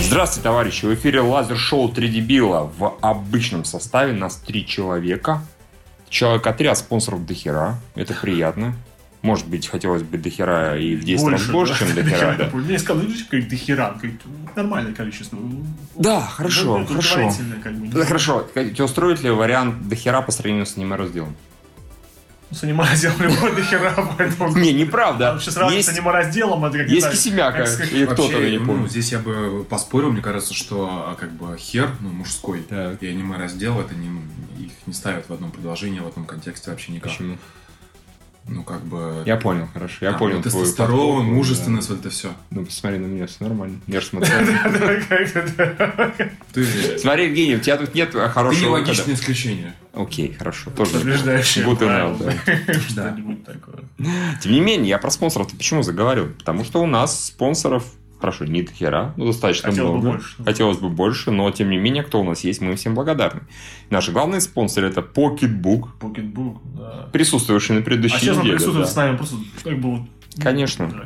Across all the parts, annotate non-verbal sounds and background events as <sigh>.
Здравствуйте, товарищи! В эфире лазер-шоу 3 дебила. В обычном составе нас три человека. Человека три, а спонсоров дохера. Это приятно. Может быть, хотелось бы дохера и в 10 раз больше, <laughs> чем дохера. <laughs> да. Мне сказали, что как дохера, как ну, нормальное количество. Да, хорошо, Это хорошо. удовлетворительное, как бы. ну, Да, хорошо. Тебя устроит ли вариант дохера по сравнению с аниме <laughs> разделом? С аниме-разделом любой дохера, поэтому... Не, неправда. Потому что сразу с Есть, аниме-разделом это а как-то... есть кисемяка. как сказать, Или кто-то, Вообще, я не ну, помню. здесь я бы поспорил, мне кажется, что а, как бы хер, ну, мужской, Так. и аниме-раздел, это не, их не ставят в одном предложении, в одном контексте вообще никак. Почему? Ну, как бы... Я понял, хорошо. Я там, понял. ну, твою Тестостерон, подготовку, да. мужественность, вот это все. Ну, посмотри на меня, все нормально. Я же смотрел. <laughs> <laughs> Да, как-то, да. Ты, Смотри, Евгений, у тебя тут нет а, ты хорошего выхода. нелогичное исключение. Окей, хорошо. Тоже Подтверждающее good правило. <laughs> enough, Что-нибудь такое. да. Тем не менее, я про спонсоров почему заговорил? Потому что у нас спонсоров, хорошо, не до хера, ну достаточно Хотел бы много. больше. Хотелось бы больше, но тем не менее, кто у нас есть, мы им всем благодарны. Наши главные спонсоры это Pocketbook, Покетбук, да. присутствующий на А предыдущей сейчас он неделе, присутствует да. с нами просто как бы вот... ну, Конечно. Да.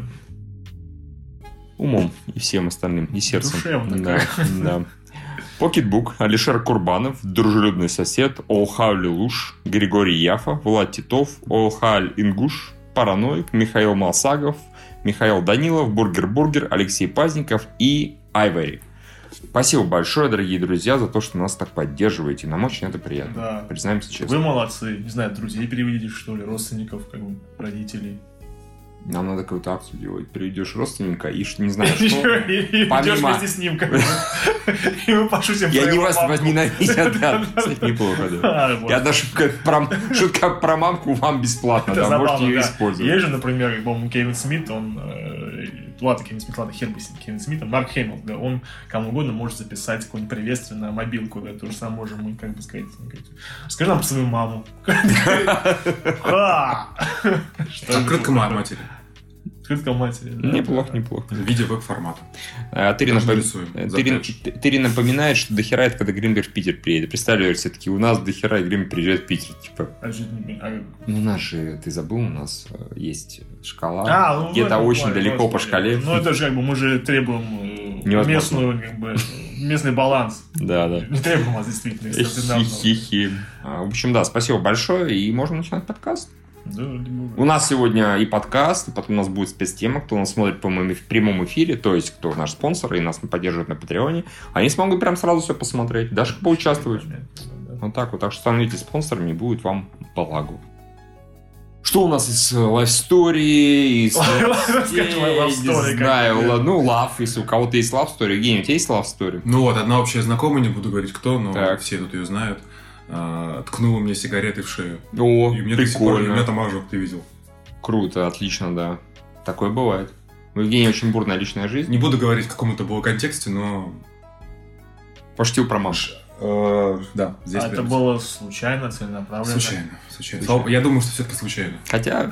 умом и всем остальным, и сердцем. Душевно, да, да. Покетбук, Алишер Курбанов, дружелюбный сосед, Олхаль Луш, Григорий Яфа, Влад Титов, Олхаль Ингуш, Параноик, Михаил Малсагов, Михаил Данилов, Бургер Бургер, Алексей Пазников и Айвори. Спасибо большое, дорогие друзья, за то, что нас так поддерживаете. Нам очень это приятно. Да. Признаемся честно. Вы молодцы. Не знаю, друзей переведите, что ли, родственников, как бы, родителей. Нам надо какую-то акцию делать. Приведешь родственника и ш- не <laughs> знаю, что. И идешь ну, Помимо- вместе с ним, как бы. <laughs> И вы пошутим. И про они его вас мамку. <laughs> возненавидят, да. Да-да-да. Кстати, неплохо, да. А, вот. Я даже про, шутка про мамку вам бесплатно, Это да, можете забавно, ее да. использовать. Есть же, например, как, по-моему, Кевин Смит, он... э, Ладно, Кевин Смит, ладно, хер бы с ним, Кевин Смитом, Марк Хэмилл, да, он кому угодно может записать какое-нибудь приветствие на мобилку, да, то же самое можем мы, как бы сказать, он говорит, скажи нам про свою маму. <laughs> <laughs> Ха! Что это Открытка такое? моей матери. Открытка матери. да. Неплохо, неплохо. Видео формата. А, Тыри, Даже напом- рисуем, э, Тыри- запрячь. Т- Тыри напоминает, что дохера это когда Гримбер в Питер приедет. Представляешь, все таки у нас дохера и Гримбер приезжает в Питер. Типа, А что это не- а, ну у нас же, ты забыл, у нас э, есть шкала. А, ну, Где-то ну, очень ладно, далеко по господи. шкале. Ну, это же как бы мы же требуем э, Невозможно. местную, как бы, местный баланс. Да, да. Не требуем вас действительно, если ты нам- Хи-хи-хи. А, В общем, да, спасибо большое, и можно начинать подкаст. Да, либо- У нас сегодня и подкаст, и потом у нас будет спецтема, кто нас смотрит, по-моему, в прямом эфире, то есть кто наш спонсор и нас поддерживает на Патреоне. А Они смогут прям сразу все посмотреть, даже поучаствовать. Вот так вот, так что становитесь спонсорами, и будет вам благо. Что у нас из лайфстории, из Расскажи мою love новостей, story, не как знаю, бы. ла- ну, лав, если у кого-то есть лав-стори. Евгений, у тебя есть лав-стори? Ну вот, одна общая знакомая, не буду говорить кто, но Так. все тут ее знают, а, ткнула мне сигареты в шею. О, И мне до сих пор, у меня прикольно. там ожог, ты видел. Круто, отлично, да. Такое бывает. У Евгения очень бурная личная жизнь. Не буду говорить, в каком это было контексте, но... Пошутил про маму. э, да, здесь... А это прям было случайно, целенаправленно? Случайно, случайно. Слава- Я думаю, что все-таки случайно. Хотя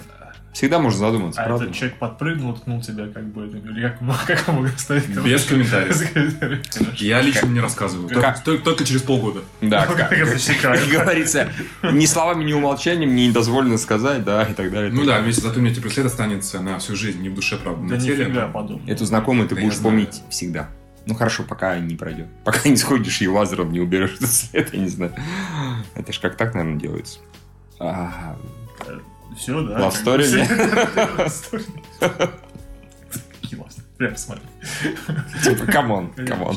всегда можно задуматься, А правда? этот человек подпрыгнул, ткнул тебя, как бы, или как, ну, как он мог оставить? Без комментариев. комментариев. Я лично не рассказываю. Только- Как? Только, только через полгода. Да, как, Ну, Как <laughs> это как всегда. говорится, ни словами, ни умолчанием не дозволено сказать, да, и так далее. Ну да, вместе зато мне теперь след останется на всю жизнь, не в душе, правда, Да на теле. нифига но- подобного. Эту знакомую ты Да я будешь знаю. помнить всегда. Ну хорошо, пока не пройдет. Пока не сходишь и лазером не уберешь этот след, я не знаю. Это ж как так, наверное, делается. А, Все, да. Love story, Все. не? <laughs> Love story. Какие love story? Прям смотри. типа, камон, камон.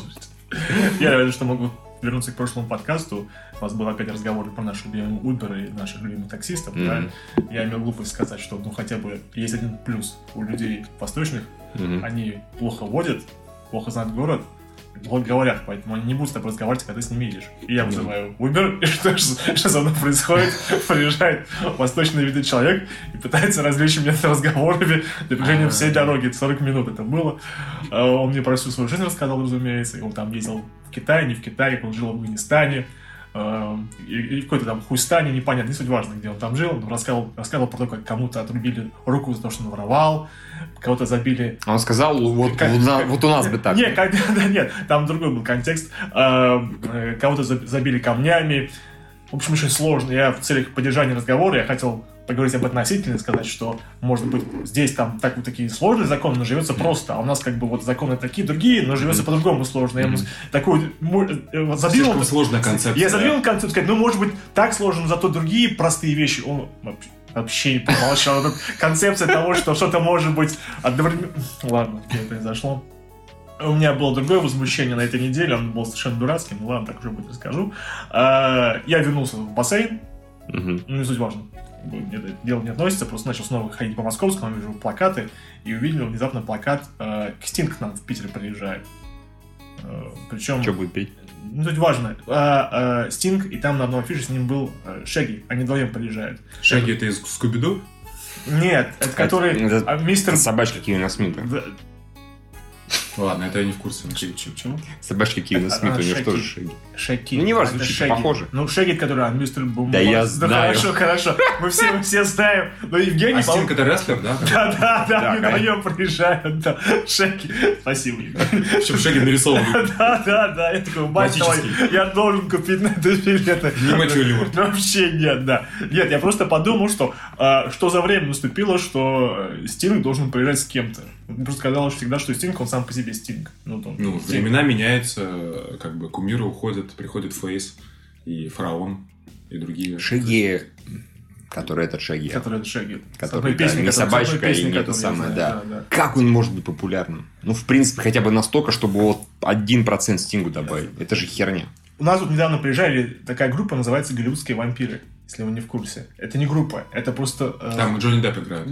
Я уверен, что могу вернуться к прошлому подкасту. У вас был опять разговор про наших любимых Uber и наших любимых таксистов. да? Мгм. Я имел глупость сказать, что ну хотя бы есть один плюс у людей восточных. Мгм. Они плохо водят, плохо знают город, плохо говорят, поэтому они не будут с тобой разговаривать, когда ты с ними едешь. И я вызываю Uber, <laughs> и что же что со мной происходит? <laughs> Приезжает восточный виды человек и пытается развлечь меня <laughs> разговорами на протяжении всей дороги. Это 40 минут это было. А Он мне про всю свою жизнь рассказал, разумеется. и Он там ездил в Китае, не в Китае, как он жил в Афганистане. э, И, и в какой-то там Хуйстане, непонятно, не суть важно, где он там жил. Он рассказывал, рассказывал про то, как кому-то отрубили руку за то, что он воровал, кого-то забили А Он сказал, вот, Как- у на- вот у нас бы так. не, кон- <laughs> да, нет, там другой был контекст. А, э, Кого-то заб- забили камнями. В общем, очень сложно. Я в целях поддержания разговора я хотел поговорить об относительности, сказать, что, может быть, здесь там так вот такие сложные законы, но живется просто, а у нас как бы вот законы такие другие, но живется по-другому сложно. Я ему такую мо- э, вот задвинул... Слишком сложная концепция. Я задвинул концепцию, сказать, ну, может быть, так сложно, но зато другие простые вещи. Он вообще- вообще не помолчал. Тут концепция того, что что-то может быть одновременно... Ладно, окей, это не зашло. У меня было другое возмущение на этой неделе, оно было совершенно дурацким, ну ладно, так уже будет расскажу. А, Я вернулся в бассейн, Мгм. ну не суть важно, как бы это дело не относится, просто начал снова ходить по московскому, вижу плакаты, и увидел внезапно плакат э, «Кстинг к нам в Питер приезжает». Э, Причем... Что будет петь? Ну, тут важно. А, а, Стинг, и там на одном афише с ним был э, Шеги. Они вдвоем приезжают. Шаги это из Скуби-Ду? Нет, это который... это- а, мистер... Собачка Кивина Смита. Да, Ладно, это я не в курсе. ч- ч- чего? Собачка Кивина Это- Смита, у а, нее Шаги. тоже шаги. Шеги. Ну, не важно, Это звучит похоже. Ну, Шеги, который... А, мистер Бум... Да я знаю. хорошо, хорошо. Мы все, мы все знаем. Но Евгений... А по-моему, Стинг это рестлер, да? <laughs> Да, да, да, Да, они вдвоем приезжают. Да. Шеги. Спасибо. Евгений. Причем Шаги нарисован. Да, да, да. Я такой, мать твою, Классический. я должен купить на это билеты. Немой Hollywood. Ну, <laughs> Вообще нет, да. Нет, я просто подумал, что а, что за время наступило, что э, Стинг должен приезжать с кем-то. Просто казалось всегда, что Стинг, он сам по себе Стинг. Ну, вот он, <laughs> Ну, Стинг. времена меняются, как бы кумиры уходят, приходит Фейс и Фараон и другие. Шаги. Который этот шаги. Который это Шеги. Который, да, С одной не которая- с одной собачка, песней, и не это которую я самое, знаю, да. Как он может быть популярным? Ну, в принципе, хотя бы настолько, чтобы вот 1% Стингу добавить. Это же херня. У нас тут недавно приезжали, такая группа называется «Голливудские вампиры», если вы не в курсе. Это не группа, это просто... э, Там Джонни Депп играет.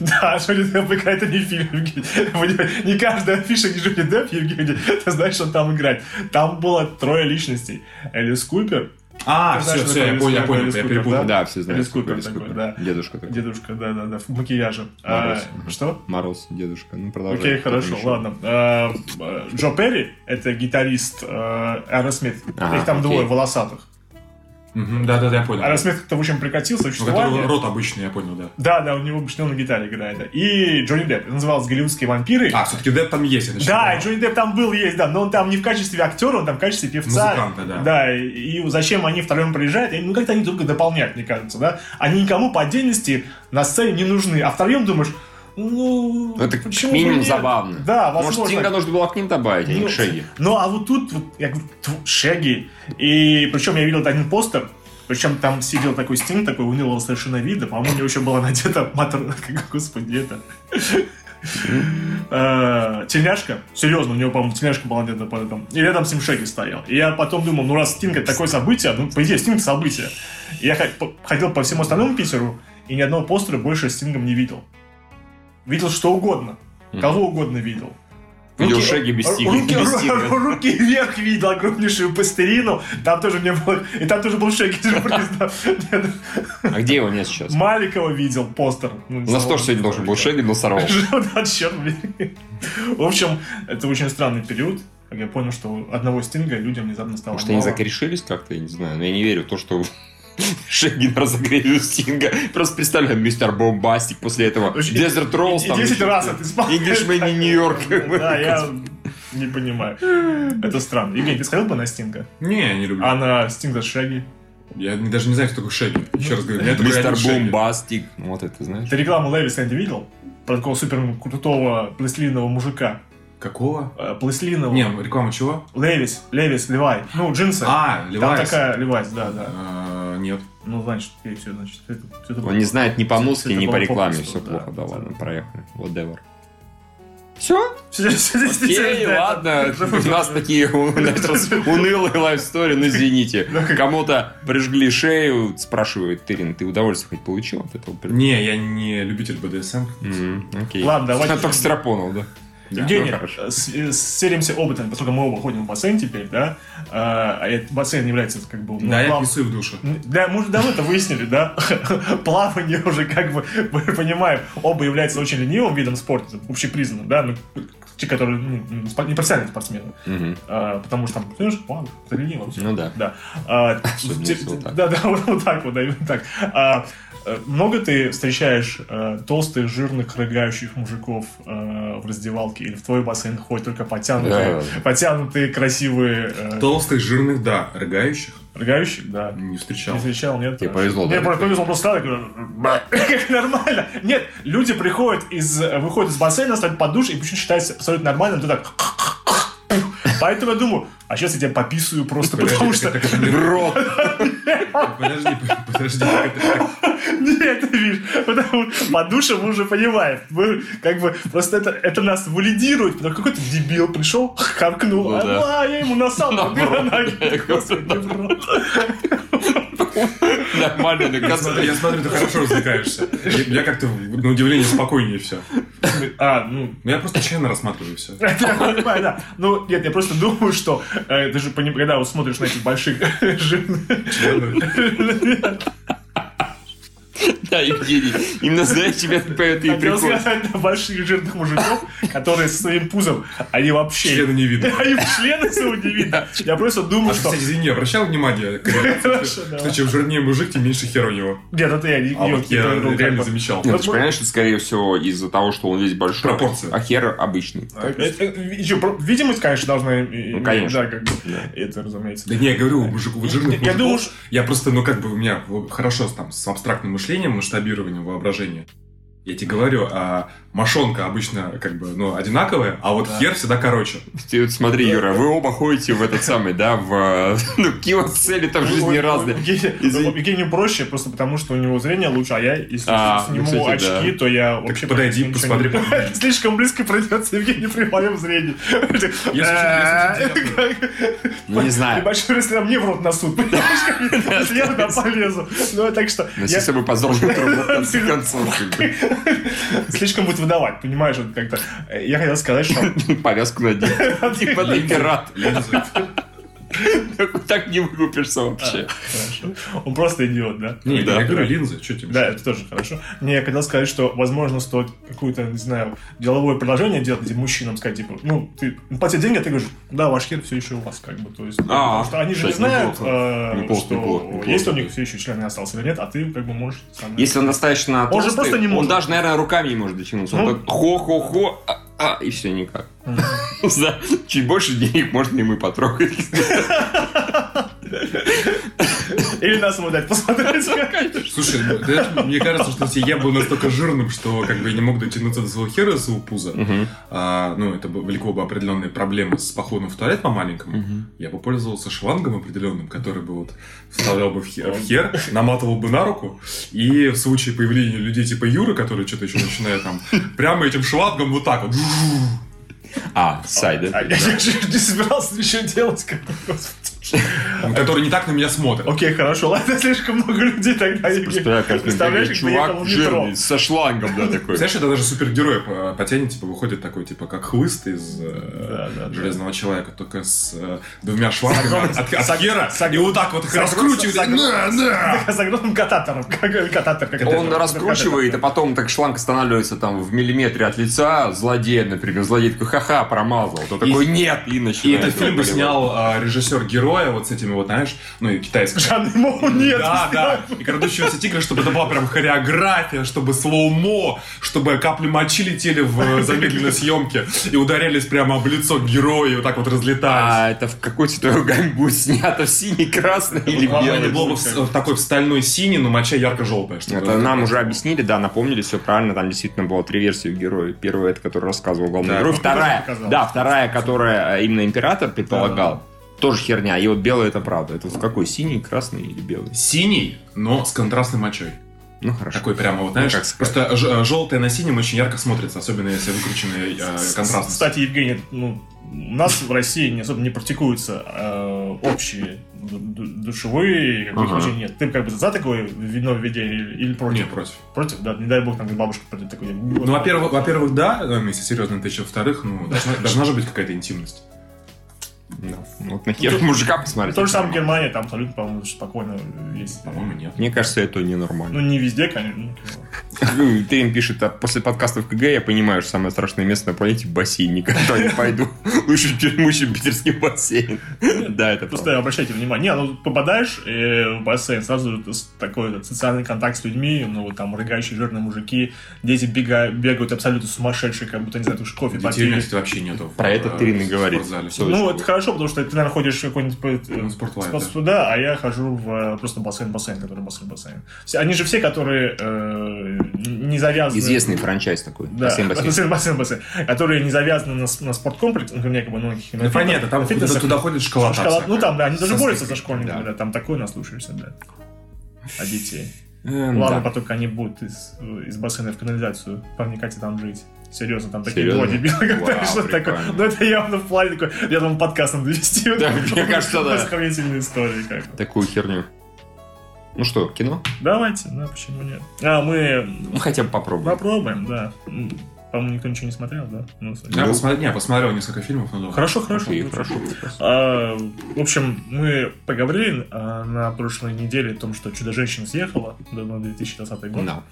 Да, Джонни Депп играет, это не фильм, Евгений. Вы не- Не каждая афиша, где Джонни Депп, Евгений, ты знаешь, что он там играет. Там было трое личностей. Элис Купер, А, Ты все, знаешь, все, я Элис понял, я Купер, понял, Элис я Купер, перепутал. Ну Да, все знают. Элис Купер Элис такой, Купер. да. Дедушка такой. дедушка, да-да-да, в макияже. Мороз. А, Что? Мороз, дедушка. Ну, продолжай. Окей, Кто-то хорошо, еще. ладно. А, э, Джо Перри, это гитарист Аэросмит. А, Их там окей. двое волосатых. Мгм, Да, да, да, я понял. Аэросмит, это, в общем, прекратил свое У которого существование. рот обычный, я понял, да. Да, да, у него обычно он на гитаре играет. да. И Джонни Депп. Это называлось «Голливудские вампиры». А, все-таки Депп там есть. я начал Да, и понимать. Джонни Депп там был, есть, да, но он там не в качестве актера, он там в качестве певца. Музыканта, да. Да, и, и зачем они втроем приезжают, И, ну как-то они друг друга дополняют, мне кажется, да. Они никому по отдельности на сцене не нужны, а втроем думаешь, ну, Ну, Это как почему бы минимум нет? забавно. Да, возможно. Может, Стинга нужно было к ним добавить, а не Ну, к Шеги. Ну, а вот тут, вот, я говорю, тьфу, Шеги. И причем я видел один постер, причем там сидел такой Стинг, такой унылого совершенно вида. По-моему, у него еще была надета матер... <laughs> Господи, это... э, Тельняшка. Серьезно, у него, по-моему, тельняшка была надета под этом. И рядом с ним Шеги стоял. И я потом думал, ну раз Стинг это такое событие, ну, по идее, Стинг это событие. И я хо- по- ходил по всему остальному Питеру, и ни одного постера больше с Стингом не видел. Видел что угодно. Кого угодно видел. Видел Руки- Шеги без Стинга. Руки, Без Стинга. <laughs> руки вверх видел огромнейшую пастерину. Там тоже не было. И там тоже был Шеги. <laughs> А где его нет сейчас? Маликова видел постер. Ну, У нас тоже сегодня должен был Шеги, но сорвал. <laughs> Да, черт возьми. В общем, это очень странный период. как Я понял, что одного стинга людям внезапно стало Может, они мало. закрешились как-то, я не знаю. Но я не верю в то, что <laughs> Шеги разогрели у Стинга. Просто представляю, мистер Бомбастик после этого. Очень- Дезерт Роллс Ну, И там. 10 еще раз что-то. это исполняет. Englishman in New York. <laughs> Да, я не понимаю. Это странно. Евгений, ты сходил бы на Стинга? Не, я не А люблю. на Стинга с Шеги? Я Я не- даже не знаю, кто такой Шеги. Еще раз говорю, меня только Мистер реально Шеги. Бомбастик. Ну, Вот это, знаешь. Ты рекламу Левис, кстати, видел? Про такого супер крутого плеслиного мужика. Какого? Э, Плеслиного. Не, реклама чего? Левис, Левис, Левай. Ну, джинсы. А, Там Левайс. такая Левайс, да, да. Э, Нет. Ну, значит, окей, все, значит, всё это, всё это Он не знает ни по Всё- музыке, всё ни это по было рекламе. попросту, Все да. плохо, да ладно, проехали. Whatever. Все? Всё- всё- всё- всё- Окей, да, ладно. это- У нас такие <laughs> у нас раз унылые лайфстори, ну извините. Кому-то прижгли шею, спрашивают, Тырин, ты удовольствие хоть получил от этого? Не, я не любитель БДСМ. Мгм, Окей. <laughs> Ладно, давайте. Только страпонов, да? Да. Евгений, ну, хорошо. э, с- э, сцелимся опытом, поскольку мы оба ходим в бассейн теперь, да? э, А этот бассейн является как бы... ну, Да, я глав- писаю в душе. Да, мы уже давно это выяснили, да? Плавание уже, как бы, мы понимаем, оба являются очень ленивым видом спорта, общепризнанным, да? Ну, те, которые ну, спор- не профессиональные спортсмены. Мгм. А, потому что там, понимаешь, ладно, ты лениво. всё. Ну да. Да. А, Особенно те- если вот так. Да, <laughs> да, вот вот так вот, да, именно так. А, э, Много ты встречаешь э, толстых, жирных, рыгающих мужиков э, в раздевалке? Или в твой бассейн ходят только потянутые, Да. потянутые красивые... э, Толстых, жирных, да, рыгающих. Рогающик, да. Не встречал. Не встречал, нет. Тебе повезло, Мне да? просто повезло, просто встал и говорю, <laughs> «Ба». как нормально. Нет, люди приходят из, выходят из бассейна, ставят под душ, и почему считается абсолютно нормальным, ты так... <laughs> Поэтому я думаю, а сейчас я тебя пописываю просто, потому что... Бро! <laughs> Подожди, подожди. это- Нет, ты видишь, потому что под душем мы уже понимаем. Мы как бы просто это, это нас валидирует, потому что какой-то дебил пришел, харкнул, Ну а да. а, я ему насал На на брод. <laughs> ноги. Господи, брод. Нормально, Я наказ. смотрю, я смотрю, ты хорошо развлекаешься. Я- Я как-то, на удивление, спокойнее все. А, ну, Ну, я просто члены рассматриваю все. <laughs> Это я понимаю, да. Ну, нет, я просто думаю, что э, ты же поним- когда вот смотришь на этих больших <laughs> жирных... <laughs> Да, Евгений. Именно знаешь, тебя поет и Хотел приходит. сказать, на больших жирных мужиков, которые со своим пузом, они вообще... <laughs> Члены не видно. Они в члены своего не видно. <laughs> Я просто А думаю, <laughs> ты, что... кстати, извини, обращал внимание, корреляцию, Хорошо, что, да. что чем жирнее мужик, тем меньше хер у него. Нет, это я не... А не- вот не я понял, как реально бы. замечал. Нет, ты же понимаешь, что, скорее всего, из-за того, что он весь большой, Пропорция. а хер обычный. Э, э, Еще, про- видимость, конечно, должна... Ну, конечно. Да, как бы. Это, разумеется. Да не, я говорю, у мужиков, у жирных Я мужиков- думаю, что- Я просто, ну как бы у меня в- хорошо с, там, с абстрактным мышлением, масштабированием воображения. Я тебе говорю, а мошонка обычно как бы, ну, одинаковая, а вот Да. хер всегда короче. Ты вот смотри, Юра, вы оба ходите в этот самый, да, в... <laughs> э, Ну, какие у вас цели там в жизни Ой, разные. у Евгения- Извини. у Евгения ну, проще, просто потому что у него зрение лучше, а я, если А, сниму ну, кстати, очки, то я Так вообще... подойди, почти посмотри ничего <laughs> под меня. Слишком близко придется Евгений при моем зрении. Э, если Ну, не знаю. Небольшой ресторан мне в рот насут, понимаешь, как я- <laughs> если я туда полезу. Ну, так что... Носи я- с собой ну, подзорную трубу в конце концов. как Слишком будет выдавать, понимаешь, вот как-то. Э, Я хотел сказать, что... бы. Повязку надеть. Типа ты пират. <laughs> Линзы. Так не выкупишься вообще. э, Хорошо. Он просто идиот, да? Не, Да. я говорю, линзы, что тебе? Да, это тоже хорошо. Мне я хотел сказать, что, возможно, стоит какое-то, не знаю, деловое предложение делать этим мужчинам, сказать, типа, ну, ты ну, платят деньги, а ты говоришь, да, ваш хер все еще у вас, как бы, то есть, ну, А, потому что они же не кстати, знают, неплохо. э, Неплохо, что неплохо, неплохо. есть у них все еще члены остался или нет, а ты, как бы, можешь... сам- Если он достаточно Он же толстый, просто не он может. даже, наверное, руками не может дотянуться. Ну. Он так хо-хо-хо, а, а, и все никак. <laughs> За чуть больше денег можно ему и потрогать. <laughs> Или нас ему дать посмотреть. Слушай, ну, ты знаешь, мне кажется, что если я был настолько жирным, что как бы я не мог дотянуться до своего хера, до своего пуза, Мгм. а, ну, это бы- влекло бы определенные проблемы с походом в туалет по-маленькому, Мгм. я бы пользовался шлангом определенным, который бы вот вставлял бы в хе- в хер, наматывал бы на руку, и в случае появления людей типа Юры, которые что-то еще начинают там, прямо этим шлангом вот так вот. А, сайда. А Я же <laughs> не собирался ничего делать, как бы, господи. Ну, Который не так на меня смотрит. Окей, хорошо, ладно, слишком много людей тогда. Представляю, как Представляешь, например, как доехал чувак в метро. жирный, со шлангом, да, такой. Знаешь, это даже супергерой по- потянет, типа, выходит такой, типа, как хлыст из э, Да, да, да. Железного Человека, только с э, двумя шлангами огромным- от, от, от с ог- Гера, с ог- и вот так вот их с огром- раскручивает, с огром- на, на! а С огромным кататором. <laughs> Как- Кататор, как это? Он раскручивает, а потом так шланг останавливается там в миллиметре от лица злодея, например. Злодей такой, ха-ха, промазал. То такой, нет, и И начинает. этот фильм бы его снял э, режиссер героя вот с этими вот, знаешь, ну и китайский. Жанны, мол, нет. да, да. И крадущегося тигра, чтобы это была прям хореография, чтобы слоумо, чтобы капли мочи летели в э, замедленной съемке и ударялись прямо об лицо героя, и вот так вот разлетаясь. А это в какой цветовой гамме <laughs> будет снято? В синий, красный или Главное, не было белый? бы в с- в такой в стальной синий, но моча ярко-желтая. чтобы- Это нам уже объяснили, да, напомнили, все правильно. Там действительно было три версии у героя. Первая, это которую рассказывал главный Да. герой. Ну, Вторая, показал. да, вторая, которая э, именно император предполагал. Тоже херня. И вот белый это правда. Это вот какой? Синий, красный или белый? Синий, но с контрастной мочой. Ну хорошо. Такой прямо вот, знаешь, как сказать. просто ж- э, желтое на синем очень ярко смотрится, особенно если выкрученный э, контрастность. Кстати, Евгений, ну, у нас в России не особо не практикуются э, общие ду- ду- душевые как бы, Ага. развлечения. Нет. Ты как бы за такое вино введение или, или против? Нет, против. Против? Да, не дай бог, там бабушка придет такой. Ну, во-первых, во-первых, да, эм, если серьезно, это еще во-вторых, ну, <laughs> должна, должна же быть какая-то интимность. Да. Ну, Вот на хер мужика посмотреть. Ну, То же самое Германия, там абсолютно, по-моему, спокойно есть. ну, По-моему, нет. Мне кажется, это Ну, ненормально. не везде, конечно. ну, Ты им пишет, а после подкастов КГ я понимаю, что самое страшное место на планете бассейн. Никогда не пойду. Лучше в тюрьму, чем питерский бассейн. Да, это Просто обращайте внимание. Не, ну попадаешь э, в бассейн, сразу с- такой вот социальный контакт с людьми, ну вот там рыгающие жирные мужики, дети бега- бегают абсолютно сумасшедшие, как будто, не знаю, уж кофе Детей у попили. них вообще нету. в, Про это э, Трина говорит. спортзале. Всё. Ну, это хорошо, потому что ты, наверное, ходишь в какой-нибудь... э, Ну, спортлайф, спорт- Да, а я хожу в э, просто бассейн-бассейн, который бассейн-бассейн. Все- Они же все, которые э, не завязаны... Известный франчайз такой. Да, Бассейн, бассейн. <laughs> бассейн, бассейн, бассейн, которые не завязаны на, с- на спорткомплекс, ну, как бы, ну, каких- Ну, понятно, там на фитнесах. туда ходит школота. Шоколад- всякая. ну там, да, они даже Со борются за спичками, школьников, да. да. там такое наслушаешься, да. А детей. Эм, Ладно, да. потом они будут из, из бассейна в канализацию по Никате там жить. Серьезно, там такие Серьезно? два дебила, <laughs> которые Вау, что-то такое. прикольно. Ну это явно в плане такой, я думаю, подкастом довести. Да, мне кажется, да. Сравнительные истории как бы. Такую херню. Ну что, кино? Давайте, да, почему нет. А, мы Ну хотя бы попробуем. попробуем, да. М, По-моему, никто ничего не смотрел, да? Ну, с- Я посмотрел, не, посмотрел несколько фильмов, но да. Хорошо, хорошо. Окей, ну, хорошо. А, В общем, мы поговорили а, на прошлой неделе о том, что «Чудо-женщина» съехала да, ну, на 2020 год. Да.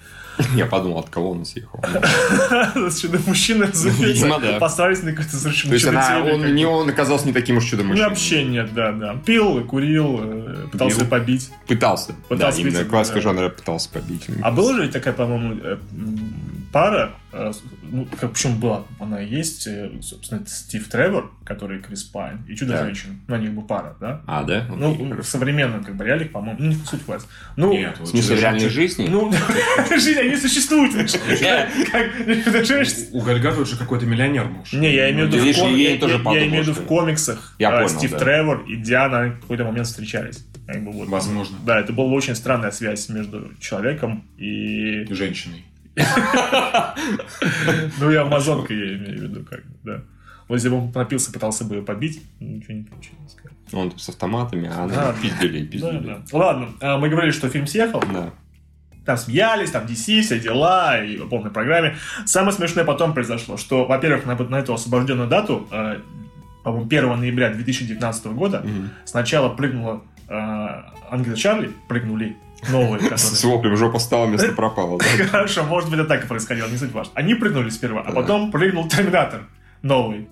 Я подумал, от кого он съехал. <laughs> С «Чудо-мужчиной» Видимо, да. поставились на какой-то То совершенно есть она, чудо-теле, он, как не он оказался не таким уж бы. Ну, чудо-мужчиной. вообще нет, да, да. Пил, курил, э, пытался Пил. побить. Пытался. Пытался, да, именно видимо, классика да. жанра пытался побить. А была же такая, по-моему, э, м, пара, э, с- ну, как, причем была, она и есть, э, собственно, это Стив Тревор, который Крис Пайн, и Чудо-женщина. Ну, они бы пара, да? А, да? Ну, Окей, в хорошо. современном, как бы, реалиях, по-моему, ну, не суть вас. Ну, Нет, в вот э, смысле, в даже реальной жизни? Ну, <laughs> жизнь, они существуют. знаешь, как- как- знаешь, у Гальгадо же какой-то миллионер муж. Не, я имею в виду в видишь, ком- я я- тоже я- подумал, я имею в виду что- в комиксах. Я а, понял, Стив да. Тревор и Диана в какой-то момент встречались. Как бы вот. Ну, Возможно. Да, это была очень странная связь между человеком и... <laughs> Женщиной. Ну, и амазонкой я имею в виду, как бы, да. Вот если бы он напился, пытался бы ее побить, ничего не получилось. как бы. Он с автоматами, а она Ну, Да, да. пиздили, пиздили. Да, да. Ладно, а, мы говорили, что фильм съехал. Да. Там смеялись, там DC, все дела, и по полной программе. Самое смешное потом произошло, что, во-первых, на, на эту освобожденную дату, э, по-моему, 1 ноября 2019 года, Мгм. сначала прыгнула э, Ангела Чарли, прыгнули новые, С которые... воплем жопа стала, место пропало. да. <laughs> Хорошо, может быть, это так и происходило, не суть важно. Они прыгнули сперва, а Да. потом прыгнул Терминатор новый.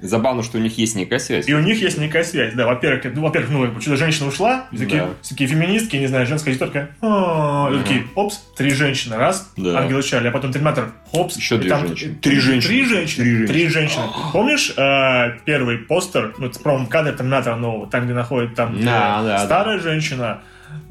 Забавно, что у них есть некая связь. И у них есть некая связь, да. Во-первых, ну, во-первых, ну, почему-то женщина ушла, и такие, Да. все такие феминистки, не знаю, женская аудитория, «А-а-а». И Ага. такие, опс, три женщины, раз, Да. Ангела Чарли, а потом Терминатор, опс, Еще и две там- женщины. и- Три женщины. Три женщины. Три женщины. Три женщины. Помнишь э, первый постер, ну, это промо-кадр Терминатора нового, там, где находит там э, Да, да, старая женщина,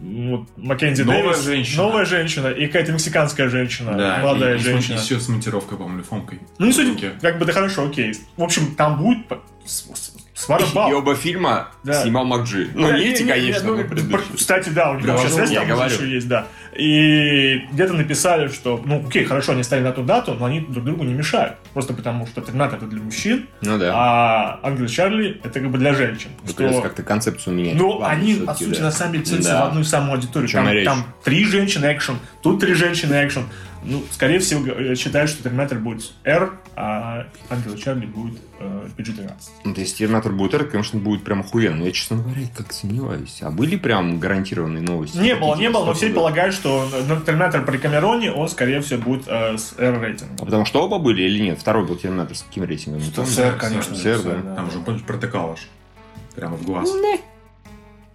м, вот, Маккензи Новая Дэвис, женщина. новая женщина и какая-то мексиканская женщина, молодая женщина. Еще с монтировкой, по-моему, или фомкой. Ну, не суть, Фомкой. как бы, да хорошо, окей. В общем, там будет по- с- с- свара И баб. оба фильма Да. снимал Макджи. Ну, Да, не эти, не, не, конечно, ну, но пр- предыдущие. Кстати, да, у них Да, вообще ну, связь я там говорю. еще есть, да. И где-то написали, что, ну, окей, хорошо, они стали на ту дату, но они друг другу не мешают. Просто потому, что Терминатор это для мужчин, Ну да. а Ангел Чарли это как бы для женщин. Наконец, Что... как-то концепцию менять. Ну, Ладно, они, по всё-таки, сути, да. на самом деле целятся Да. в одну и саму аудиторию. Чем Там, речь? там три женщины экшен, тут три женщины экшен. Ну, скорее всего, г- считают, что Терминатор будет R, а Ангел Чарли будет э, PG-13. Ну, то есть Терминатор будет R, конечно, будет прям охуенно. Я, честно говоря, как сомневаюсь. А были прям гарантированные новости? Не Какие-то было, не было, но все стопудово? полагают, что ну, Терминатор при Камероне, он, скорее всего, будет э, с А R-рейтингом. потому что оба были или нет? Второй был Терминатор с каким рейтингом? Не помню. с R, конечно, С R, да. <laughs> Там же, помнишь, протыкал аж. Прямо в глаз.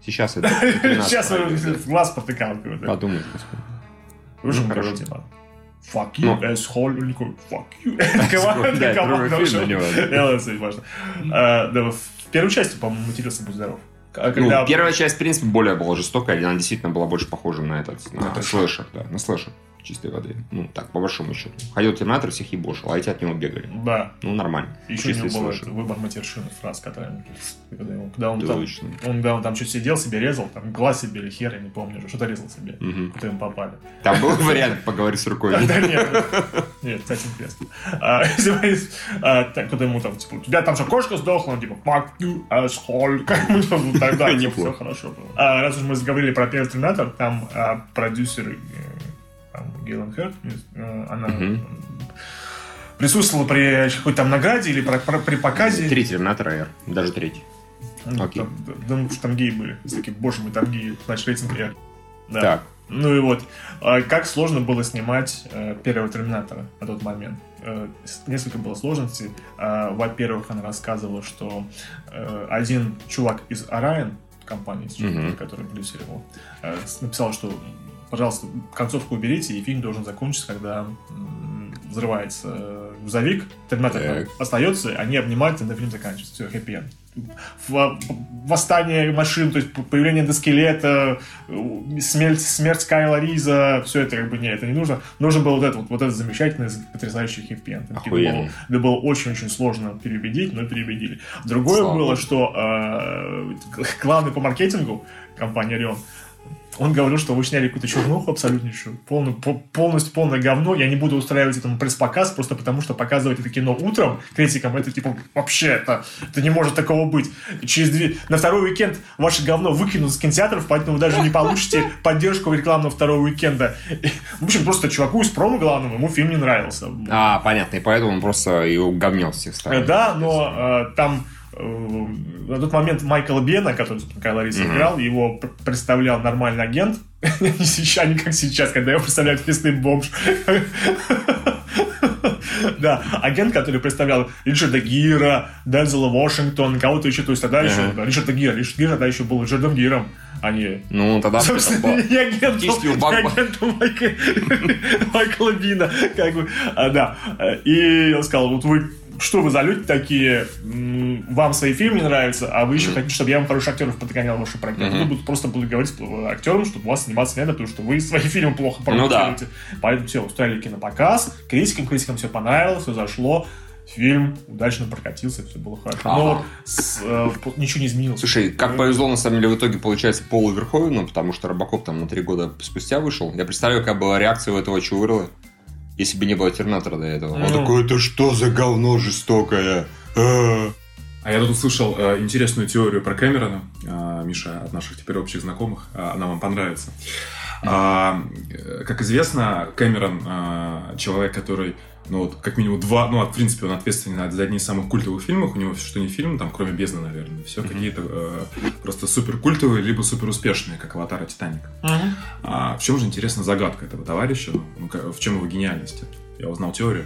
Сейчас <laughs> это Терминатор. Сейчас в глаз протыкал. Подумай. Вы же Ну, хорошо. хорошо. Fuck Ну. you, asshole. Или какой, Fuck <laughs> you. Команда- Да, команда другой ушла. фильм, не важно. <laughs> Я ладно, это не важно. А, да, В первой части, по-моему, матерился «Будь здоров». А Ну, когда- первая часть, в принципе, более была жестокая, и она действительно была больше похожа на этот, на, На трэш. слэшер, да, на слэшер чистой воды. Ну, так, по большому счету. Ходил терминатор, всех ебошил, а эти от него бегали. Да, Ну, нормально. еще у Чистый него был слэшер. выбор матершинных фраз, которые когда он- когда он Да, Ну, там точно. он, да, он там что-то сидел, себе резал, там глаз себе или хер, я не помню, уже, что-то резал себе. Мгм. Куда ему попали. Там был вариант поговорить с рукой. Да, нет. Нет, кстати, интересно. А, <laughs> если мы- а, так, Куда ему там, типа, у тебя там же кошка сдохла, он типа, fuck you, asshole. <laughs> Как бы ну, тогда все Неплохо. хорошо было. А, Раз уж мы заговорили про первый терминатор, там а, продюсер э, там, Гейлен Херт, э, она Мгм. присутствовала при какой-то там награде или про- про- при показе. Три терминатора R, даже третий. Ну, Окей. там, да, да, ну, потому что там геи были. Все такие, боже мой, там геи. Значит, рейтинг R. Да. Так, Ну и вот, а, как сложно было снимать э, первого Терминатора на тот момент. Э, с- Несколько было сложностей. А, Во-первых, она рассказывала, что э, один чувак из Orion компании, с- Мгм. который продюсер его, э, с- написал, что пожалуйста, концовку уберите, и фильм должен закончиться, когда м, взрывается э, грузовик, Терминатор Так. остается, они обнимаются, и фильм заканчивается. Все, хэппи энд в- восстание машин, то есть появление доскелета, э, смерть, смерть Кайла Риза, все это как бы не, это не нужно. Нужно было вот это вот, вот это замечательное, потрясающий хэппи Это Охуенно. было, это было очень-очень сложно переубедить, но переубедили. Другое Слава было, богу. что э, главный по маркетингу компании Орион, он говорил, что вы сняли какую-то чернуху абсолютнейшую, полную, по- полностью полное говно, я не буду устраивать этому пресс-показ, просто потому что показывать это кино утром критикам, это типа вообще, это, это не может такого быть. И Через две... На второй уикенд ваше говно выкинут с кинотеатров, поэтому вы даже не получите поддержку рекламного второго уикенда. И, в общем, просто чуваку из промо главному, ему фильм не нравился. А, понятно, и поэтому он просто его говнел с всех Э, сторон. Да, но э, там э, на тот момент Майкла Бена, который собственно, Кайла Риса Мгм. играл, его пр- представлял нормальный агент. <laughs> Не сейчас, не как сейчас, когда его представляют лесный бомж. <laughs> Да, агент, который представлял Ричарда Гира, Дензела Вашингтон, кого-то еще, то есть тогда еще, Ага. да, Ричарда Гира, Ричард Гир тогда еще был Ричардом Гиром, а не Ну, тогда... Собственно, <laughs> это не агентом, Фактически у не Бакба. агентом Майка- <laughs> Майкла Бина, как бы, а, да. И он сказал, вот вы что вы за люди такие, М, вам свои фильмы не нравятся, а вы еще хотите, чтобы я вам хороших актеров подгонял в ваши проекты. Мгм. Ну, буду- просто буду говорить э, актерам, чтобы у вас сниматься не надо, потому что вы свои <laughs> фильмы плохо Ну да. продюсируете. Поэтому все, устроили кинопоказ, критикам, критикам все понравилось, все зашло, фильм удачно прокатился, все было хорошо. Ага. Но с, э, по- ничего не изменилось. Слушай, как повезло, на самом деле, в итоге получается Полу Верховину, потому что Робокоп там на три года спустя вышел. Я представляю, какая была реакция у этого Чувырла, если бы не было Терминатора до этого. Он Ну. такой, это что за говно жестокое? А». А я тут услышал э, интересную теорию про Кэмерона, э, Миша, от наших теперь общих знакомых. Э, она вам понравится. А, э, как известно, Кэмерон э, человек, который, ну вот, как минимум два, ну, в принципе, он ответственен за одни из самых культовых фильмов. У него все, что не фильм, там, кроме «Бездны», наверное, все какие-то э, просто супер культовые, либо супер успешные, как «Аватар» и «Титаник». Мгм. А в чем же интересна загадка этого товарища? Ну, ка- В чем его гениальность? Я узнал теорию.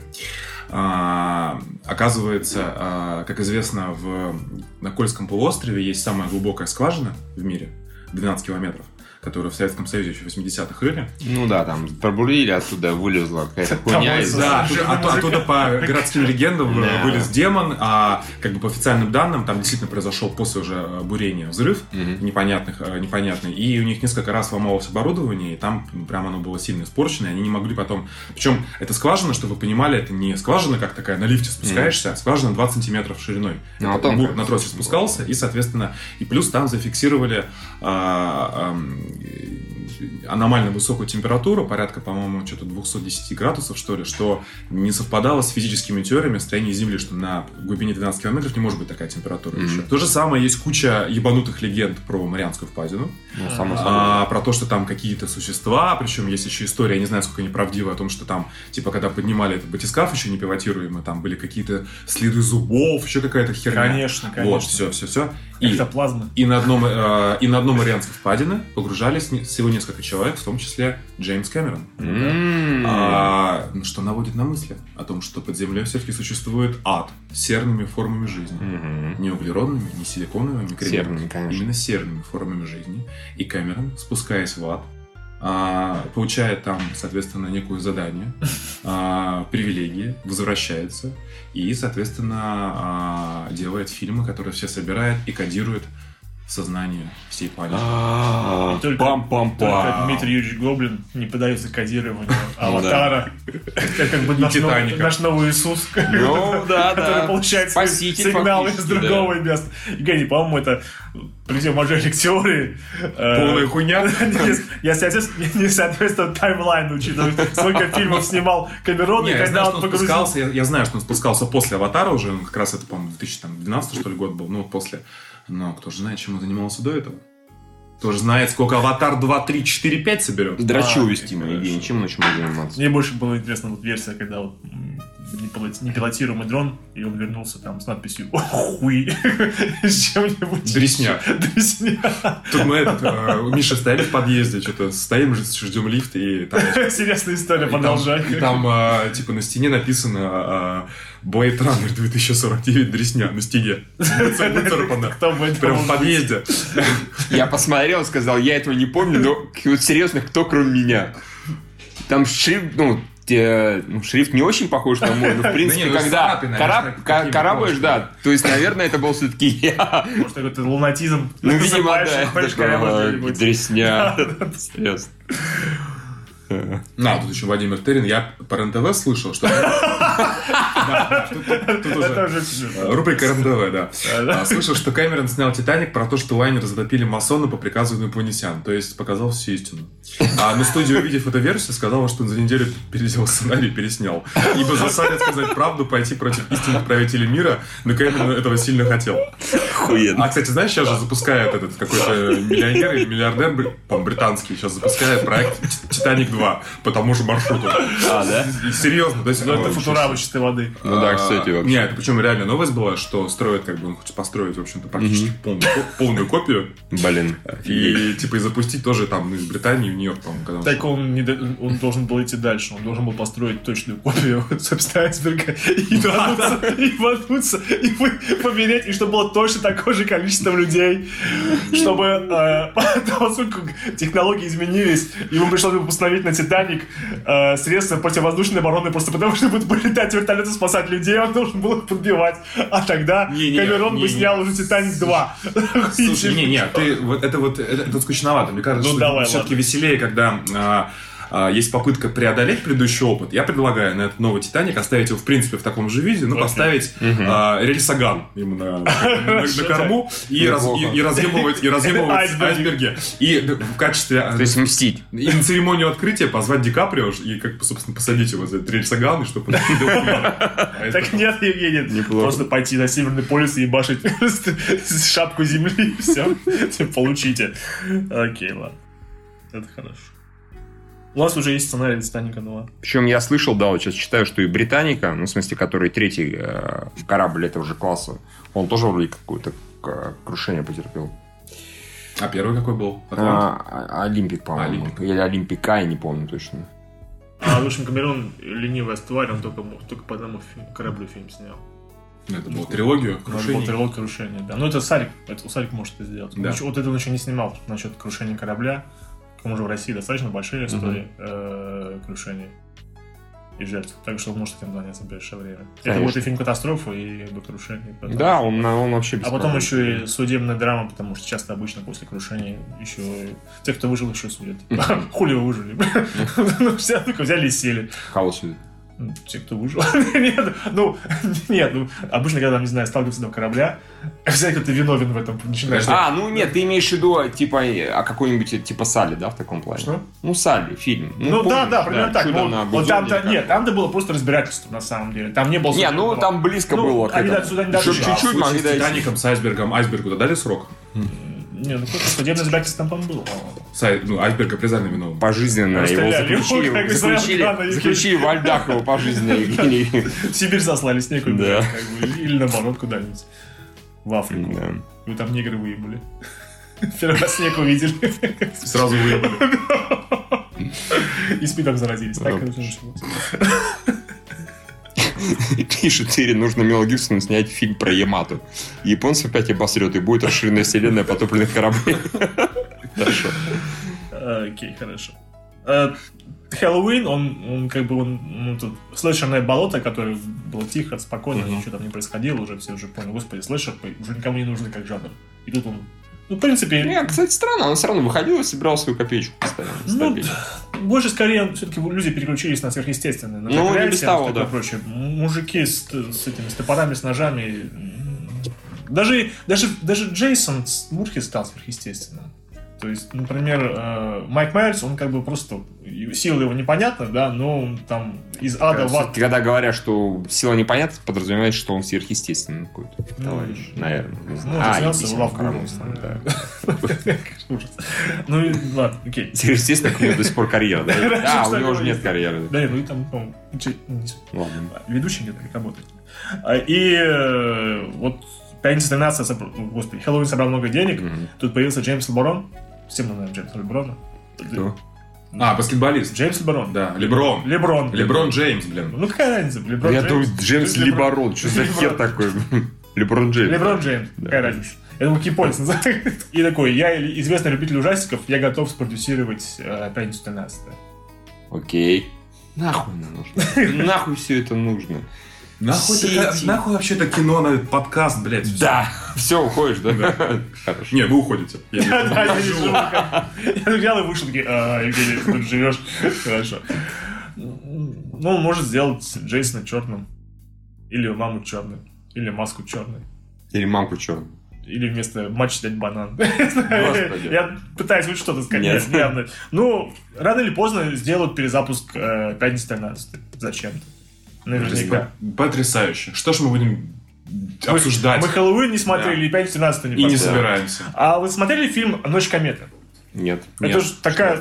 А, оказывается, а, как известно, в, на Кольском полуострове есть самая глубокая скважина в мире, 12 километров, которая в Советском Союзе еще в 80-х рыли. Ну да, там пробурили, оттуда вылезла какая-то хуйня. из- вот, Да, Слушай, оттуда, музыка. оттуда по городским легендам э, Да. вылез демон, а как бы по официальным данным там действительно произошел после уже э, бурения взрыв, Мгм. непонятных, э, непонятный. И у них несколько раз ломалось оборудование, и там ну, прям оно было сильно испорчено, и они не могли потом... Причем это скважина, чтобы вы понимали, это не скважина, как такая на лифте спускаешься, а скважина 20 сантиметров шириной. Ну, Это а там бур как на тросе раз спускался, и, соответственно, и плюс там зафиксировали а, ам, э, аномально высокую температуру, порядка, по-моему, что-то 210 градусов, что ли, что не совпадало с физическими теориями строения Земли, что на глубине 12 километров не может быть такая температура Мгм. еще. То же самое есть куча ебанутых легенд про Марианскую впадину, Ну, само собой. а, про то, что там какие-то существа, причем есть еще история, я не знаю, сколько они правдивы, о том, что там, типа, когда поднимали этот батискаф еще не пилотируемый, там были какие то следы зубов, еще какая-то херня. Конечно, конечно. Вот, все, все, все. И, Эктоплазма. и на одном, э, и на одном Марианской впадины погружались не- всего несколько человек, в том числе Джеймс Кэмерон. М. А, ну, что наводит на мысли о том, что под землей все-таки существует ад с серными формами жизни. Мгм. Не углеродными, не силиконовыми, кремниевыми. Серный, конечно. именно серными формами жизни. И Кэмерон, спускаясь в ад, а, получает там, соответственно, некое задание, а, привилегии, возвращается и, соответственно, а, делает фильмы, которые все собирает и кодирует в сознание всей планеты. А, Только- Только Пам-пам-пам. Дмитрий Юрьевич Гоблин не подается кодированию аватара. Это как бы Ну И наш новый- «Титаника». наш новый Иисус, Ну, да, <laughs> который да. получает свои Спаситель сигналы из фактически, да. другого места. Евгений, по-моему, это при всем уважении к теории. э, Полная хуйня. <laughs> не- <laughs> Я соответственно- не соответствую таймлайну, учитывая, сколько фильмов снимал Камерон, Не, и я знаю, когда что он он погрузился. спускался, я, я знаю, что он спускался после «Аватара» уже, ну, как раз это, по-моему, 2012, что ли, год был, ну, вот после. Но кто же знает, чем он занимался до этого. Кто же знает, сколько «Аватар» 2, 3, 4, 5 соберет. Драчу А, вести мы, <laughs> хорошо. Евгений, чем мы чем заниматься? Мне больше была интересна вот версия, когда вот м, непилот- непилотируемый дрон, и он вернулся там с надписью «Хуй!» <laughs> с чем-нибудь. Дресня. <laughs> Дресня. Тут мы, этот, э, Миша, стояли в подъезде, что-то стоим, ж- ждем лифт, и там... Интересная история, и там- продолжай. и там, э, типа, на стене написано э, Blade Runner 2049 Дресня на стене. Выцар- выцарапано. Кто бы это Прям в был? подъезде. Я посмотрел, сказал, я этого не помню, но к- вот серьезно, кто кроме меня? Там шрифт, ну, те- ну, шрифт не очень похож на мой, но в принципе, не, ну, когда царапины, они караб- же так- ка- такими карабаешь, полосками. да, то есть, наверное, это был все-таки я. Может, какой-то лунатизм. Ну, видимо, Засыпаешь, да. ходишь, Ага, корябаешь где-нибудь. Дресня. Да. Серьезно. На, тут еще Владимир Терин. Я по РНТВ слышал, что... Да, тут- тут- тут уже- Это уже пиздец. Э, Рубрика Да, РНТВ, да. да. Ну, А, Слышал, что Кэмерон снял «Титаник» про то, что лайнер затопили масоны по приказу инопланетян. То есть показал всю истину. А на студии, увидев эту версию, сказала, что он за неделю переделал сценарий и переснял. Ибо засадят сказать правду, пойти против истинных правителей мира, но Кэмерон этого сильно хотел. А, Охуенно. кстати, знаешь, сейчас же запускают этот какой-то миллионер или миллиардер, бри- по-моему, британский, сейчас запускает проект «Ти- «Титаник 2» по тому же маршруту. А, да? Серьезно, то есть... Ну, это э, футурама чистой воды. Ну да, а, кстати, вообще. Нет, причем реально новость была, что строят, как бы он хочет построить, в общем-то, практически полную, ко- полную копию. Блин. И, типа, и запустить тоже там ну, из Британии в Нью-Йорк, по-моему, когда он- Так он, не, до- он должен был идти дальше, он должен был построить точную копию, <laughs> собственно, айсберга, <laughs> и ебануться, и ебануться, и вы- помереть, и чтобы было точно такое же количество людей, чтобы, э, <laughs> поскольку технологии изменились, ему пришлось бы установить на Титаник э, средства противовоздушной обороны, просто потому что будут летать вертолеты спасать людей, он должен был их подбивать, а тогда Не-не, Камерон бы не-не. снял уже Титаник 2. <laughs> Слушай, не, не, ты вот это вот это, это скучновато. Мне кажется, Ну, что давай, все-таки ладно. веселее, когда а, а, есть попытка преодолеть предыдущий опыт. Я предлагаю на этот новый Титаник оставить его в принципе в таком же виде, но Окей. поставить а, рельсоган ему на, на- на корму и, раз- и- и разъемывать и разъемывать Айсберги. айсберги. И в качестве а, То есть мстить. И на церемонию открытия позвать Ди Каприо и, как бы, собственно, посадить его за этот рельсоган, и <laughs> чтобы... он кидал пример. А это- Так нет, Евгений, Неплохо. просто пойти на Северный полюс и ебашить <laughs> просто с шапку земли, и все, получите. Окей, ладно. Это хорошо. У нас уже есть сценарий Титаника 2. Причем я слышал, да, вот сейчас читаю, что и Британика, ну, в смысле, который третий э, корабль этого же класса, он тоже вроде какое-то э, крушение потерпел. А первый какой был? Атлант? А, а- Олимпик, по-моему. Олимпик. Или Олимпика, я не помню точно. А, в общем, Камерон ленивая тварь, он только, только по одному фи- кораблю фильм снял. Ну, Это был трилогию Крушение. «Крушение». крушение, да. Ну, это Сарик, это Сарик может это сделать. Да. Он еще- Вот это он еще не снимал насчет крушения корабля. К тому же в России достаточно большие истории э, крушений и жертв. Так что он может этим заняться в ближайшее время. Это Конечно. будет и фильм «Катастрофа», и как бы крушение. потом. Да, он, он вообще без А потом проблем. еще и судебная драма, потому что часто обычно после крушения еще и те, кто выжил, еще судят. Хули вы выжили. <laughs> бля. Ну, Все только взяли и сели. Хаос. идет. Ну, Те, кто выжил. <laughs> Нет, ну, нет, ну, обычно, когда, не знаю, сталкиваются до корабля, обязательно кто-то виновен в этом начинаешь. Подожди. А, ну нет, ты имеешь в виду, типа, э, о какой-нибудь, э, типа, Салли, да, в таком плане? Что? Ну, Салли, фильм. Ну, да, да, примерно так. Чудо Ну, на вот там-то- Гудзоне, нет, там-то было просто разбирательство, на самом деле. Там не было... Не, ну, судебного. там близко Ну, было. к они этому. до сюда не Еще дошли. чуть-чуть А в случае могли с дойти. «Титаником», с айсбергом, айсбергу дали срок? Не, ну, какое-то судебное разбирательство там, по-моему, было. С ай- Ну, айсберга признали виновным. Пожизненно его Расстреляли его, заключили, <laughs> как бы, заключили, Саркана, Евгений. заключили во льдах его <laughs> пожизненно, Евгений. В Сибирь заслали, снег Да. убежали, как бы, или наоборот куда-нибудь. В Африку. Да. Вы там негры выебали. <laughs> Первый раз снег увидели. Сразу выебали. И спидом заразились. Так это началось. Пишет Терри, нужно Мел Гибсону снять фильм про Ямату. Японцы опять обосрет, и будет расширенная вселенная потопленных <laughs> кораблей. Хорошо. Окей, хорошо. Э, Хэллоуин, он, он как бы он, ну, тут слэшерное болото, которое было тихо, спокойно, ничего там не происходило, уже все уже поняли, господи, слэшер по- уже никому не нужны как жанр. И тут он, ну, в принципе, Не, кстати, странно, он все равно выходил и собирал свою копеечку постоянно. Ну, стабильно. больше скорее все-таки люди переключились на сверхъестественное, Ну, на не проклятие, без на того, такое да. прочее. М- Мужики с, с этими с топорами, с ножами. м, Даже, даже, даже Джейсон Мурхи стал сверхъестественным. То есть, например, э, Майк Майерс, он как бы просто... Сила его непонятна, да, но он там из ада в Когда, ад. когда говорят, что сила непонятна, подразумевает, что он сверхъестественный какой-то товарищ. Наверное. не знаю. Ну, развелся не в писем, лавку. Карамурс, да. Ужас. <laughs> Ну, и ладно, окей. Сверхъестественно, у него до сих пор карьера, да? А, <laughs> Раньше у него такого уже не нет карьеры. Да нет, ну и там, по-моему, че- ну, не суть. Ладно. ведущий где-то как работает. А, И э, вот «Пятница 13», собр- господи, «Хэллоуин» собрал много денег, Мгм. тут появился Джеймс Леброн. Всем мы знаем Джеймса Леброна. Кто? А, баскетболист. Джеймс Леброн. Да, Леброн. Леброн. Леброн Джеймс, блин. Ну какая разница, Леброн Я думаю, Джеймс Леброн- Лебарон. Что за хер Леброн. такой? Леброн Джеймс. Леброн Джеймс. Да. Какая разница? Я думаю, японец называют. <laughs> И такой, я или- известный любитель ужастиков, я готов спродюсировать э, «Пятницу 13». <laughs> Окей. Нахуй нам нужно. <laughs> Нахуй все это нужно. Нахуй, это- Сети. нахуй вообще это кино на этот подкаст, блядь? всё? Да. Все, уходишь, да? Да. <laughs> Хорошо. Не, вы уходите. Я не- Да, я не живу как- Я так взял и вышел, такие, а, Евгений, ты тут живешь. Хорошо. Ну, он может сделать Джейсона черным. Или маму черной. Или маску черной. Или мамку черную. Или вместо матча дать банан. <laughs> Господи. Я пытаюсь хоть что-то сказать. Нет. Нет, явно. Ну, рано или поздно сделают перезапуск э, «Пятницы Ну, 13 Зачем-то. Наверняка. Потрясающе. Что ж мы будем обсуждать? Мы Хэллоуин не смотрели, и «Пятницу 13 не И не посмотрели. собираемся. А вы смотрели фильм «Ночь кометы»? Нет. Это Нет. же такая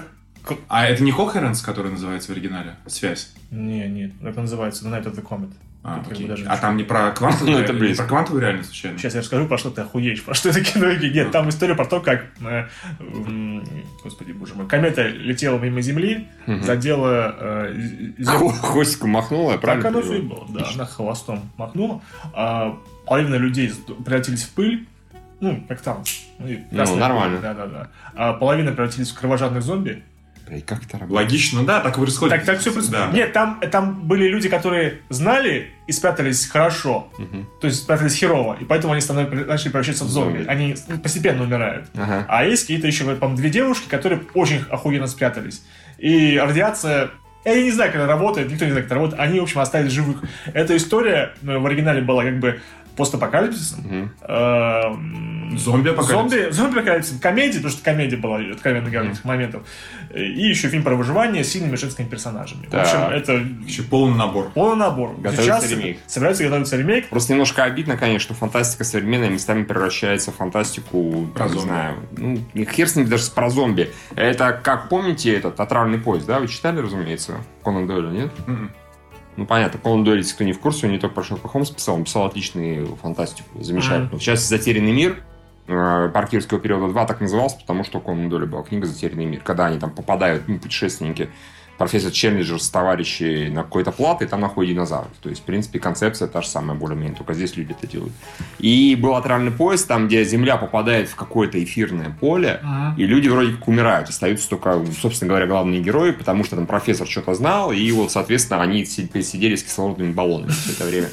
А это не Кохеренс, который называется в оригинале? Связь. Не, не, как называется, ну, Night of the Comet. А, Как бы окей. даже- А там не про <laughs> квантовую, Ну, это не близко. про квантовую реальность случайно? Сейчас я расскажу, про что ты охуеешь, про что это кино или Ну. нет. Там история про то, как, э, м, господи боже мой, комета летела мимо Земли, задела... э, з- Хо- землю. Хвостиком махнула, я Так правильно? оно все и понимаю? было, да. Она хвостом махнула, а половина людей сд- превратились в пыль, ну, как там. ну, и красная нормально. пыль, Да-да-да. А половина превратились в кровожадных зомби, Бля, и как это работает? Логично, да, так происходит. Так, так все происходит. Да. Нет, там, там были люди, которые знали и спрятались хорошо. То есть спрятались херово. И поэтому они становились, начали превращаться в зомби. Зомби. Они ну, постепенно умирают. Ага. А есть какие-то еще, вот, по-моему, две девушки, которые очень охуенно спрятались. И радиация... Я не знаю, как она работает, никто не знает, как это работает. Они, в общем, остались живых. Эта история ну, в оригинале была как бы постапокалипсисом. Мгм. Эм, Зомби-апокалипсис. Зомби, зомби апокалипсис. Комедия, потому что комедия была, откровенно говоря, этих моментов. И еще фильм про выживание с сильными женскими персонажами. Так. В общем, это Вообще полный набор. полный набор. Готовится Сейчас ремейк. собирается готовиться ремейк. Просто немножко обидно, конечно, что фантастика современная местами превращается в фантастику, Про там, не зомби. знаю, ну, и хер с ним даже с про зомби. Это, как помните, этот «Отравленный поезд», да? Вы читали, разумеется, Конан Дойля, нет? М-м. Ну, понятно, Конан Дойль, если кто не в курсе, он не только про Шерлока Холмса писал, он писал отличную фантастику, замечательную. Сейчас «Затерянный мир», э, «Паркирского периода 2» так назывался, потому что у Конан Дойля была книга «Затерянный мир», когда они там попадают, ну, путешественники, профессор Челленджер с товарищей на какой-то плат, и там находит динозавров. То есть, в принципе, концепция та же самая более-менее, только здесь люди это делают. И был отравленный поезд, там, где Земля попадает в какое-то эфирное поле, и люди вроде как умирают, остаются только, собственно говоря, главные герои, потому что там профессор что-то знал, и вот, соответственно, они си- сидели с кислородными баллонами все это время.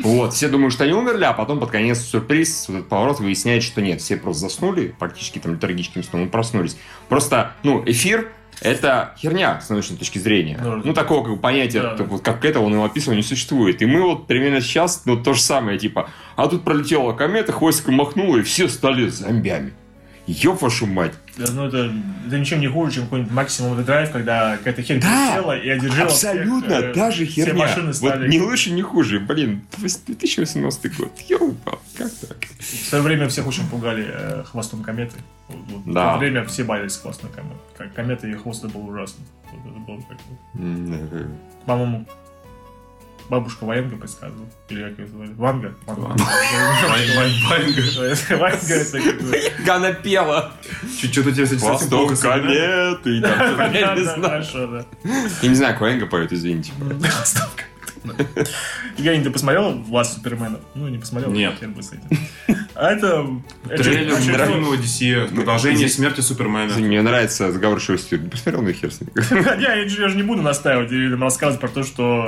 Вот, все думают, что они умерли, а потом под конец сюрприз, вот этот поворот выясняет, что нет, все просто заснули, практически там литургическим сном, и проснулись. Просто, ну, эфир это херня с научной точки зрения. Ну, Ну, такого как бы, понятия, Да. так вот, как этого он его описывал, не существует. И мы вот примерно сейчас, ну, то же самое, типа, а тут пролетела комета, хвостиком махнула, и все стали зомбями. Ёб вашу мать. Да, ну, это, это ничем не хуже, чем какой-нибудь максимум драйв, когда какая-то херь Да, прилетела и одержала всех, Абсолютно, э, даже херня. Все машины стали... Вот не лучше, не хуже. Блин, 2018 год. Ёба, как так? В свое время всех очень пугали э, хвостом кометы. Вот- вот Да. В то время все боялись хвостной кометы. Как комета и хвост это было ужасно. Вот это было как- М, По-моему, бабушка Ваенга предсказывала. Или как ее звали? Ванга? Ванга. Бай- бай- байнга. <laughs> Ванга это как бы- э, Она пела. Чё- Чё-то тебе кстати, совсем плохо Восток с- кометы. и <laughs> там что-то, Я не Понятно, знаю. хорошо, да. Я не знаю, Квенга поет, извините. Ставка. Евгений, ты посмотрел «Власть Супермена»? Ну, не посмотрел. Нет. хер бы с этим. А это... это Трейлер очень мультфильма «Одиссея», продолжение «Смерти Супермена». Мне нравится разговор Шерсти. Посмотрел на хер с ним. Я, <laughs> я же я же не буду настаивать или там рассказывать про то, что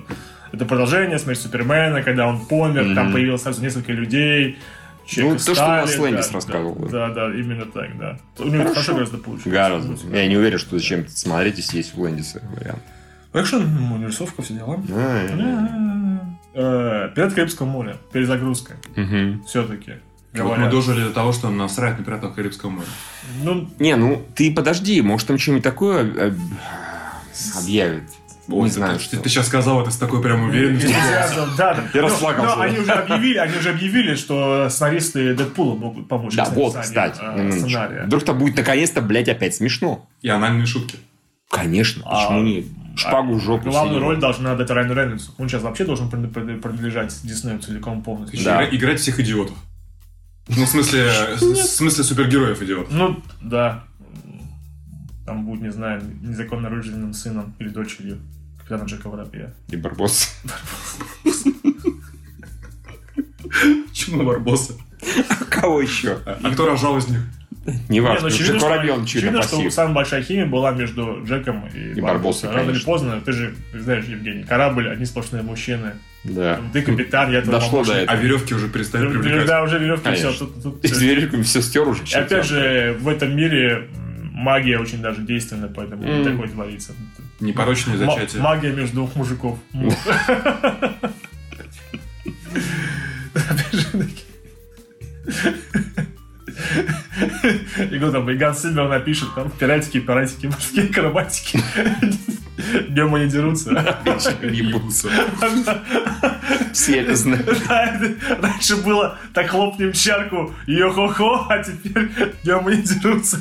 э, это продолжение смерти Супермена, когда он помер, там Мгм. появилось сразу несколько людей. Ну, Человек то, что стали, Лас Лэндис да, рассказывал, Да, да, да, именно так, да. У него это хорошо гораздо получилось. Ну, Гораздо. Я не уверен, что зачем это смотреть, если есть у Лэндиса вариант. Экшен, ну, рисовка, все дела. А, Э, Пираты Карибского моря, перезагрузка, мгм. все-таки. Вот мы дожили до того, что нам насрать на пиратов Карибского моря. Ну, Не, ну ты подожди, может там что-нибудь такое об- об- объявят. Ой, Не ты- знаю, ты, что. ты сейчас сказал это с такой прям уверенностью. Энтузиазм, да, да. Я Ну, расслабился. ну, они уже объявили, они уже объявили, что сценаристы Дэдпула могут помочь. Да, с вот, написанием, кстати, э, на минуточку. сценария. Вдруг-то будет наконец-то, блядь, опять смешно. И анальные шутки. Конечно, А, почему нет? Шпагу в жопу. Главную сидел. роль должна дать Райану Рейнольдсу. Он сейчас вообще должен пред- пред- принадлежать Диснею целиком полностью. Да. Игра- Играть всех идиотов. Ну, в смысле, в смысле супергероев идиотов. Ну, да. Там будет, не знаю, незаконно рожденным сыном или дочерью капитана Джека Воробья. И Барбос. <laughs> Почему Барбоса? Кого еще? А а кто рожал из них? Не Не, ну, важно, уже что- Коробьян чудо очевидно, что пассив. самая большая химия была между Джеком и, И Барбосой, Рано или конечно. поздно, ты же знаешь, Евгений, корабль, одни сплошные мужчины. Да. Ты капитан, я твой Дошло до помощник. А этого. веревки уже перестают Ну, привлекать. Да, уже веревки, Конечно. все. Тут, тут- И с веревками все стер уже. И чё опять там. же, в этом мире м, магия очень даже действенна, поэтому М. такое творится. Непорочные М- зачатия. Магия между двух мужиков. М. Опять же, такие. И кто там, и Ганс Сильвер напишет, там, пиратики, пиратики, мужские акробатики. Днем они дерутся. <laughs> Ебутся. Все это знают. Да, это- Раньше было так хлопнем чарку, йо-хо-хо, а теперь днем они дерутся.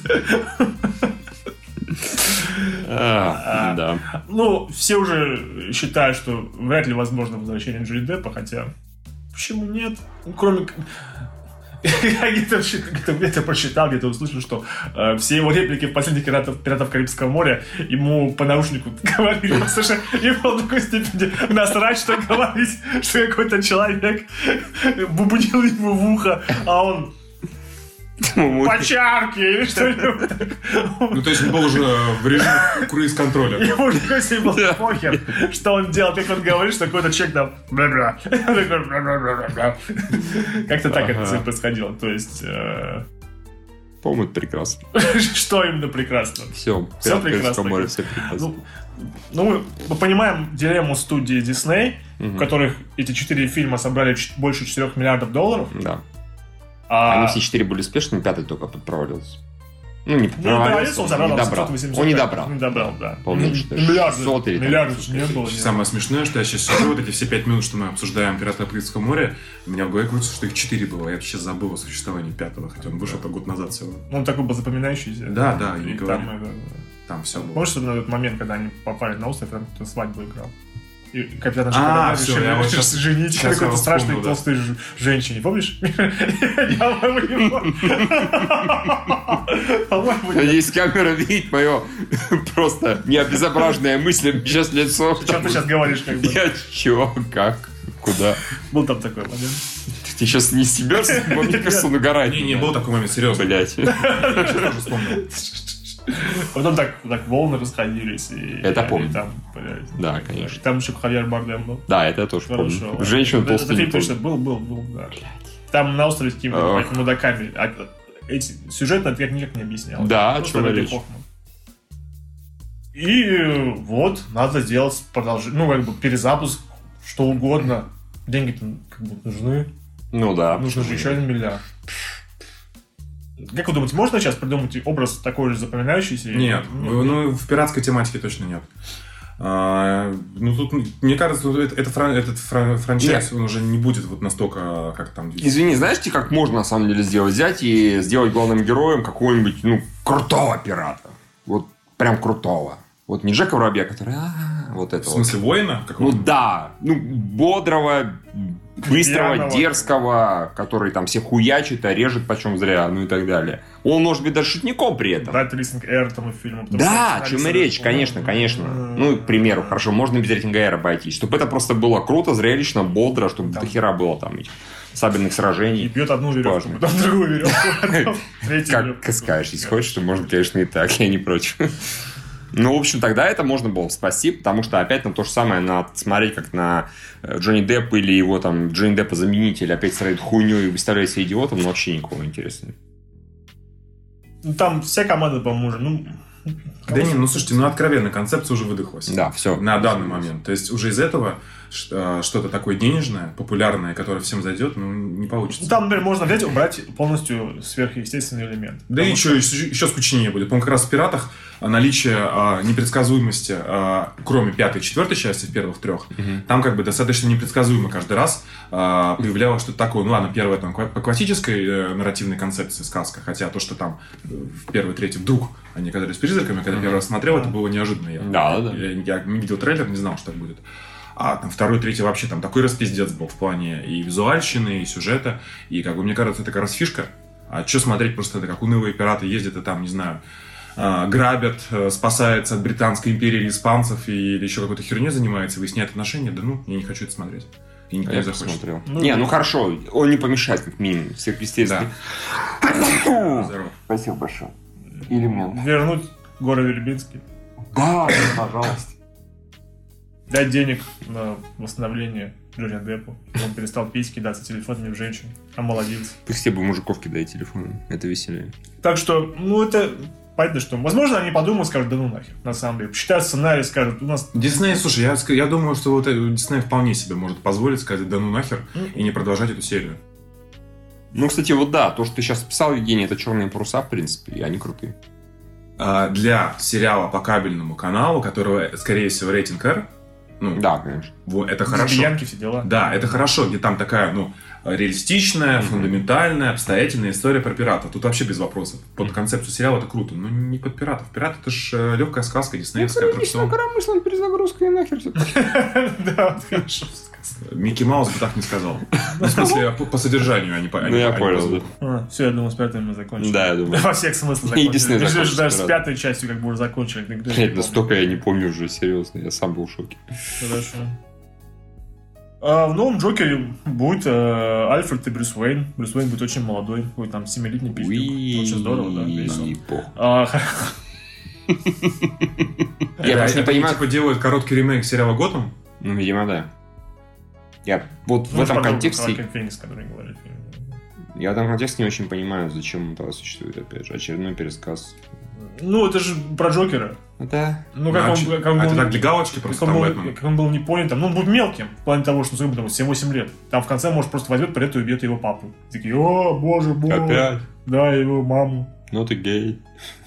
А, А. Да. <laughs> Ну, все уже считают, что вряд ли возможно возвращение Джонни Деппа, хотя... Почему нет? Ну, кроме... к- <laughs> Я где-то, щи- где-то- где-то прочитал, где-то услышал, что э, все его реплики в последних пиратов, пиратов Карибского моря ему по наушнику <laughs> говорили, потому что ему в такой степени насрать, что говорить, что какой-то человек бубнил ему в ухо, а он по чарке или что-нибудь. Ну, то есть он был уже в режиме круиз-контроля. Ему уже если был Да. похер, что он делал, как он говорит, что какой-то человек там... «Бля-бля». Такой, «Бля-бля-бля-бля-бля». Как-то так это Ага. все происходило. То есть, э, <laughs> По-моему, это прекрасно. что именно прекрасно? Все. Всё прекрасно. море, все прекрасно. Ну, ну, мы, мы понимаем дилемму студии Disney, в которых эти четыре фильма собрали ч- больше 4 миллиардов долларов. Да. А, Они все четыре были успешными, пятый только подпровалился. Ну, не ну, подпровалился, Борис, он он забрал не там добрал. 785. Он не добрал. Не добрал, да. По-моему, что М, Миллиарды. 600 или там Миллиардов же не было. не Самое смешное, что я сейчас сижу, вот эти все пять минут, что мы обсуждаем «Пираты Карибского моря», у меня в голове крутится, что их четыре было. Я вообще забыл о существовании пятого, хотя он вышел-то год назад всего. знаю. Ну, Он такой был запоминающийся. Да, да, я не И говорю. там, э, это, Там все было. Помнишь, особенно этот момент, когда они попали на остров, там кто-то свадьбу играл? И капитан А, Шоколадный всё, решил я вот решил щас- женить щас на я какой-то вот страшной вспомнил, да. толстой ж- женщине, помнишь? <laughs> Я, по-моему, его- <laughs> по-моему, я- <laughs> Надеюсь, камера видит мое просто необезображенное мыслями сейчас лицо. Что ты сейчас говоришь, как <laughs> бы? Я чё, как, куда? Был там такой момент. Ты сейчас не себя, мне кажется, он угорает. Не, не, был такой момент, серьезно. Блять. тоже вспомнил. Потом так, так волны расходились. И, Это и помню. Там, блядь. Да, конечно. Там еще Хавьер Бардем был. Да, это я тоже Хорошо. помню. Женщину Это- толстую Это не фильм помню. точно был, был, был, да. Там на острове с какими-то Ох. блядь, мудаками. А, Эти сюжетный ответ никак не объяснял. Да, о Просто чем Рэнди речь? Хоффман. И э, вот, надо сделать продолжение, ну, как бы перезапуск, что угодно. Деньги-то как бы нужны. Ну да. Нужно же еще один миллиард. Как вы думаете, можно сейчас придумать образ такой же запоминающийся? Нет, Ну, в- ну в пиратской тематике точно нет. А, ну тут, мне кажется, вот это- это фран- этот фран- франчайз, он уже не будет вот настолько, как там... Извини, знаете, как можно на самом деле сделать? Взять и сделать главным героем какого-нибудь, ну, крутого пирата. Вот прям крутого. Вот не Джека Воробья, который... «А-а-а», Вот В это вот. смысле воина? Ну Какого? да, ну бодрого, быстрого, Пьяного. дерзкого, который там всех хуячит, а режет почем зря, ну и так далее. Он может быть даже шутником при этом. Дать рисинг Р тому фильму. потому Да, что о чем и сценарий речь, сразу- конечно, конечно. Ну, к примеру, хорошо, можно без рейтинга R обойтись, чтобы это просто было круто, зрелищно, бодро, чтобы Да. до хера было там этих сабельных И сражений. бьет одну веревку, Важно. потом другую веревку, <laughs> потом третью веревку. Как скажешь, если хочешь, то можно, конечно, и так, я не против. Ну, в общем, тогда это можно было спасти, потому что опять на то же самое надо смотреть, как на э, Джонни Деппа или его там Джонни Деппа заменитель опять строит хуйню и выставляет себя идиотом, но вообще никого интересного. Ну, Там вся команда, по-моему, уже, ну... Да не, ну слушайте, ну откровенно, концепция уже выдохлась. Да, все. На данный момент. То есть уже из этого ш- э, что-то такое денежное, популярное, которое всем зайдет, ну, не получится. Там, например, можно взять, убрать полностью сверхъестественный элемент. Да Потому и что, еще скучнее будет. По-моему, как раз в «Пиратах» а, наличие а, непредсказуемости, а, кроме пятой и четвертой части, в первых трех, там как бы достаточно непредсказуемо каждый раз а, появлялось что-то такое. Ну ладно, первое там ква- по классической э, нарративной концепции сказка, хотя то, что там э, в первой, третьей вдруг они оказались призраками, когда я первый раз смотрел, это было неожиданно. Я, Да, да, да. я, я не видел трейлер, не знал, что так будет. А там второй, третий вообще там такой распиздец был в плане и визуальщины, и сюжета. И как бы мне кажется, это как раз фишка. А что смотреть просто это как унылые пираты ездят и там, не знаю, а, грабят, э, спасаются от британской империи или испанцев и- или еще какой-то херней занимается, выясняет отношения. Да ну, я не хочу это смотреть. И никто Я не захочет. посмотрел. Ну, не, да. ну хорошо, он не помешает, как минимум, Да. сверхъестественно. Здорово. Спасибо большое. Или мне. Вернуть горы Вербинский. Да, пожалуйста. Дать денег на восстановление Джонни Деппу. Он перестал пить, кидаться телефонами в женщин. а Омолодился. Пусть тебе бы мужиков кидай телефон, это веселее. Так что, ну это понятно, что... Возможно, они подумают, скажут, да ну нахер, на самом деле. Посчитают сценарий, скажут, у нас... Дисней, слушай, я, ск- я думаю, что вот э, Дисней вполне себе может позволить сказать да ну нахер и не продолжать эту серию. Ну, кстати, вот да, то, что ты сейчас писал, Евгений, это черные паруса, в принципе, и они крутые. А, для сериала по кабельному каналу, которого, э, скорее всего, рейтинг R, ну, Да, конечно. во- это хорошо. Пьянки, все дела. Да, это хорошо, где там такая, ну, реалистичная, фундаментальная, обстоятельная история про пиратов. Тут вообще без вопросов. Под концепцию сериала это круто, но не под пиратов. Пираты это же легкая сказка, Ну, диснеевская аттракцион. коромыслом перезагрузка и нахер все. <laughs> Да, вот <laughs> хорошо. Микки Маус бы так не сказал. Ну, в смысле, по, по содержанию, а не по... а Ну, не- я а не по понял, звуку. да. Все, я думаю, с пятым мы закончили. Да, я думаю. Ну, Во всех смыслах И закончили. Дисней Даже- закончил, Даже с да. пятой частью как бы уже закончили. никто не Блядь, помнит. настолько я не помню уже, серьезно, я сам был в шоке. Хорошо. А, в новом Джокере будет э, Альфред и Брюс Уэйн. Брюс Уэйн будет очень молодой, будет там 7-летний Ну, пиздюк. Очень здорово, да, весело. Уи-бо. А, <laughs> х- Я Да, просто не это, понимаю, Типа делают короткий ремейк сериала Готэм. Ну, видимо, да. Я вот в ну, этом подруга контексте... Хоакин Феникс, который говорит. Я в этом контексте не очень понимаю, зачем это существует, опять же. Очередной пересказ. Ну, это же про Джокера. Да. Ну, как А, он, чё- как он а это был- так для галочки просто как он там был, Бэтмен. как он был не понятым. Ну, он будет мелким, в плане того, что, ну, сколько там, 7-8 лет. Там в конце, может, просто возьмет, придет и убьет его папу. И такие, о, боже мой. Опять. Да, его маму. Ну ты гей.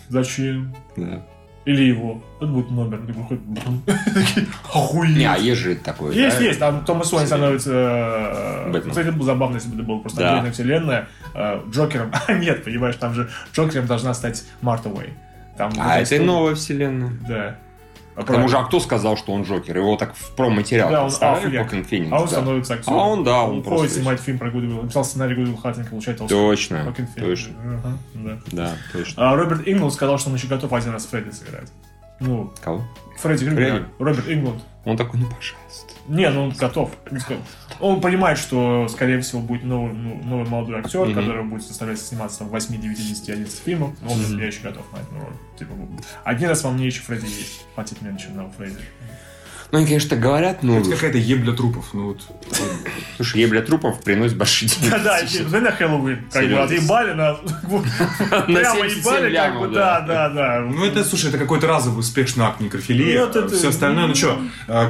Зачем? Да. Или его. Это будет номер. Такой выходит, брум. Такие, Охуеть. Не, а есть же такое. Есть, да? есть, там Томас Уэйн Вселенная. становится... э, Бэтмен. Кстати, это было забавно, если бы это было просто Да. отдельная вселенная. э, Джокером. <laughs> А нет, понимаешь, там же Джокером должна стать Марта Уэйн. Там, А вот это и что- новая вселенная. Да. А К тому же, а кто сказал, что он Джокер? Его так в промо-материал Да, он представили, африк. Хоакин Феникс, А он да. становится актером. А он, да, он уходит просто- снимать фильм про Гудвилла. Он Написал сценарий Гудвилла Хаттинг, получает Оскар. Точно, Fucking фильм. точно. Ага, да. Да, точно. А Роберт Ингланд сказал, что он еще готов один раз Фредди сыграть. Ну, Кого? Фредди Крюгер. Фредди? Роберт Ингланд. Он такой, ну, пожалуйста. Не, ну он готов. Он сказал- Он понимает, что, скорее всего, будет новый, ну, новый молодой актер, Мгм. который будет составлять сниматься там, в 8, 9, 10, 11 фильмов. Но он, говорит, я еще готов на эту роль. Типа, один раз во мне еще Фредди есть. Хватит мне чем на Фредди. Ну, они, конечно, так говорят, но... Это какая-то ебля трупов. Ну, вот, Слушай, ебля трупов приносит большие деньги. <laughs> Да, да, на Хэллоуин. Как бы Серьезно. отъебали <laughs> нас. Прямо 77 ебали, как бы, лямов, да, да. да, да. Ну, это, слушай, это какой-то разовый успешный акт некрофилии. Ну, вот это- Все остальное, ну что,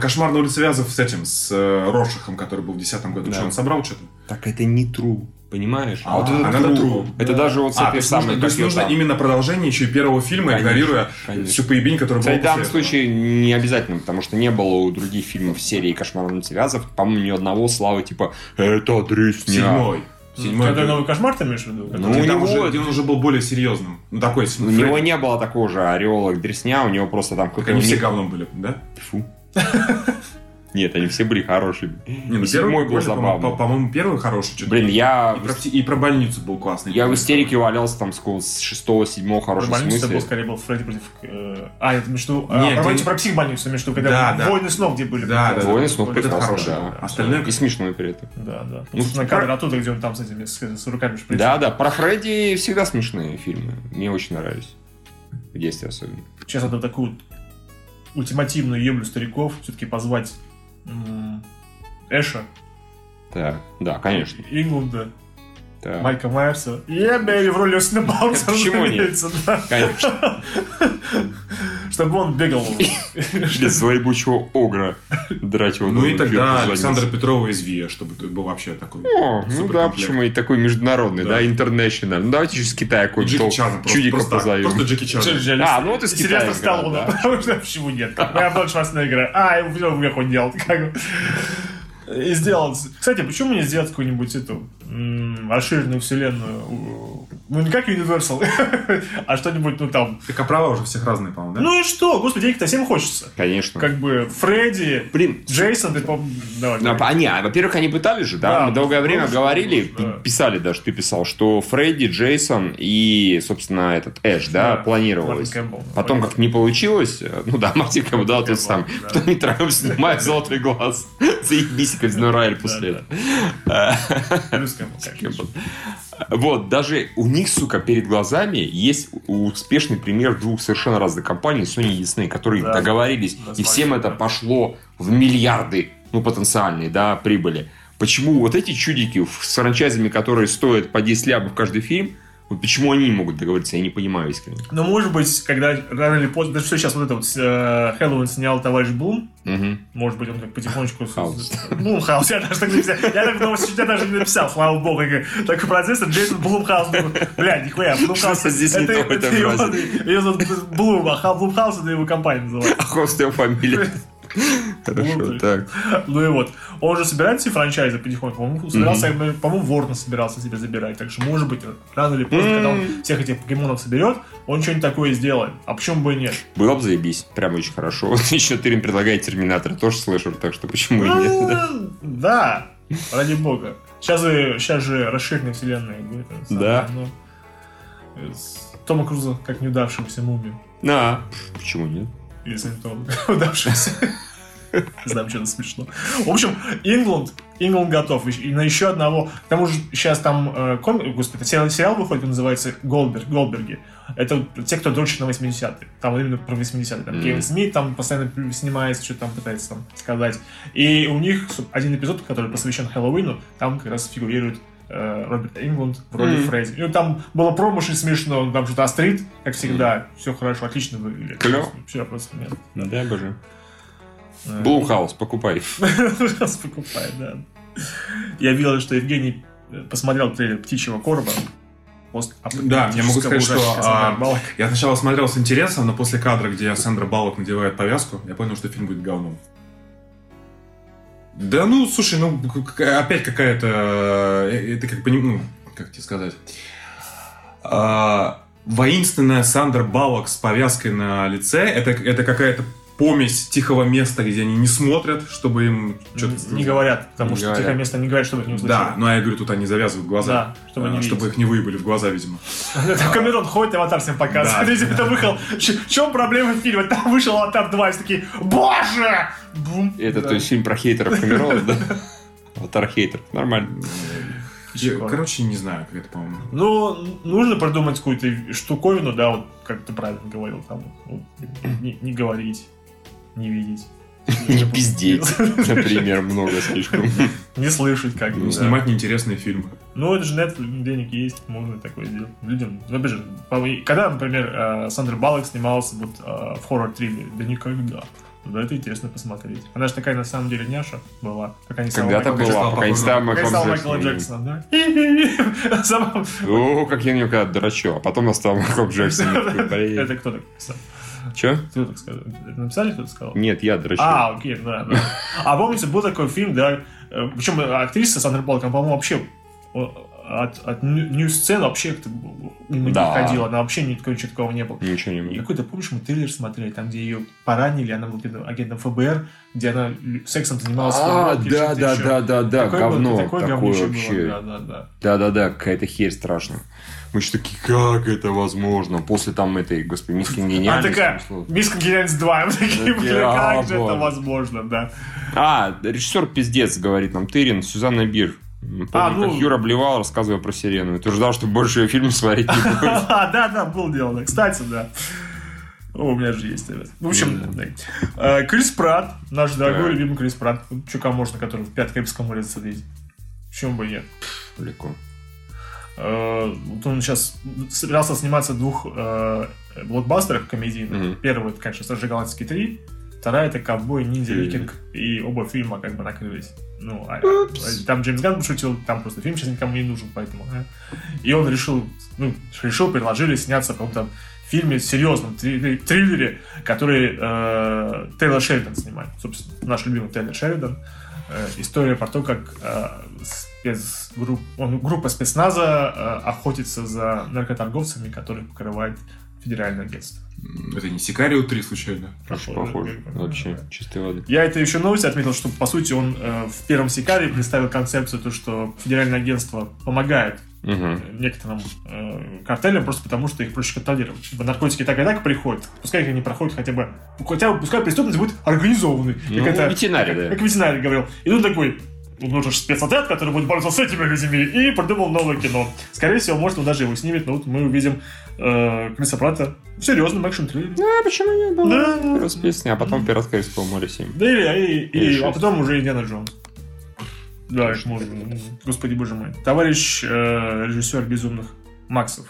кошмар на улице Вязов с этим, с э, Рошихом, который был в 2010 году. Да. Что, он собрал что-то? Так это не true, понимаешь? А, а надо true. Это Да. даже вот с А, то этой есть нужно, самой... то есть как её нужно там. именно продолжение еще и первого фильма, Конечно, игнорируя конечно. всю поебень, которая была Кстати, в данном после этого. случае не обязательно, потому что не было у других фильмов серии «Кошмар на улице Вязов», по-моему, ни одного славы типа «Это дресня». Седьмой. Седьмой. Когда фильм. новый кошмар ты имеешь в виду? Ну, Где у там него- уже- где он уже был более серьезным. Ну, такой, У него не было такого же ореола дресня, у него просто там какой-то... Они уник- все говном были, да? Фу. Нет, они все были хорошими. Не, ну, И седьмой первый был прикольный, по-моему, по- забавный. По-моему, первый хороший. чё-то. Блин, я... И про, и про больницу был классный. Я в истерике валялся там с какого- с шестого, седьмого хорошего Больница был смысла. скорее был Фредди против... э, А, это между... Не, а, про где- больницу, про психбольницу, между... Да, Когда да. войны снов где были. Да, да, да. Воины снов Вот этот прекрасно, хороший. да. Остальное- И смешное при этом. Да, да. Ну, Собственно, кадр оттуда, где он там с этими, с, с руками шприцами. Да, да, про Фредди всегда смешные фильмы. Мне очень нравились. В детстве особенно. Сейчас надо такую ультимативную еблю стариков все-таки позвать м, Эша, Так, да, конечно. Инглунда, Так. Майка Майерса. <laughs> Я, бэби, в роли Остина Баунса. Почему нет? <laughs> разумеется, да. Конечно. чтобы он бегал. <laughs> Без злоебучего огра драть его. Ну и на тогда пирку Александра задницу. Петрова из ВИА, чтобы тут был вообще такой. О, ну да, суперкомплект. почему и такой международный, Да. да, интернешнл. Ну давайте еще с Китая И Джеки какой-то Чана просто. чудика просто, позовем. Просто Джеки Чана. А, ну вот из Китая Серьезно играл, стал да. потому что почему нет? Как бы Я больше вас на играю. А, и все, мне хоть делать. Как бы. И сделать. Кстати, почему не сделать какую-нибудь эту м, расширенную вселенную? у- Ну, не как Universal, <laughs> а что-нибудь, ну, там... Так а права уже всех разные, по-моему, да? Ну и что? Господи, денег-то всем хочется. Конечно. Как бы Фредди, Блин, Джейсон, ты, по-моему, давай. Ну, а, не, а, во-первых, они пытались же, да? Да, Мы долгое время конечно, говорили, конечно, да. п- писали даже, ты писал, что Фредди, Джейсон и, собственно, этот Эш, да, Да, Мартин планировалось. Кэмпбелл. Потом как не получилось, э, ну да, <laughs> Мартин Кэмпбелл, да, тот Кэмпбелл, сам, да. кто не травм снимает золотой глаз. <laughs> Заебись, казино Рояль после Да, этого. А, Плюс <laughs> Кэмпбелл, конечно. Кэмпбелл. Вот, даже у них, сука, перед глазами есть у- успешный пример двух совершенно разных компаний, Sony и Disney, которые Да. договорились, Да, и всем смотри, это да. пошло в миллиарды, ну, потенциальные, да, прибыли. Почему вот эти чудики в- с франчайзами, которые стоят по 10 лябов каждый фильм, вот почему они не могут договориться, я не понимаю искренне. Но Ну, может быть, когда рано или поздно, даже все сейчас вот это вот э, Хэллоуин снял товарищ Блум, Мгм. Может быть, он как потихонечку... Хаос. Ну, хаос, я даже так не написал. Я так в новости я даже не написал, слава богу. Я говорю, Такой процессор, Джейсон Блумхаус. Бля, нихуя, Блумхаус. Что-то здесь не то в этом фразе. Ее зовут Блум, а Ха- Блумхаус это его компания называется. А хвост его фамилия. Хорошо, Блудный. так. Ну и вот. Он же собирает все франчайзы потихоньку. По-моему, собирался, я, по-моему, Ворна собирался себе забирать. Так что, может быть, рано или поздно, М. когда он всех этих покемонов соберет, он что-нибудь такое сделает. А почему бы и нет? Было бы заебись, прям очень хорошо. <laughs> Вот еще Тырин предлагает Терминатор, тоже слышал, так что почему и нет. да? Ну, Да, ради бога. Сейчас же, сейчас же расширенная вселенная. будет, это самое, Да. ну, э, с Тома Круза как неудавшимся мумию. На, почему нет? Или с <laughs> Антоном удавшимся. Не Знаю, почему это смешно. В общем, Ингланд, Ингланд готов. И на еще одного... К тому же сейчас там... э, ком- Господи, сериал, сериал выходит, он называется Голдберг, Голдберги. Это те, кто дрочит на 80-е. Там именно про 80-е. Там Мгм. Кевин Смит там постоянно пи- снимается, что-то там пытается там сказать. И у них су- один эпизод, который посвящен Хэллоуину, там как раз фигурирует э, Роберт Ингланд в роли Мгм. Фредди. Ну, там было промышь и смешно, он там что-то острит, как всегда. Все хорошо, отлично выглядит. Клёв. Все, вопросов нет. Да, боже. Э, Блумхаус, покупай. <laughs> Раз покупай, да. Я видел, что Евгений э, посмотрел трейлер «Птичьего корма». Пост- Да, я могу сказать, что, ужастика Сандра а, Баллок. Я сначала смотрел с интересом, но после кадра, где Сандра Баллок надевает повязку, я понял, что фильм будет говном. Да ну, слушай, ну к- к- опять какая-то... э, Это как бы... не- Ну, как тебе сказать? А, воинственная Сандра Баллок с повязкой на лице, это, это какая-то помесь тихого места, где они не смотрят, чтобы им <laughs> что-то... Н- не говорят, потому Не что говорят. тихое место не говорят, чтобы их не услышали. Да, ну а я говорю, тут они завязывают глаза. Да, чтобы не а, чтобы видеть. их не выебали в глаза, видимо. <laughs> Там Камерон ходит, аватар всем показывает. Да. Видите, это выход. В чем проблема фильма? Там вышел аватар 2, и все такие, боже! Бум. Это, Да. то есть, э, фильм про хейтеров Камерона, да? Аватар хейтеров, нормально. Я, Короче, короче, не знаю, как это, по-моему. Ну, н- нужно придумать какую-то штуковину, да, вот как ты правильно говорил, там, вот, не, не говорить, не видеть. Не пиздеть, например, много слишком. Не слышать как бы. Ну, да. снимать неинтересные фильмы. Ну, это же Netflix, денег есть, можно такое сделать. Людям, ну, опять же, по- и когда, например, э, Сандра Баллок снимался вот э, в хоррор-триллере, да никогда. Да, это интересно посмотреть. Она же такая, на самом деле, няша была. Когда Когда-то Майкл была, Джексон, пока не стал Майкл Майкла Джексон. Джексона, да? <laughs> Сама- О, как я на него когда драчу, а потом настал Майкл Джексон. Это кто так писал? Че? Кто так сказал? Это Написали, кто-то сказал? Нет, я драчу. А, окей, да, да. А помните, был такой фильм, да, э, причем актриса Сандра Баллок, она, по-моему, вообще э, от, от ню- нью-сцен вообще как-то мимо не Да. ходила, она вообще ни такого, ничего такого не было. Ничего не И могу. Какой-то, помнишь, мы триллер смотрели, там, где ее поранили, она была каким-то агентом ФБР, где она лю- сексом занималась. А, в да, футболке, да, что-то да, да, да, еще. Такое было- говно, такое такое говнище было, Да, вообще. да, да. Да-да-да, какая-то херь страшная. Мы еще такие, как это возможно? После там этой, господи, миски Она гениальности. такая, Мисс Конгенец 2, <laughs> мы такие, бля, как же это дьявол. возможно, да. А, режиссер пиздец, говорит нам Тырин, Сюзанна Бир. Помню, А, ну- как Юра блевал, рассказывая про сирену. И Ты ждал, что больше ее фильм <laughs> смотреть не будет. А, да, да, был дело. Кстати, да. О, у меня же есть. ребят. В общем, да. Э, Крис Пратт, наш дорогой Да. любимый Крис Пратт, чука можно, который в пяткрепском улице сидит. Почему бы и нет? Далеко. Э, вот он сейчас собирался сниматься в двух э, блокбастерах комедийных. Мгм. Первый, это, конечно, «Стражи Галактики 3», вторая это «Ковбой, ниндзя, Мгм. викинг». И оба фильма как бы накрылись. Ну, а- а- там Джеймс Ганн шутил, там просто фильм сейчас никому не нужен, поэтому... а. И он решил, ну, решил, предложили сняться в каком-то фильме серьезном, три- э, триллере, который э, Тейлор Шеридан снимает. Собственно, наш любимый Тейлор Шеридан. Э, история про то, как э, спецгрупп- он- группа спецназа э, охотится за наркоторговцами, которых покрывает федеральное агентство. М, Это не Сикарио 3, случайно? Очень Похоже, похоже. как бы, Вообще, да. чистой воды. Я это еще новости отметил, что, по сути, он э, в первом Сикаре представил концепцию, то, что федеральное агентство помогает Мгм. некоторым э, картелям просто потому, что их проще контролировать. В наркотики так и так приходят. Пускай они проходят хотя бы... ну, Хотя бы пускай преступность будет организованной. Ну, ветеринарий, да. Как ветеринарий говорил. И тут такой, ну, нужен же спецотряд, который будет бороться с этими людьми, и придумал новое кино. Скорее всего, может, он даже его снимет, но вот мы увидим э, Крисопрата в серьезном экшн-триллере. Ну, а почему не было? Да, да. Раз песня, а потом «Пират Карибского моря 7». Да или, и- и- Или а шесть. потом уже Индиана Джонс. Да, их можно. ну, Господи боже мой. Товарищ э, режиссер «Безумных Максов».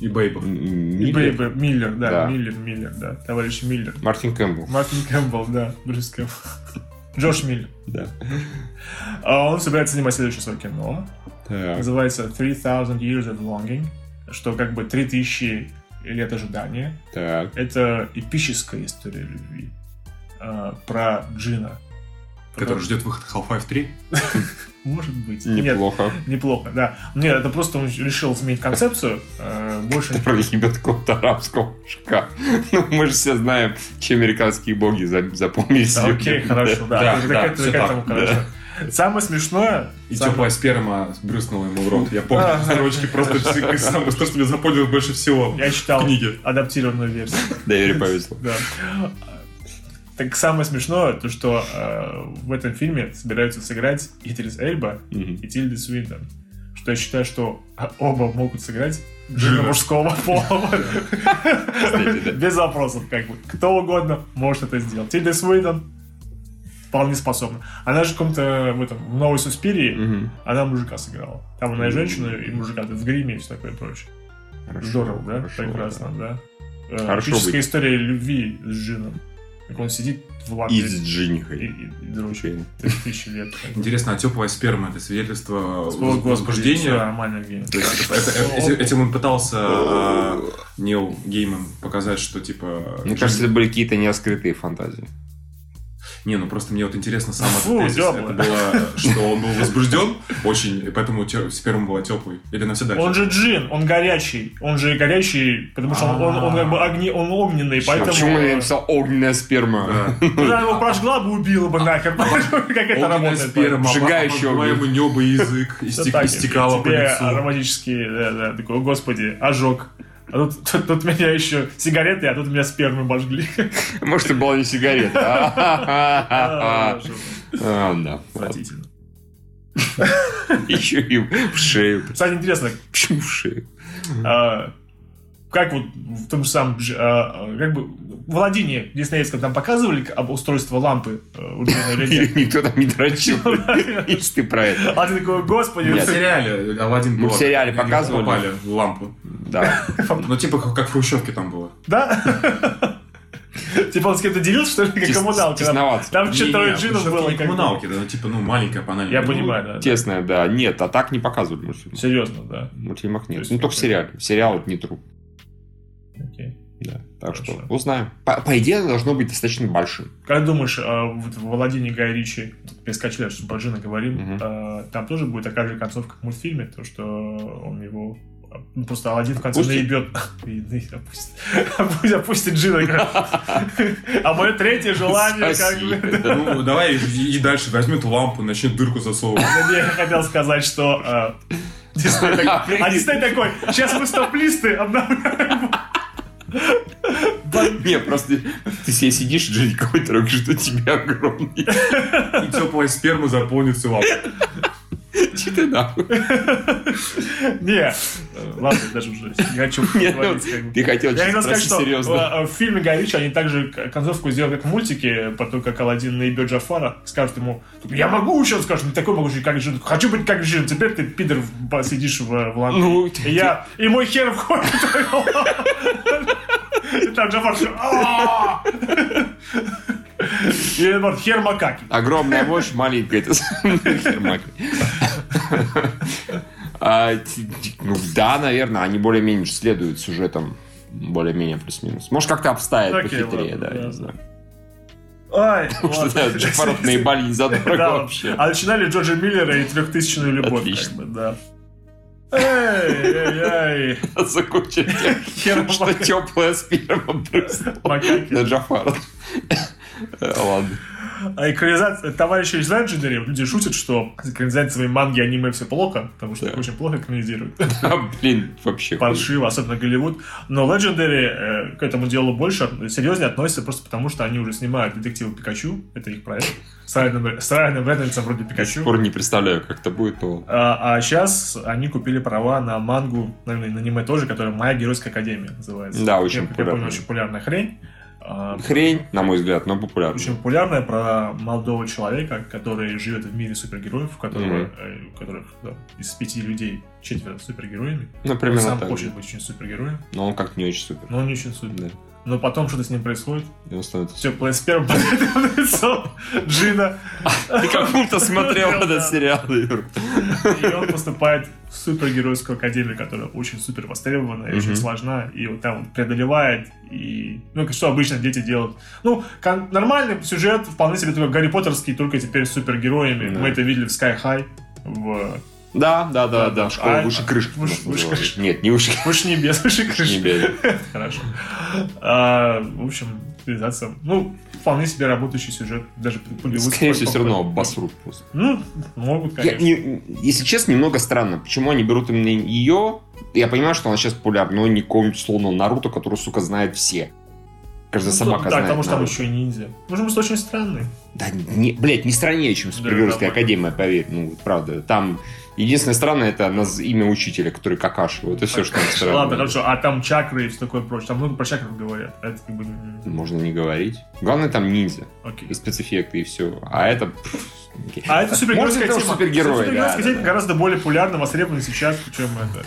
И Бейбов. Миллер. Бэйбэ- Миллер, да, Да. Миллер, Миллер, да. Товарищ Миллер. Мартин Кэмпбелл. Мартин Кэмпбелл, да, Брюс Кэмпбелл. <laughs> Джош Миллер. Да. А он собирается снимать следующее свое кино. Так. Называется 3000 Years of Longing, что как бы 3000 лет ожидания. Так. Это эпическая история любви. А, про Джина. Который ждет выхода Half-Life 3. Может быть. Нет, Неплохо. неплохо, да. Нет, это просто он решил сменить концепцию. э, больше... Ты про ребят какого-то арабского мужика. <laughs> Ну, мы же все знаем, чем американские боги за- запомнились. Да, Окей, хорошо, да. Да, Это да, какая-то- всё какая-то там, так, короче. Самое смешное... И самое- теплая сперма брюснула ему в рот. Я помню, Ага. <laughs> <laughs> сорочки просто все- самое, то, что меня запомнило больше всего. Я читал книге. адаптированную версию. <laughs> Да, Юрий повезло. Да. Так самое смешное, то что э, в этом фильме собираются сыграть Идрис Эльба Мгм. и Тильда Свинтон. Что я считаю, что оба могут сыграть Джина. Джина <laughs> мужского пола. Кстати, да. Без вопросов, как бы. Кто угодно может это сделать. Тильда Свинтон вполне способна. Она же в каком-то в этом в новой Суспирии, Мгм. она мужика сыграла. Там она и женщину, и мужика в гриме и все такое прочее. Хорошо, Здорово, да? хорошо, Прекрасно, да. Э, Хорошо эпическая быть. история любви с Джином. Как он сидит в да. лапе И и, с и, Джинихой. и дрочит Блин. тысячи лет. Интересно, а теплая сперма это свидетельство О, господи, возбуждения? все нормально, Евгений. То есть это- это- эти- этим он пытался э, Нил Гейман показать, что типа... Мне кажется, это были какие-то неоскрытые фантазии. Не, ну просто мне вот интересно сам Фу, этот тезис. тёплый. Это было, что <laughs> он был возбужден очень, и поэтому тё- сперма была теплой. Или на все дальше. Он же джин, он горячий. Он же горячий, потому что он, он, он как бы огни, он огненный, поэтому... Почему <laughs> я написал огненная сперма? Да. Куда его прожгла бы, убила бы нахер. <laughs> Понимаешь, Как это Огненная работает? сперма, Сжигающий обожгла огонь. ему небо и язык, и Всё стек- так, и стекала по тебе лицу. ароматические, да, да, такой, «О, господи, ожог. А тут, <laughs> тут- тут меня еще сигареты, а тут меня спермы божгли. <laughs> Может, это была не сигарета. <laughs> А, А, <laughs> ужас. Да. <laughs> Отвратительно. Еще и в шею. Кстати, интересно, Почему в шею? а, как вот в том же самом, дж- а, а, как бы в Владине диснеевском там показывали к- об устройство лампы э, у Джона или нет? Ну, Или <laughs> никто там не дрочил? <laughs> Если ты про это. А ты такой, господи, В Нет. сериале Аладдин Ну, в был. сериале Они показывали. Попали в лампу. Да. Ну, типа, как как в Хрущевке там было. да? <laughs> Типа он с кем-то делился, что ли, <laughs> как Тес- коммуналка? Там- Тесновато. Там еще Не-не, трое в джинов Хрущевке было. не как бы. коммуналки, да, ну, типа, ну, маленькая панель. Я Ну, понимаю, да, да. Тесная, да. Нет, а так не показывали мультфильм. Серьезно, да. В мультфильмах То нет. есть Ну, только в это- сериале. Сериал это не труп. Окей. Да. Так Хорошо. что узнаем. По, по идее, оно должно быть достаточно большим. Как думаешь, а, вот в Владине Гай Ричи, тут перескочили, что про Джина говорим, Мгм. а, там тоже будет такая же концовка в мультфильме, то, что он его а, ну, просто Алладин в конце Опустит? наебет. <laughs> И на- опустит. <laughs> Пусть опустит Джина. как- <laughs> А мое третье желание, как Соси. бы... <laughs> Ну, давай и и дальше возьмет лампу, начнет дырку засовывать. Да не, Я хотел сказать, что... а, <laughs> Дисней такой- А Дисней такой, сейчас мы стоп-листы обновляем. Не, просто ты себе сидишь, Дженни, какой трогай, что тебя огромный. И теплая сперма заполнит всю лапу. <laughs> Иди ты нахуй. Не, Э, ладно, даже уже не <laughs> хочу Нет, ну, говорить, как бы. ты хотел Я хотел очень сказать, что серьезно. э, э, в фильме Гай Ричи они также к- концовку сделали, как в мультике, про то, как Аладдин наебет Джафара, скажет ему, я могу еще, он скажет, не такой могу как Джин, хочу быть как Джин, теперь ты, пидор, в ба- сидишь в, э, в Лондоне». Ну, и я, и мой хер входит в твою лапу». И там Джафар всё, «А-а-а». И вот хер макаки. Огромная мощь, маленькая. это самое, хермак. <laughs> А, ти- ти- ну, Да, наверное, они более-менее следуют сюжетам. Более-менее плюс-минус. Может, как-то обставят Окей, похитрее, ладно, да, я да. не знаю. Ай, Потому что да, ладно. <laughs> Джафаров наебали незадорого Да, вообще. А начинали Джорджа Миллера и трехтысячную любовь. Отлично. Как бы, да. Эй, эй, эй. Закончили тем, <laughs> Хер что макаки. теплая <laughs> сперма брызнула Макаки. на Джафара. <laughs> Э, Ладно. А экранизация... Товарищи из Legendary, вот люди шутят, что с экранизацией манги и аниме все плохо, потому что Да. их очень плохо экранизируют. А, Блин, вообще. хуй. Паршиво, особенно Голливуд. Но Legendary э, к этому делу больше, от- серьезнее относятся просто потому, что они уже снимают детектива Пикачу, это их проект, с Райаном с Райаном Рейнольдсом вроде До сих Пикачу. пор не представляю, как это будет, но ладно. А, сейчас они купили права на мангу, наверное, и на аниме тоже, которая «Моя геройская академия» называется. Да, очень Я- я популярная. помню, очень популярная хрень. А, Хрень, на мой взгляд, но популярна. Очень популярная про молодого человека, который живет в мире супергероев, у которого, Мгм. э, у которых да, из пяти людей четверо супергероями. Он Например, сам Ну, так. хочет же. быть очень супергероем, Но он как-то не очень супер. но он не очень супер. Да. Но потом что-то с ним происходит. И он становится Все, PS1 падает на лицо <laughs> Джина, Ты как будто смотрел Да. этот сериал, Юр. и он поступает в супергеройскую академию, которая очень супер востребована и очень Мгм. сложна, и вот там он преодолевает, и... Ну, что обычно дети делают. Ну, кон- нормальный сюжет, вполне себе такой Гарри Поттерский, только теперь с супергероями. Да. Мы это видели в Sky High, в Да, да, да, да. да. Школа А, выше крышки. выше- можно выше говорить. крышки. Нет, не выше Выше небес, выше крыши. небес. Хорошо. А, в общем, реализация. Ну, вполне себе работающий сюжет. Даже при- при- крышки. Скорее при- всего, при- все равно обосрут просто. Ну, могут, Я конечно. не- Если честно, немного странно, почему они берут именно ее. Я понимаю, что она сейчас популярна, но не какого-нибудь словно Наруто, который, сука, знает все. Каждая Ну, собака да, знает потому что там Наруто. еще и ниндзя. Ну, потому что очень странный. Да, не, блядь, не страннее, чем Супергеройская Да, да, Академия, поверь. Ну, вот правда. Там единственное странное, это наз- имя учителя, который какаши. Вот и все, что там странно. Ладно, хорошо. А там чакры и все такое прочее. Там много про чакры говорят. А Это как бы... м, Можно не говорить. Главное, там ниндзя. Окей. и спецэффекты, и все. А это... пф, окей. А это Может, супергеройская это тема. уж супергерои, Супергеройская да, тема да, да. гораздо более популярна, востребована сейчас, чем это.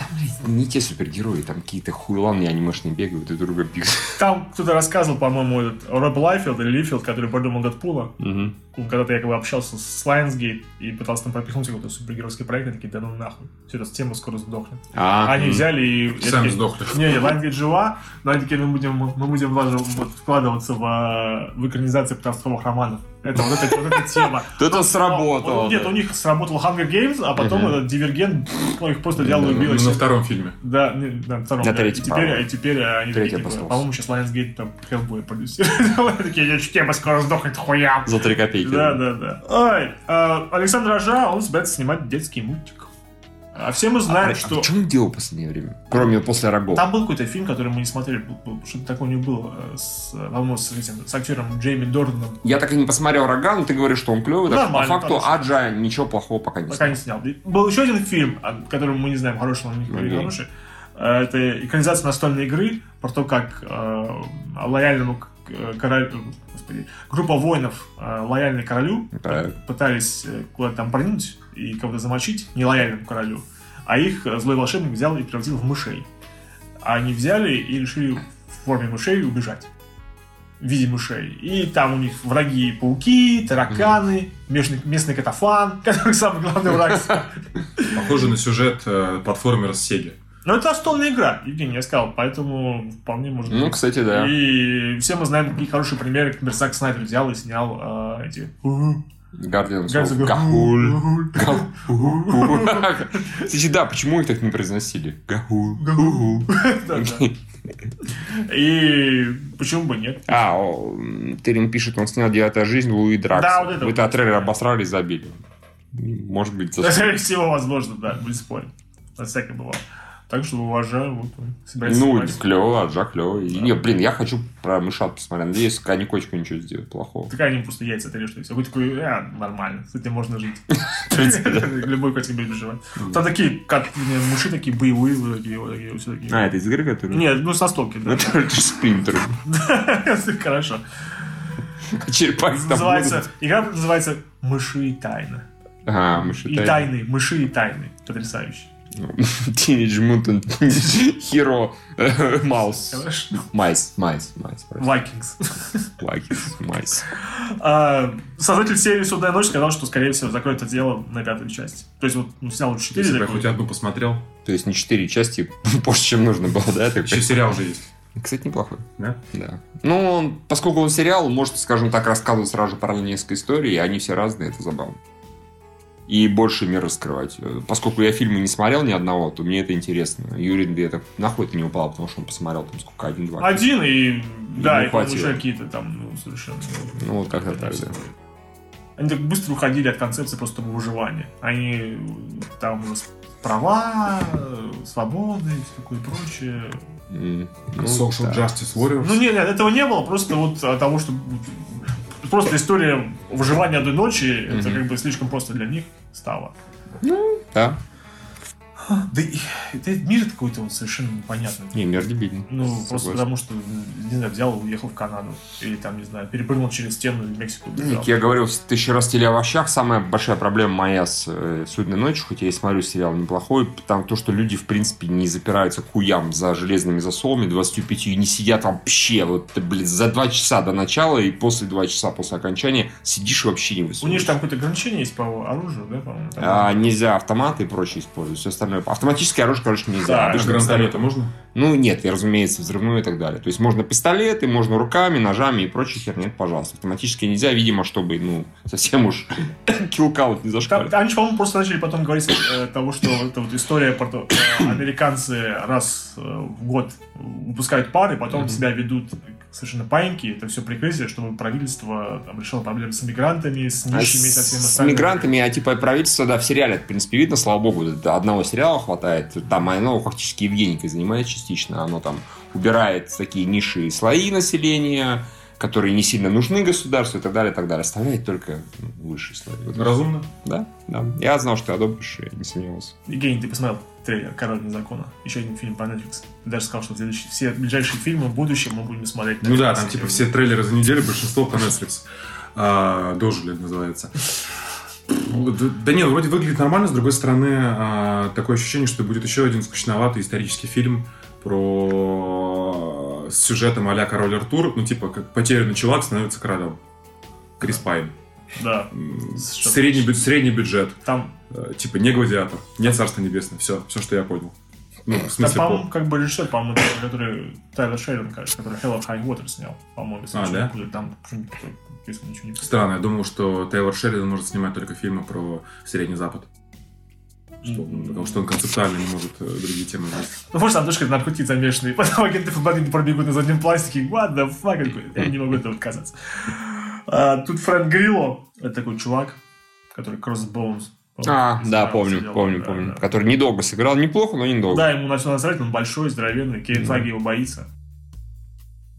Не те супергерои, там какие-то хуйланы анимешные бегают и друга бьют. Там кто-то рассказывал, по-моему, этот Роб Лайфилд или Лифилд, который придумал Дэдпула. Он когда-то якобы общался с Lionsgate и пытался там пропихнуть какой-то супергеройский проект, и такие, да ну нахуй, все, эта тема скоро сдохнет. А, Они м. взяли и... Сами я такие, сдохли. Не, не, Lionsgate жива, но они такие, мы будем, мы будем влажи- вот, вкладываться в, э, в экранизации подростковых романов. Это вот эта, вот эта тема. Да Это сработало. Нет, у них сработал Hunger Games, а потом Мгм. этот Дивергент, пф, <laughs> ну, их просто взял и Ну, убил. и Ну, всё. на втором фильме. Да, не, на втором. На да. третьем, И теперь, по-моему. и теперь Третий они такие, типа, обосрался. по-моему, сейчас Lionsgate там Hellboy продюсирует. <laughs> Они Такие, я тема скоро сдохнет, хуям. За три копейки. Да, да, да. Ой, а, Александр Ажа, он собирается снимать детский мультик. А все мы знаем, А, что... а что он делал в последнее время? Кроме после рабов. Там был какой-то фильм, который мы не смотрели, был- был- что-то такое у него было, э, с, э, по-моему, с, этим, с актером Джейми Дорденом. Я так и не посмотрел «Рога», но ты говоришь, что он клевый. Так что по Нормально, факту хорошо. Аджа ничего плохого пока не Пока не снял. И Был еще один фильм, о котором мы не знаем, хороший он или Мгм. нехороший. Э, Это экранизация настольной игры про то, как э, лояльному к- э, королю... э, Господи, группа воинов, э, лояльной королю, Так. пытались э, куда-то там проникнуть и кого-то замочить, нелояльному королю, а их э, злой волшебник взял и превратил в мышей. А они взяли и решили в форме мышей убежать. В виде мышей. И там у них враги пауки, тараканы, местный, местный катафан, <laughs> который самый главный враг. Похоже на сюжет э, платформера с Сеги. Но это настольная игра, Евгений, я сказал, поэтому вполне можно... Ну, кстати, да. И все мы знаем, какие хорошие примеры, как Мерзак Снайдер взял и снял э, эти... Гардиан Guardians of the- Гахуль. Гахуль. <laughs> Кстати, да, почему их так не произносили? Гахуль. Гахуль. <laughs> Да, да. Окей. И почему бы нет? <laughs> А, о, м, Терен пишет, он снял «Девятая жизнь» Луи Дракса. Да, вот это Вы вот. этот трейлер обосрали и забили. Может быть, за- Скорее всего, возможно, да, не спорим. На всякое бывало. Так что уважаю. Вот, он собирается Ну, снимать. клево, Аджа клево. И- Не, блин, я хочу про мышат посмотреть. Надеюсь, они кочку ничего сделают плохого. Такая они просто яйца отрежут, и все. Вы такой, а, нормально, с этим <laughs> можно жить. В принципе, да. Ну Любой котик будет выживать. Там такие, как, не, мыши такие боевые, вот такие, вот такие, все А, такие. это из игры, которая? Нет, ну со стопки, Ну, да. это же <laughs> спринтер. Хорошо. Черепахи там Называется, будут. игра называется «Мыши и тайна». А, мыши И тайны, мыши и тайны. Потрясающе. <laughs> Teenage Mutant <laughs> Ninja Hero э, Mouse. Хорошо. Майс, майс, майс. прости. Vikings. Лакис, майс. А, Создатель серии «Судная ночь» сказал, что, скорее всего, закроет это дело на пятой части. То есть, вот, ну, снял Если бы 4 я хоть одну посмотрел. То есть не четыре части <laughs> больше, чем нужно было, да? так? Еще сериал же есть. Кстати, неплохой. Да? Да. Ну, он, поскольку он сериал, он может, скажем так, рассказывать сразу же параллельно несколько историй, и они все разные, это забавно. И больше мир раскрывать. Э, Поскольку я фильмы не смотрел ни одного, то мне это интересно. Юрий Бетов нахуй это не упал, потому что он посмотрел там сколько, один-два. А- Один, и, да, и там хватило. еще какие-то там, ну, совершенно... Ну, вот как-то так, да. Они так быстро уходили от концепции просто выживания. Они там у нас права, э, свободы и все такое прочее. М, ну, Social да. Justice Warriors. Ну, нет, нет, этого не было, просто вот от того, что... Просто история выживания одной ночи, это Мгм. как бы слишком просто для них стало. Да. Да и да и мир какой-то он совершенно непонятный. Не, мир дебильный. Ну, просто Согласен. потому что, не знаю, взял и уехал в Канаду. Или там, не знаю, перепрыгнул через стену и в Мексику. Ну, убежал. как я говорил в тысячу раз в телеовощах, самая большая проблема моя с э, «Судной ночью», хоть я и смотрю сериал неплохой, там то, что люди, в принципе, не запираются к хуям за железными засовами 25 и не сидят вообще, вот, ты, блин, за два часа до начала и после два часа после окончания сидишь и вообще не У них высунешь. же там какое-то ограничение есть по оружию, да, по-моему? там? А, нельзя автоматы и прочее использовать, все остальное. Автоматическое оружие, короче, Да, нельзя. Обычно пистолет. Гранатомета можно? Ну, нет, я, разумеется, взрывную и так далее. То есть можно пистолеты, можно руками, ножами и прочей херни. Нет, пожалуйста. Автоматически нельзя, видимо, чтобы, ну, совсем уж <laughs> килкаут не Там- зашкалил. они же, по-моему, просто начали потом говорить э, того, что это вот история про то, э, американцы раз э, в год выпускают пары, потом Мгм. себя ведут совершенно паиньки, это все прикрытие, чтобы правительство там, решило проблемы с мигрантами, с А нищими, со всем с остальным. мигрантами, а типа правительство, да, в сериале, это, в принципе, видно, слава богу, да, одного сериала хватает, там оно фактически Евгеника занимает частично, оно там убирает такие низшие слои населения, которые не сильно нужны государству и так далее, и так далее, оставляет только ну, высшие слои. Вот. Разумно. Да, да. Я знал, что ты одобришь, я не сомневался. Евгений, ты посмотрел трейлер «Король незакона». Еще один фильм по Netflix. Ты даже сказал, что следующие- все ближайшие фильмы в будущем мы будем смотреть. на Ну да, Netflix. там типа все трейлеры за неделю, большинство по Netflix. А, Дожили называется. Да да нет, вроде выглядит нормально, с другой стороны, а, такое ощущение, что будет еще один скучноватый исторический фильм про а, с сюжетом а-ля Король Артур, ну типа как потерянный чувак становится королем. Крис Пайн. Да. М, Что-то Средний, бю- средний бюджет. Там, Э, Типа не гладиатор, не царство небесное. Все, все, что я понял. Ну, в там смысле, по-моему, по- как бы режиссер, по-моему, тот, который Тайлер Шерин, кажется, который Hell of High Water снял, по-моему, если А, ничего да? не путаю. Там что-нибудь, если ничего не путаю. Странно, я думал, что Тейлор Шеридан может снимать только фильмы про Средний Запад. Что он- Потому что он концептуально не может э, другие темы брать. Ну, может, там тоже какие-то наркотики замешаны, <laughs> и потом агенты по Багдиду пробегут на заднем пластике, what the fuck, Я такой, я не могу от этого отказаться. А, тут Фрэнк Грилло, это такой чувак, который Crossbones. А, по-моему, да, снял, помню, сидел, помню, да, помню. да. Который недолго сыграл, неплохо, но недолго. Да, ему начал насрать, он большой, здоровенный, Кейн Мгм. Флаги его боится.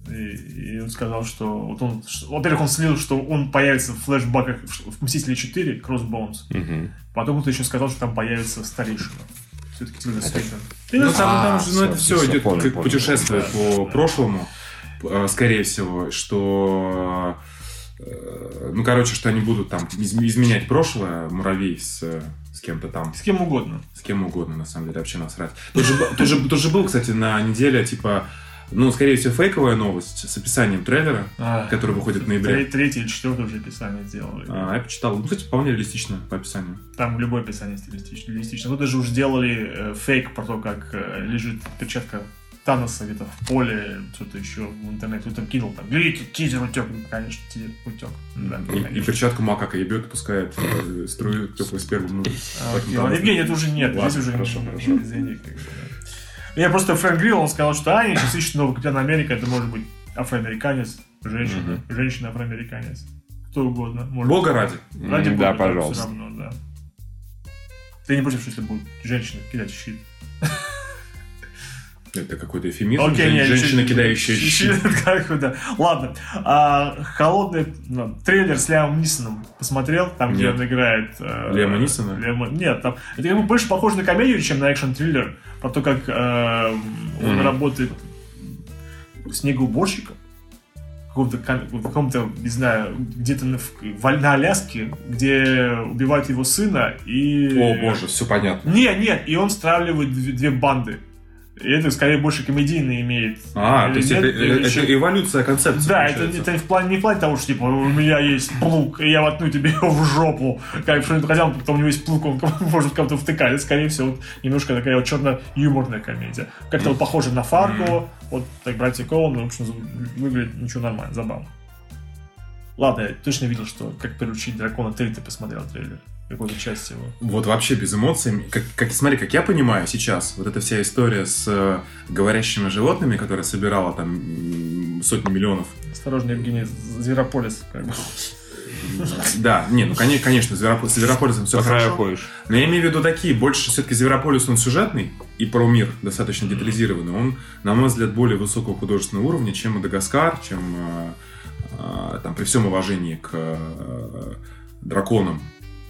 И, и он сказал, что... Вот он, ш- во-первых, он слил, что он появится в флешбаках в в «Мстителе 4» Crossbones. Мгм. Потом он еще сказал, что там появится старейшина. Все-таки Тильда Это- Свинтон. Ну, Тильда там, а, там же, ну, это всё, все, всё, идет понял, как понял. путешествие Да, по да. прошлому, э, скорее всего, что... э, Ну, короче, что они будут там из- изменять прошлое, муравей с, э, с кем-то там. С кем угодно. С кем угодно, на самом деле, вообще насрать. Тут же, б- тут же- тут же был, кстати, на неделе, типа, ну, скорее всего, фейковая новость с описанием трейлера, который выходит в ноябре. Тре- Третий или четвертый уже описание сделали. А, я почитал. Ну, кстати, вполне реалистично по описанию. Там любое описание стилистично. реалистично. Тут даже уже сделали э, фейк про то, как э, лежит перчатка Таноса где-то в поле, что-то еще в интернете. Кто-то кинул там, великий тизер утек. Ну, Конечно, тизер утек. Да, И, и конечно. перчатку макака ебет, пускает э, струю теплой спермы внутрь. А, Поэтому окей, там- ладно, Евгений, это уже нет. Ладно, здесь уже хорошо, не- хорошо. извини, как бы, да. Я просто Фрэнк Грилл, он сказал, что а, я сейчас ищу нового Капитана Америка, это может быть афроамериканец, женщина, женщина-афроамериканец. Кто угодно. Может Бога ради. М, Ради бога, да, всё пожалуйста. равно, да. Ты не против, что если будет женщина кидать щит? Это какой-то эфемизм. Окей, Жен- не, Женщина, щи- кидающая щи- щит. щи- как бы, да. Ладно. А, холодный ну, трейлер с Лиамом Нисоном посмотрел, там, где Нет. он играет... э, Лиама Нисона? Лиама- Нет, там... Это как бы больше похоже на комедию, чем на экшн-триллер, про то, как э, он Мгм. работает снегоуборщиком. В каком-то, кам- в каком-то, не знаю, где-то на, в- в- на Аляске, где убивают его сына и... О боже, все понятно. Нет, нет, и он стравливает две, две банды. И это скорее больше комедийно имеет. А, то элемент, есть это, или это ещё- эволюция концепции. Да, это, получается. это в плане, не в плане того, что типа у меня есть плуг, и я вотну тебе его в жопу. Как что-нибудь хотел, потом у него есть плуг, он <laughs> может кому-то втыкать. Это, скорее всего, вот немножко такая вот черно-юморная комедия. Как-то вот похоже на Фарго, вот так братья Коул, в общем, зв- выглядит ничего нормально, забавно. Ладно, я точно видел, что как приручить дракона 3 ты посмотрел трейлер. Какую-то часть его. Вот вообще без эмоций. Как, как- смотри, как я понимаю сейчас, вот эта вся история с э, говорящими животными, которая собирала там м, сотни <laughs> миллионов. Осторожно, Евгений, з- Зверополис, как бы. Да, не, ну коне- конечно, Зверопо- с Зверополисом все По краю хорошо. ходишь. Но я имею в виду такие, больше все-таки Зверополис, он сюжетный и про мир достаточно детализированный. Он, на мой взгляд, более высокого художественного уровня, чем Мадагаскар, чем э, э, там при всем уважении к э, драконам,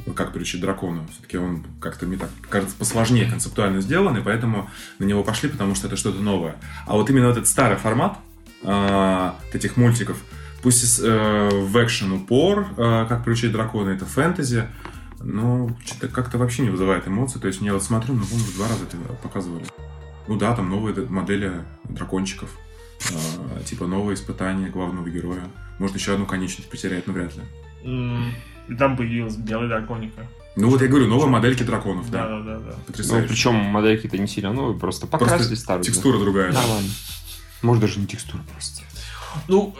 вот как приручить дракона. Все-таки он как-то мне так кажется посложнее концептуально сделан, и поэтому на него пошли, потому что это что-то новое. А вот именно вот этот старый формат э, вот этих мультиков, пусть и с, э, в экшен упор, э, как приручить дракона, это фэнтези, но что-то как-то вообще не вызывает эмоций. То есть я вот смотрю, ну, по-моему, два раза это показывали. Ну да, там новые д- модели дракончиков. э, типа новые испытания главного героя. Может, еще одну конечность потеряет, но вряд ли. М, И там появилась белая драконика. Ну вот я говорю, новые модельки драконов, Да, да. да, да, да. Ну, Потрясающе. причем модельки-то не сильно новые, просто покрасили старые. текстура другая. да. Нормально. Может, даже не текстура просто. Ну,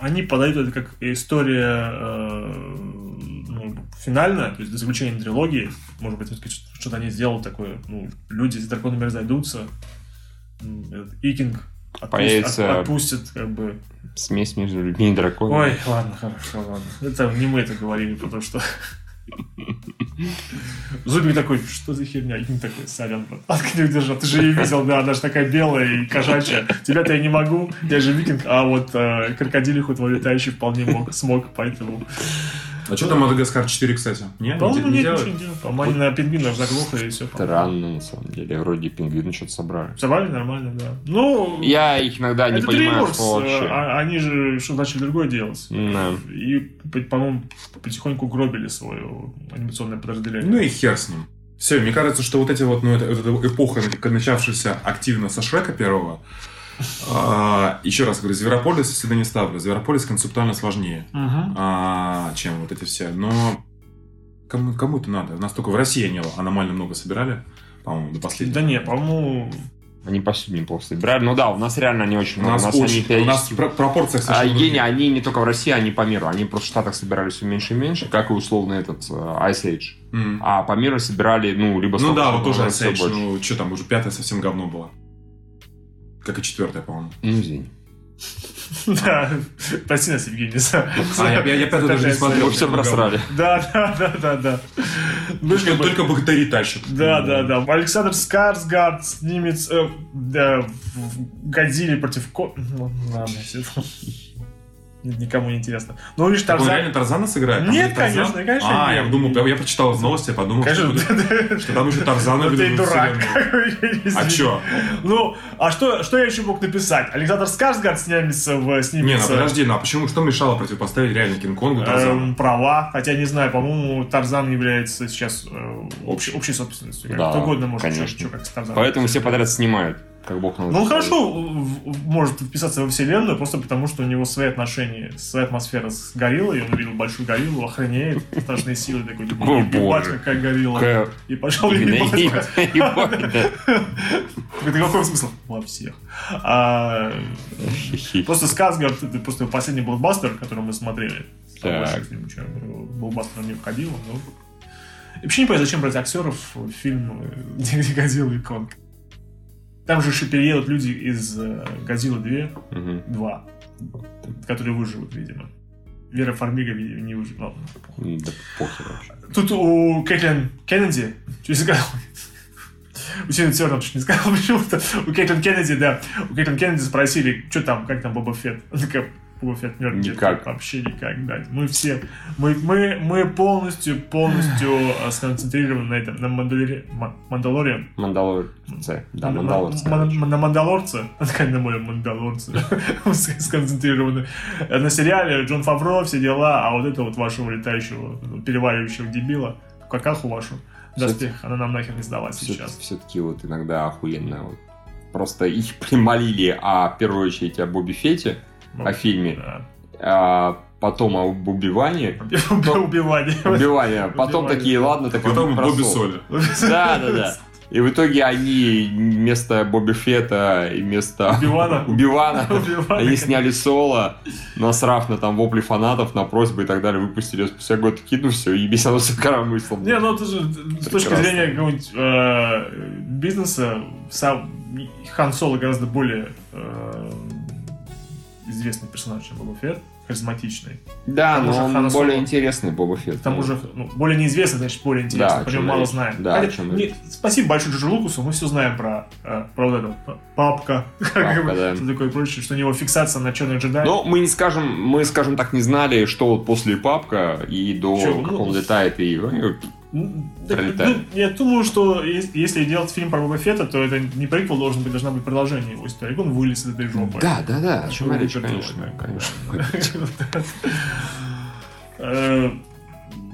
а, они подают это как история э, ну, финальная, то есть до заключения трилогии. Может быть, всё-таки что- что-то они сделают такое. Ну, люди с драконами разойдутся. М, этот Икинг отпу- Появится- от- отпустит, как бы. Смесь между людьми и драконами. Ой, ладно, хорошо, ладно. Это не мы это говорили, <laughs> потому что... Зубик такой, что за херня? Икинг такой, сорян, брат. Откни держал, ты же ее видел, да, она же такая белая и кошачья. Тебя-то я не могу, я же викинг, а вот э, крокодилиху твой летающий вполне мог, смог, поэтому... А что там Мадагаскар 4, кстати? Не, не, По-моему, де- не нет, делают? ничего не делал. По-моему, на пингвинов заглохло и все. Странно, на самом деле. Вроде пингвины что-то собрали. Собрали нормально, да. Ну, Я их иногда не это понимаю, DreamWorks, что э, вообще. а- они же что начали другое делать. Да. И, по-моему, потихоньку гробили свое анимационное подразделение. Ну и хер с ним. Все, мне кажется, что вот эти вот, ну, это, эта эпоха, начавшаяся активно со Шрека первого, а, еще раз говорю, Зверополис я всегда не ставлю. Зверополис концептуально сложнее, Мгм. а, чем вот эти все. Но кому, кому-то надо. У нас только в России они аномально много собирали, по-моему, до Да последнего. не, по-моему, <laughs> Они повсюду неплохо собирали. Ну да, у А нас реально не очень У много. нас, очень, они у нас периодически... в про- пропорциях А, совершенно Евгений, другие. они не только в России, они по миру. Они просто в Штатах собирались все меньше и меньше, как и условно этот э, Ice Age. М. А по миру собирали, ну, либо... Ну столько, да, чтобы вот тоже было всё Ice Age, больше. ну что там, уже пятое совсем говно было. Как и четвертое, по-моему. Ну, извини. да, прости нас, Евгений, за... А, я, я, я пятое даже не Опять смотрел. Мы все просрали. Да, да, да, да, да. Ну, Только, как бы- только богатыри тащат. Да, да, да. Александр Скарсгард снимет э, да, в Годзилле против Ко... Ну, ладно, всё. Никому не интересно. Ну, видишь, Так он Тарзан... реально Тарзана сыграет? Там Нет, будет Тарзан? конечно, конечно, А, я нет. думал, я, я прочитал новости, я подумал, Конечно, что, будет- что там еще Тарзана ну, ты ведут в дурак. <laughs> вселенную. А чё? Ну, а что, что я еще мог написать? Александр Скарсгард снимется в... Не, ну Снимется... подожди, ну а почему, что мешало противопоставить реально Кинг-Конгу Тарзану? Эм, права, хотя не знаю, по-моему, Тарзан является сейчас э, общей, общей собственностью. Как Да, кто угодно может конечно. чё- чё как с Тарзаном. Поэтому все подряд снимают, как бог на Ну, он хорошо в- в- может вписаться во вселенную, просто потому что у него свои отношения, своя атмосфера с гориллой, он увидел большую <laughs> гориллу, охренеет, страшные силы, такой, О, ебать, боже. какая горилла. Какая И пошел именно ебать. <laughs> ебать, да. Это какой смысл? Во всех. А, Просто Сказгард, это просто его последний блокбастер, который мы смотрели. Там Так. больше к нему ничего, блокбастер не входило, но... И вообще не понятно, зачем брать актеров в фильм, э, <laughs> где, где Годзилла и Конг. Там же еще переедут люди из э, Годзиллы 2, Мгм. 2, которые выживут, видимо. Вера Фармига ви- не выживет. Ладно, похуй. Да похер вообще. Тут у Кэтлин Кеннеди, через Усилен все равно чуть не сказал <laughs> почему-то. У Кейтлин Кеннеди, да. У Кейтлин Кеннеди спросили, что там, как там Боба Фетт. Она такая, Боба Фетт мертв. Никак. Вообще никак, да. Мы все, мы, мы, мы полностью, полностью э, сконцентрированы на этом, на Мандалоре, Ма- Мандалориан. Мандалор. Це, Да, на, Мандалорец, на- короче. на- на Мандалорце, <laughs> такая на моем <laughs> Мандалорце, Мы ск- сконцентрированы. Э, На сериале Джон Фавро, все дела, а вот это вот вашего летающего, ну, переваривающего дебила, какаху вашу, Кстати. доспех, она нам нахер не сдалась все, сейчас. таки вот иногда охуенно. вот. Просто их <laughs> примолили, а в первую очередь о Бобби Фете, Ну, о фильме, да. а потом об убивании. Ну, Убивание. Убивание. Потом Убивание. такие, ладно, так и Потом прошел. Бобби Соли. <laughs> Да, да, да. И в итоге они вместо Бобби Фета и вместо Убивана. <laughs> Убивана Убивание. они сняли соло, насрав на там вопли фанатов, на просьбы и так далее, выпустили спустя год, кину все, и без оно все коромыслом. Не, ну это же с точки Прекрасно. зрения какого-нибудь э, бизнеса, сам Хан Соло гораздо более э, известный персонаж, чем Боба Фетт, харизматичный. Да, Потому но что он Хана Соло- более интересный Боба Фетт. К тому же, ну, более неизвестный, значит, более интересный, Да, про чем него мало есть. знаем. Да, Хотя, чем не- есть. спасибо большое Джорджу Лукасу, мы все знаем про, э, про вот эту п- папка, <laughs> как бы, да. Ну, что такое прочее, что у него фиксация на черных джедаях. Но мы не скажем, мы, скажем так, не знали, что вот после папка и до Чё, как ну, он летает и Ну, так, Пролетает. ну, я думаю, что е- если делать фильм про Боба Фетта, то это не приквел должен быть, должна быть продолжение его истории. Он вылез из этой жопы. Да, да, да, о чем Такой речь, выбор конечно, делать, да. конечно. Э,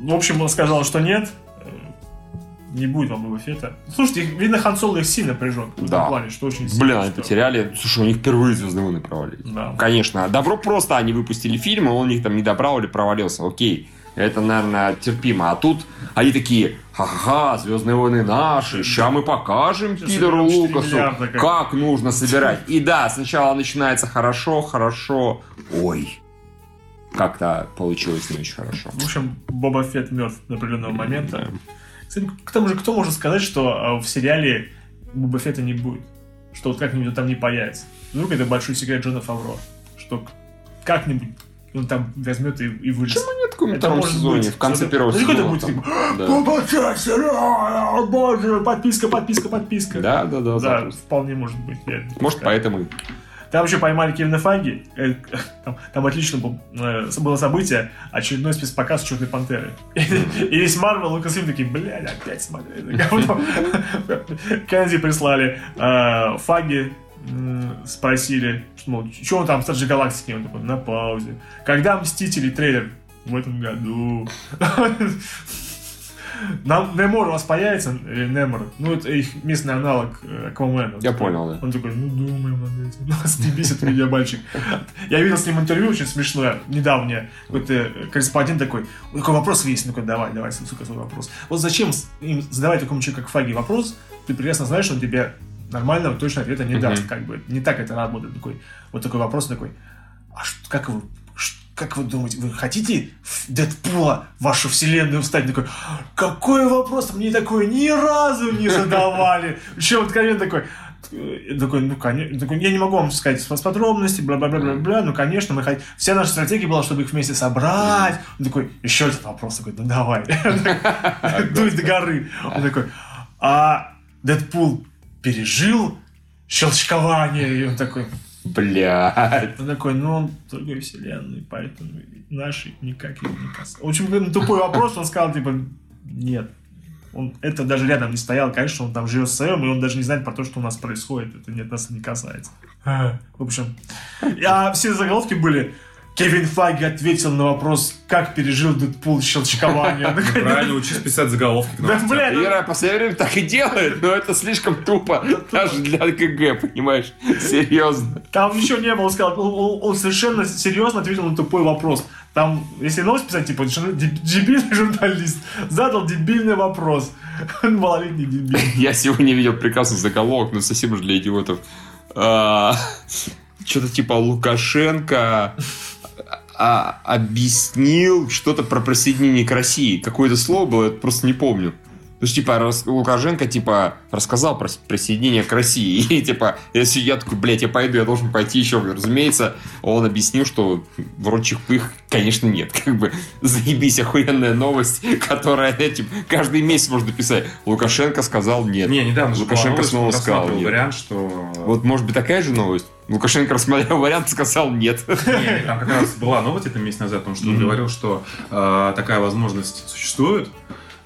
В общем, он сказал, что нет. э, Не будет вам Боба Фетта. Слушайте, их- видно, Хан Соло их сильно прижег. В Да. этом плане, что очень сильно. Блин, они что- потеряли. Слушай, у них впервые звездные войны провалились. Да. Конечно, А добро просто они выпустили фильм, и он у них там не добрал или провалился. Окей. Это, наверное, терпимо. А тут они такие, ха-ха, Звездные войны наши, ща мы покажем Щас Пидору соберем 4 Лукасу, миллиарда, как». как нужно собирать. И да, сначала начинается хорошо, хорошо, ой, как-то получилось не очень хорошо. В общем, Боба Фетт мертв до определенного момента. Кстати, к тому же, кто может сказать, что э, в сериале Боба Фетта не будет? Что вот как-нибудь он там не появится? Вдруг это большой секрет Джона Фавро, что к- как-нибудь он там возьмет и, и вылезет. Нет, в каком Это втором может сезоне, быть. Ну, в конце Это- первого это сезона. какой-то будет типа, «А, там. Да. Боба Фетт, сериал, о боже, подписка, подписка, подписка. Да, да, да, Да, запросто. вполне может быть. я- Может, Да. поэтому и Там еще поймали Кевина Фаги. Э, Там, там отлично был, э, было событие. Очередной спецпоказ «Черной пантеры». И, и весь Марвел, Лукасфильм такие, блядь, <laughs> опять смотрели. Говно». Кеннеди прислали. э, Фаги м, спросили, что, мол, что он там в «Стражи Галактики? Он такой, на паузе. Когда «Мстители» трейлер? В этом году. Нам Немор у вас появится? Или Немор? Ну, это их местный аналог э, Аквамена. Я понял, да. Он такой, ну думаем над этим. <laughs> Нас не бесит меня мальчик. Я видел с ним интервью очень смешное, недавнее. Какой-то корреспондент такой, «Ой, какой вопрос есть? Ну-ка, давай, давай, сука, свой вопрос. Вот зачем с- им задавать такому человеку, как Фаги, вопрос? Ты прекрасно знаешь, что он тебе нормального точного ответа не даст. Мгм. Как бы не так это работает. Такой, вот такой вопрос такой, а ш- как вы ш- как вы думаете, вы хотите в Дэдпула в вашу вселенную встать? Такой, какой вопрос? Мне такой ни разу не задавали. Еще откровенно такой, э, такой, ну, конечно, такой, я не могу вам сказать с подробностей, бла-бла-бла-бла, ну, конечно, мы хот- Вся наша стратегия была, чтобы их вместе собрать. Он такой, еще этот вопрос, такой, ну, давай. Дуй до горы. Он такой, а Дэдпул пережил щелчкование? И он такой, Блядь. он такой, ну он в другой вселенной, поэтому наши никак его не касаются. В общем, блин, тупой вопрос, он сказал, типа, нет. Он, это даже рядом не стоял, конечно, он там живет в своем, и он даже не знает про то, что у нас происходит. Это нет, нас это не касается. А, В общем, а все заголовки были Кевин Фаги ответил на вопрос, как пережил Дэдпул щелчкование. Он такой, Правильно, учись писать заголовки к Да, новостям. бля, ну, Ира в последнее время так и делает, но это слишком тупо. Даже для КГ, понимаешь? Серьезно. Там ничего не было, он сказал, он, он- он совершенно серьезно ответил на тупой вопрос. Там, если новость писать, типа, жур- деб- дебильный журналист задал дебильный вопрос. <laughs> Он малолетний дебил. Я сегодня видел прекрасный заголовок, но совсем же для идиотов. А, Что-то типа Лукашенко а, объяснил что-то про присоединение к России. Какое-то слово было, я просто не помню. Ну, что, типа, Рос- Лукашенко, типа, рассказал про с- присоединение к России. <laughs> И, типа, если я такой, блядь, я пойду, я должен пойти еще. Разумеется, он объяснил, что вроде чих-пых, конечно, нет. <laughs> Как бы, заебись, охуенная новость, <laughs> которая, этим каждый месяц можно писать. Лукашенко сказал нет. Не, недавно же была Лукашенко новость, снова он сказал рассматривал нет. вариант, что... Вот, может быть, такая же новость? Лукашенко рассмотрел вариант, сказал нет. <laughs> Не, не, там как раз была новость это месяц назад, потому что он Мгм. говорил, что э, такая возможность существует,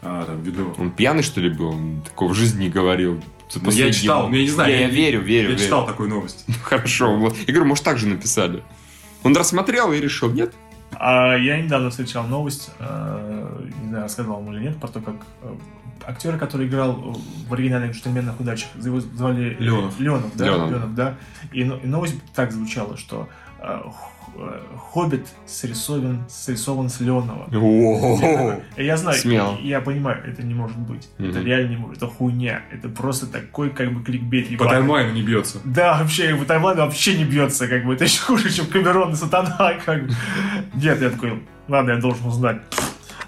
э, там, ввиду... Он пьяный, что ли, был? Он такого в жизни не говорил. Ну, я читал, ну, я не знаю, Я, я- я верю, верю, Я верю. читал такую новость. <laughs> Хорошо. Вот. Я говорю, может, так же написали. Он рассмотрел и решил, нет? А я недавно встречал новость, э, не знаю, рассказывал вам или нет, про то, как э, актер, который играл в оригинальных джентльменах удачах, его звали Леонов. Леонов, да, Леонов. Леонов, да. И, но- и новость так звучала, что э, х- э, Хоббит срисован, срисован с Леонова. О-о-о. И Я знаю, Смело. я понимаю, это не может быть. Это Мгм. реально не может, это хуйня. Это просто такой как бы кликбейт. По ебаный. таймлайну Типа, не бьется. Да, вообще, как бы таймлайн вообще не бьется, как бы. Это еще хуже, чем Камерон и Сатана, <laughs> как бы. Нет, я такой, ладно, я должен узнать.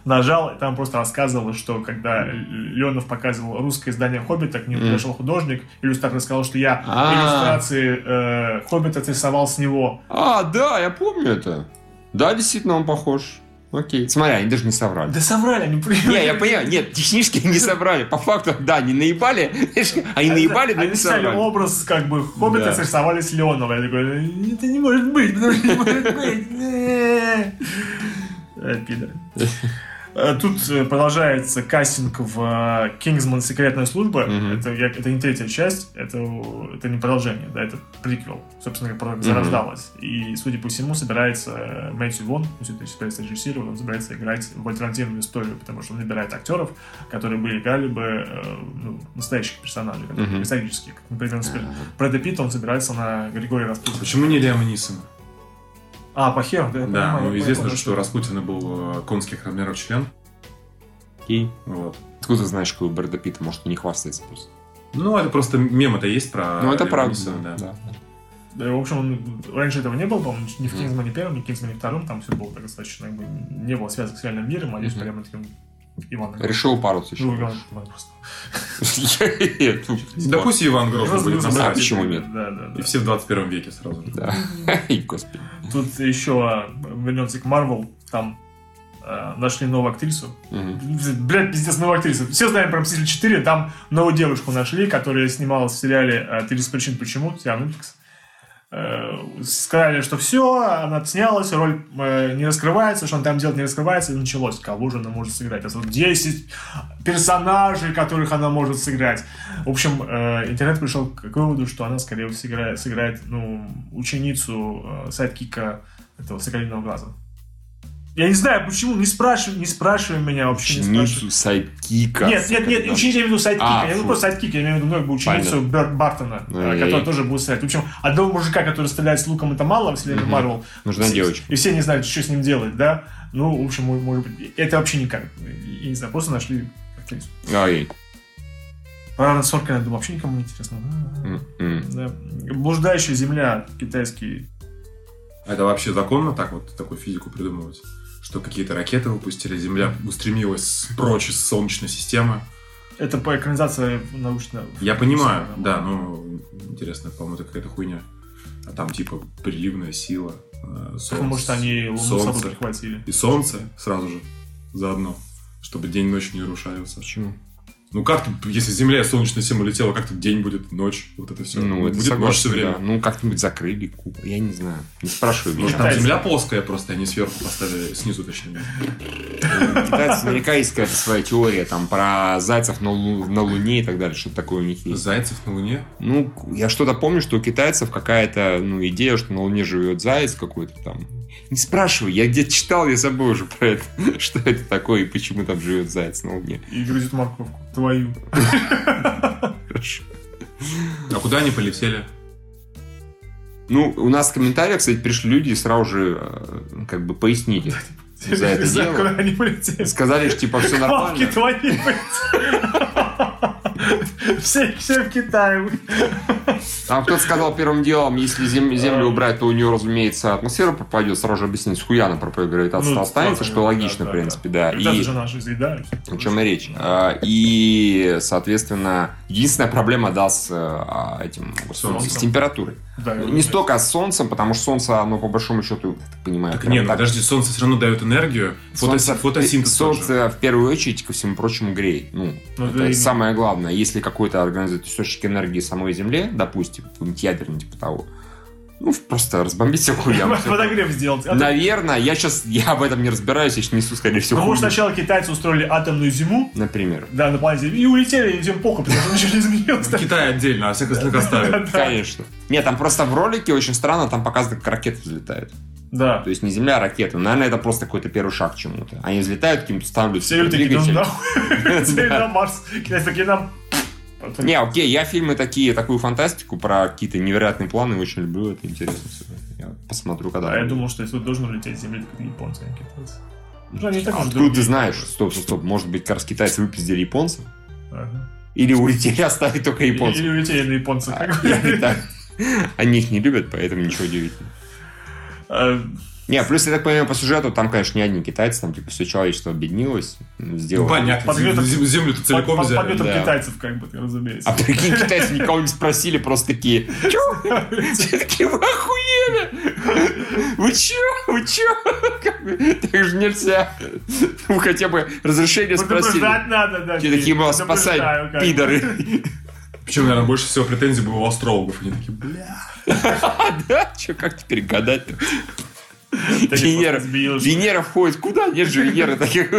Нажал, и там просто рассказывалось, что когда Леонов показывал русское издание «Хоббита», к нему Мгм. подошел художник, иллюстратор сказал, что я А. иллюстрации э, «Хоббита» срисовал с него. А, да, я помню это. Да, действительно, он похож. Окей. Смотри, они даже не <laughs> соврали. Да соврали, они Не, я понимаю, нет, технически не соврали. По факту, да, они наебали. Они наебали, но Они не стали соврали. образ, как бы, «Хоббита» Да. срисовали с Леонова. Я такой, «Э, это не может быть, это не может быть. <laughs> Э, <laughs> пидоры. Э, Тут э, продолжается кастинг в Кингсман Секретная служба. Мгм. Это, я- это не третья часть, это, э, это не продолжение, да, это приквел, собственно, как Мгм. продолжение зарождалось. И, судя по всему, собирается э, Мэтью Вон, он все это собирается режиссировать, он собирается играть в альтернативную историю, потому что он набирает актеров, которые бы играли бы э, ну, настоящих персонажей, как Мгм. исторических. Как, Например, например, Брэда Питта он собирается на Григория Распутина. Почему не Лиама Нисона? А, по Херу, да, я Да, понимаю, ну я известно понимаю, же, что Распутина был э, конских размеров член. Окей. Вот. Откуда ты знаешь, какой у Брэда Питта? Может, он не хвастается просто. Ну, это просто мем-то есть про Ну, это Лиама правда. Нисона, А, да. да. Да, в общем, он- раньше этого не было, по-моему, ни в Мгм. Кингсмане первом, ни в Кингсмане втором, там все было так достаточно, как бы, не было связок с реальным миром, а здесь Мгм. прямо таким Иваном. Решил пару тысяч. <laughs> Ну, Иван Иван просто. Да пусть и Иван Грозный Просто будет на был А сайте. почему нет? Да, да, да. И все в 21 веке сразу же. Да. <laughs> Эй, Господи. Тут еще вернемся к Марвел, там э, нашли новую актрису. Мгм. Блядь, пиздец, новую актрису. Все знаем про «Мстители 4», там новую девушку нашли, которая снималась в сериале э, «30 причин почему», сериал Netflix. Э, Сказали, что все, она снялась, роль э, не раскрывается, что она там делать не раскрывается, и началось. Кого же она может сыграть? А тут 10 персонажей, которых она может сыграть. В общем, э, интернет пришел к к выводу, что она, скорее всего, сыграет, сыграет ну, ученицу э, сайдкика этого «Соколиного глаза». Я не знаю, почему, не спрашивай, не спрашивай меня вообще, не спрашивай. Ученицу сайдкика. Нет, нет, нет, ученица я имею в виду сайдкика. А, я фу. имею в Ну, виду просто сайдкика, я имею в виду много ученицу Берт Бартона, э, Ай-яй-яй. которая тоже будет стрелять. В общем, одного мужика, который стреляет с луком, это мало в вселенной Мгм. Марвел. Нужна Все- девочка. И все не знают, что с ним делать, да? Ну, в общем, мо- может быть, это вообще никак. Я не знаю, просто нашли актрису. Ай. Про Соркина, я думаю, вообще никому не интересно. Да. М-м. Да. Блуждающая земля, китайский. А Это вообще законно так вот такую физику придумывать? Что какие-то ракеты выпустили, Земля устремилась прочь из Солнечной системы. Это по экранизации научно. Я понимаю, да, ну, но интересно, по-моему, это какая-то хуйня. А там типа приливная сила, э, солнце. Ну, Может, они луну с собой солнце. прихватили. И солнце сразу же заодно, чтобы день и ночь не нарушаются. Почему? Ну как ты, если Земля и Солнечная система летела, как то день будет, ночь, вот это все. Ну, это будет согласен, ночь все время. да. Ну, как-нибудь закрыли куб. Я не знаю. Не спрашивай Может, меня. там Китайцы. земля плоская просто, они сверху поставили, снизу точнее. Китайцы наверняка есть какая-то своя теория там про зайцев на, лу- на Луне и так далее. Что-то такое у них есть. Зайцев на Луне? Ну, я что-то помню, что у китайцев какая-то ну, идея, что на Луне живет заяц какой-то там. Не спрашивай, я где-то читал, я забыл уже про это, <laughs> что это такое и почему там живет заяц на Луне. И грузит морковку. Твою. Хорошо. А куда они полетели? Ну, у нас в комментариях, кстати, пришли люди и сразу же э, как бы пояснили. За это <laughs> Не знаю, дело? куда <laughs> они полетели. Сказали, что типа все Палки нормально. твои. <laughs> Все, все в Китае. Там кто-то сказал первым делом, если зем- землю убрать, то у нее, разумеется, атмосфера пропадет. Сразу же объяснить, хуя она пропадет, гравитация Ну, останется, да, что да, логично, да, в да. принципе, да. Ребята И же наши заедают. о чем и речь. А, И, соответственно, единственная проблема, да, с а, этим, господи, Солнцем. с температурой. Ну, Да, я Не понимаю. столько а с солнцем, потому что солнце, оно по большому счету, я так понимаю, Так прям нет, так. подожди, солнце все равно дает энергию. Фотос- Солнце- Фотосинтез тоже. Солнце, в первую очередь, ко всему прочему, греет. Ну, Ну, это да, именно. самое главное. Если какой-то организует источник энергии самой Земле, допустим, какой-нибудь ядерный, типа того, ну, просто разбомбить всех хуям. <laughs> Фотограф сделать. А ты- Наверное, я сейчас, я об этом не разбираюсь, я щас несу, скорее всего, Потому что хуйню. сначала китайцы устроили атомную зиму, Например. да, на планете, и улетели, и всем похуй, потому что ничего не <laughs> изменилось. В Китае отдельно, а всех остальных оставят. Конечно. Нет, там просто в ролике очень странно, там показано, как ракеты взлетают. Да. То есть не Земля, а ракеты. Наверное, это просто какой-то первый шаг к чему-то. Они взлетают, каким-то ставлю Все люди такие, ну двигатель. <laughs> нахуй, Цель Да. на Марс. Китайцы такие, нам... пф. Не, окей, я фильмы такие, такую фантастику про какие-то невероятные планы очень люблю, это интересно всегда. Я посмотрю, когда. А я думал, что если должен улететь с Земли, как японцы, а не китайцы. Ну, они так А уж откуда другие. ты знаешь? Стоп, стоп, стоп. Может быть, как раз китайцы выпиздили японцев? Ага. Или улетели, оставили только японцев? Или улетели на японцев. А, или так. Они их не любят, поэтому ничего удивительного. Э, Не, плюс, я так понимаю, по сюжету там, конечно, не одни китайцы, там, типа, все человечество объединилось, Ну, сделало. Ну, Понятно, Подметок- зем- землю-то Под целиком под- взяли. подметом да. китайцев, как бы, ты, разумеется. А прикинь, китайцы никого не спросили, просто такие, чё? Все такие, вы охуели! Вы чё? Вы чё? Как бы, Так же нельзя. Ну, хотя бы разрешение спросили. Предупреждать надо, да. Все такие, вас предупреждаю, спасать, как бы. пидоры. Причем, наверное, больше всего претензий было у астрологов. Они такие, бля. А, да? Чё, как теперь гадать-то? <laughs> Ты их Венера, просто сбил. Венера входит куда? Нет же Венеры таких.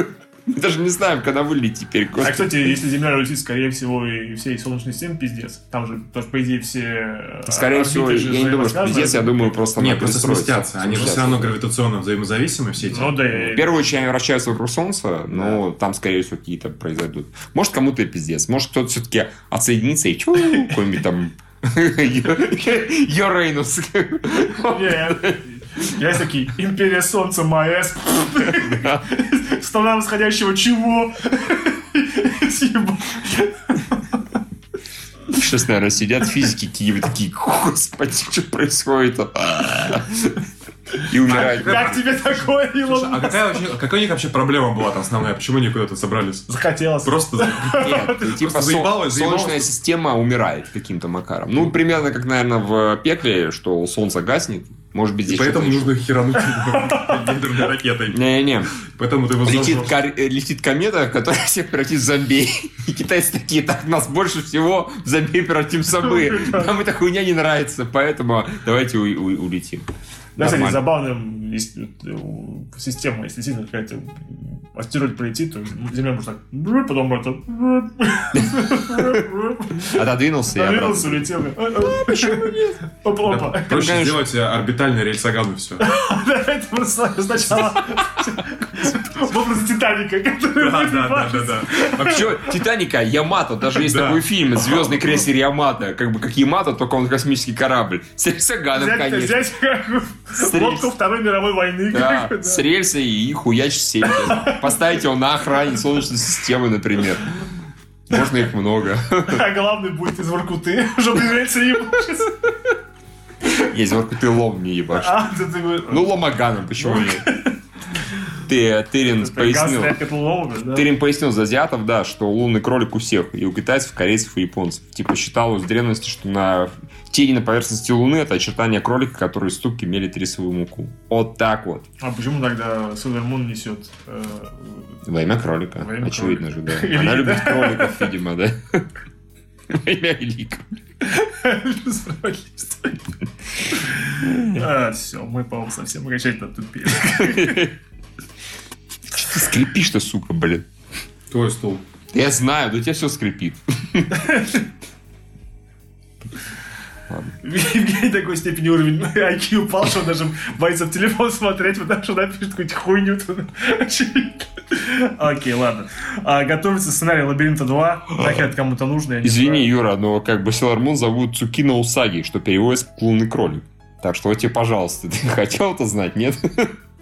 Мы даже не знаем, когда вылет теперь. А, господи. кстати, если Земля улетит, скорее всего, и всей Солнечной системы пиздец. Там же, потому что, по идее, все... э, а Скорее орбиты всего, же я не думаю, что взаимосвязаны. пиздец, я думаю, просто Не, надо просто перестроиться. сместятся. Они же все равно гравитационно взаимозависимы, все эти. Ну да, В я- первую очередь они вращаются вокруг Солнца, но там, скорее всего, какие-то произойдут. Может, кому-то и пиздец. Может, кто-то все-таки отсоединится и чу, какой-нибудь там <laughs> Йорейнус. Нет. Я <laughs> такие, империя солнца, МАЭС. Страна восходящего чего? <laughs> Типа, Съебал. Сейчас, наверное, сидят физики Киева такие, господи, что происходит? А, И умирают. Как тебе такое, Слушай, а Илон? какая, вообще, какая у них вообще проблема была там основная? Почему они куда-то собрались? Захотелось. Просто за- Нет, и типа Просто сол- заебалось, заебалось. солнечная система умирает каким-то макаром. Ну, примерно как, наверное, в пекле, что солнце гаснет. Может быть, И здесь поэтому что-то еще. нужно херануть его ядерной ракетой. Не-не-не. Поэтому ты его Летит, зажжёшь. кор- э, летит комета, которая всех превратит в зомби. И китайцы такие, так, нас больше всего в зомби превратим в собы. Нам эта хуйня не нравится, поэтому давайте у- у- улетим. Да, кстати, Нормально. забавная есть, э, у- система, если действительно какая-то астероид полетит, то Земля может так, <laughs> «Бррр», <laughs> потом это <laughs> Отодвинулся и Навернулся, обратно. А улетел. э, Почему нет? Опа-опа. Проще Конечно. сделать э, орбитальный рельсогану <laughs> все. Да, это просто сначала <laughs> в образе Титаника, который выбивается. Вообще, Титаника, Ямато, даже есть Да. такой фильм «Звездный крейсер Ямато», как бы как Ямато, только он космический корабль. С рельсоганом, Ну, Взять, конечно. взять как бы, Стрельц. лодку Второй мировой войны. Да, как бы, да. с рельса и хуяч сеть. Поставить его на охране Солнечной системы, например. Можно их много. А главный будет из Воркуты, <laughs> чтобы является ебашиться. Есть вот ты лом не ебашь. А, ты такой... Ну, ломаганом, почему нет? Ты, Тырин Газ пояснил. стоят как ловы, да. Тырин пояснил за азиатов, да, что лунный кролик у всех, и у китайцев, корейцев и японцев. Типа считалось в древности, что на тени на поверхности Луны это очертания кролика, которые ступки мелит рисовую муку. Вот так вот. А почему тогда Супер Мун несет... э, <laughs> Во имя кролика. Во имя Очевидно же, Или да. Она еда. любит кроликов, видимо, да. Во имя великого. <laughs> справедливость? А, все, мы, по-моему, совсем окончательно тупее. Что ты скрипишь-то, сука, блин? Твой стул. Да Я знаю, да у тебя все скрипит. Евгений такой степени уровень IQ упал, что он даже боится в телефон смотреть, потому что напишет какую-то хуйню <laughs> туда. Очевидно. Окей, ладно. А, готовится сценарий «Лабиринта 2». Нахер это кому-то нужно, я не Извини, знаю. Юра, но как бы Sailor Moon зовут Цукино <laughs> Усаги, что переводится как лунный кролик. Так что вот тебе, пожалуйста, ты хотел это знать, нет? <laughs>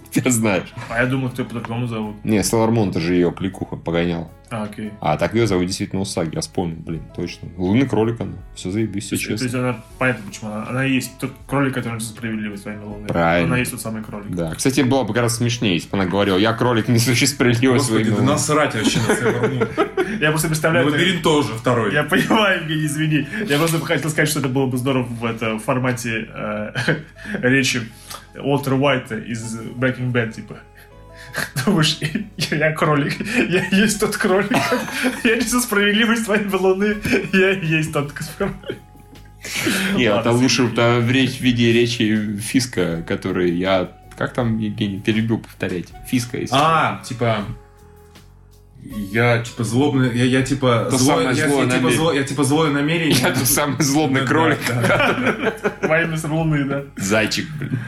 Ты знаешь. А я думал, ты по-другому зовут. Не, Stellar Moon, это же ее кликуха погоняла. А, окей. А так ее зовут действительно Усаги, я вспомнил, блин, точно. Лунный кролик она. Все заебись, все То честно. есть она понятно, почему она. Она есть тот кролик, который справедливый своими лунами. Правильно. Она есть тот самый кролик. Да, кстати, было бы гораздо смешнее, если бы она говорила, я кролик, не существует справедливость Господи, своими да лунами». насрать вообще на <laughs> Sailor Я просто Moon. представляю. Лабиринт тоже второй. Я понимаю, Евгений, извини. Я просто хотел сказать, что это было бы здорово в это, в формате э, <laughs> речи Уолтера Уайта из Breaking Bad, типа. Думаешь, я кролик, я есть тот кролик, я несу справедливость твоей луны, я есть тот кролик. Нет, Ладно, это а лучше извини. это в, речь, в виде речи Фиска, который я... Как там, Евгений, ты любил повторять? Фиска, если... А, типа... Я типа злобный, я, я типа То злой, самое я, злое я, типа намерение. зло, я типа злое <laughs> намерение. Я тот самый злобный Да, кролик. да. <laughs> Военность луны, да. Зайчик, <laughs> блин.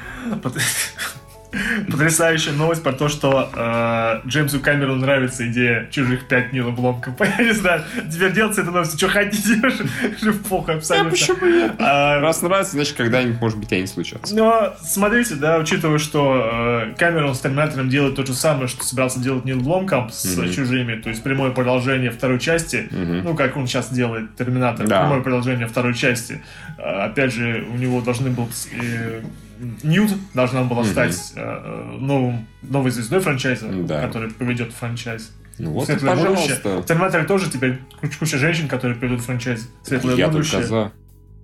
Пот- <laughs> Потрясающая новость про то, что э, Джеймсу Камеру нравится идея чужих пять Нила Бломкомпа. <laughs> Я не знаю, теперь делается это новостью, что <laughs> хотите, уже- уже похуй Ну, абсолютно. А, Раз нравится, значит, когда-нибудь, может быть, они случатся. но Ну, а смотрите, да, учитывая, что э, Камерон с Терминатором делает то же самое, что собирался делать Нил Бломкамп с э, Мгм. чужими, то есть прямое продолжение второй части, Мгм. ну как он сейчас делает Терминатор, Да. прямое продолжение второй части. Э, опять же, у него должны был э, Ньют должна была Мгм. стать э, э, новым новой звездой франчайза, Да. который поведет франчайз. Ну вот, и Светлое пожалуйста. В Терминаторе тоже теперь куч- куча женщин, которые приведут франчайз. Светлое Я будущее. только за.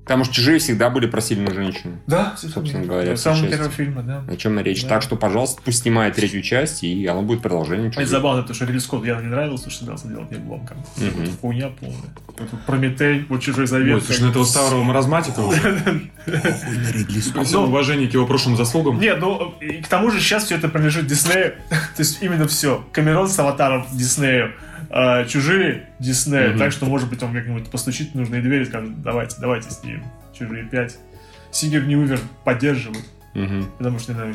Потому что чужие всегда были про сильную женщину. Да, Собственно говоря, в самом часть. первом фильме, да. О чем и речь. Да. Так что, пожалуйста, пусть снимает третью часть, и оно будет продолжением Это чужих. забавно, потому что Ридли Скотт явно не нравился, что собирался делать Нил Бломком. Мгм. Хуйня полная. Вот тут Прометей, вот Чужой Завет. Ой, слушай, ну этого старого маразматика уже. При всем Ну. уважении к его прошлым заслугам. Не, ну, и к тому же сейчас все это принадлежит Диснею. <laughs> То есть именно все. Камерон с аватаром Диснею. э, Чужие Диснею. Мгм. Так что, может быть, он как-нибудь постучит в нужные двери и скажет, давайте, давайте снимем Чужие 5. Сигер Ньювер поддерживает. Мгм. Потому что, ну,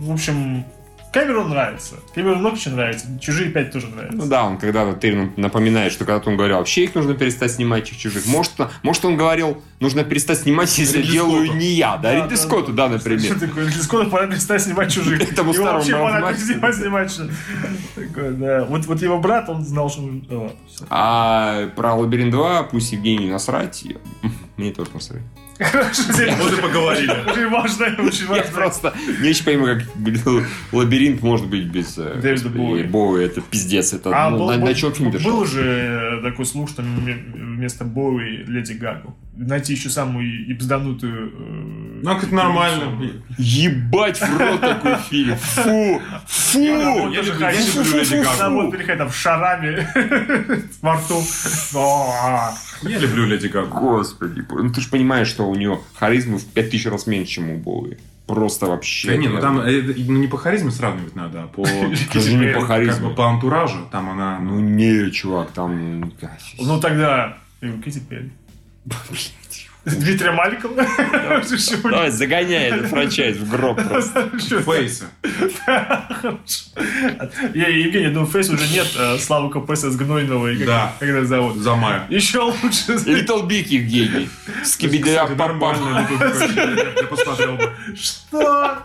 в общем, Камерон нравится. Камерон много чего нравится. Чужие 5 тоже нравится. Ну да, он когда-то ты нам напоминаешь, что когда-то он говорил, вообще их нужно перестать снимать, этих чужих. Может, может он говорил, нужно перестать снимать, если Ридли делаю Скотту. не я, да, Ридли Скотту, да, например. Что такое? Ридли Скотту пора перестать снимать чужих. <laughs> Этому его старому вообще пора мразь. перестать снимать. что- Такое, да. Вот, вот его брат, он знал, что... он- о, всё. А про Лабиринт 2 пусть Евгений насрать, <laughs> мне тоже насрать. Хорошо, здесь Вот и поговорили. <laughs> Очень важно, очень Я важно. просто не очень понимаю, как <laughs> блин, лабиринт может быть без э, Дэвида господи, Боуи. Боуи. Это пиздец, это А, ну, был, на, был- на чем фильм был дышал? уже э, такой слух, что м- вместо Боуи Леди Гагу. Найти еще самую и- ебзданутую... э, Ну, как нормально. Ебать в рот такой фильм. Фу, фу. Вот я тоже люблю- я хочу. люблю Леди Да, Гагу. вот переходи там шарами <laughs> во рту. О, а. Я люблю Леди Гагу. Господи, бо- ну ты же понимаешь, что у него харизмы в 5000 раз меньше, чем у Боуи. Просто вообще. Да не, ну там э, э, ну, не по харизме сравнивать надо, <laughs> а по... Даже не по Как харизме. бы по антуражу, там она, <laughs> Ну ну, не, чувак, там... Ну тогда... Юки теперь. Ну, <laughs> С Дмитрием Маликовым? Что- Давай, загоняй этот франчайз в гроб просто. что- фейсы. Я, Евгений, я думаю, Фейс уже нет. э, Слава КПС с Гнойного. и как- Да. Как это зовут? За мая. Еще лучше. Little Big Евгений. а, Скибиделя Кстати, папа. нормально, Little Big вообще, я посмотрел бы. Что?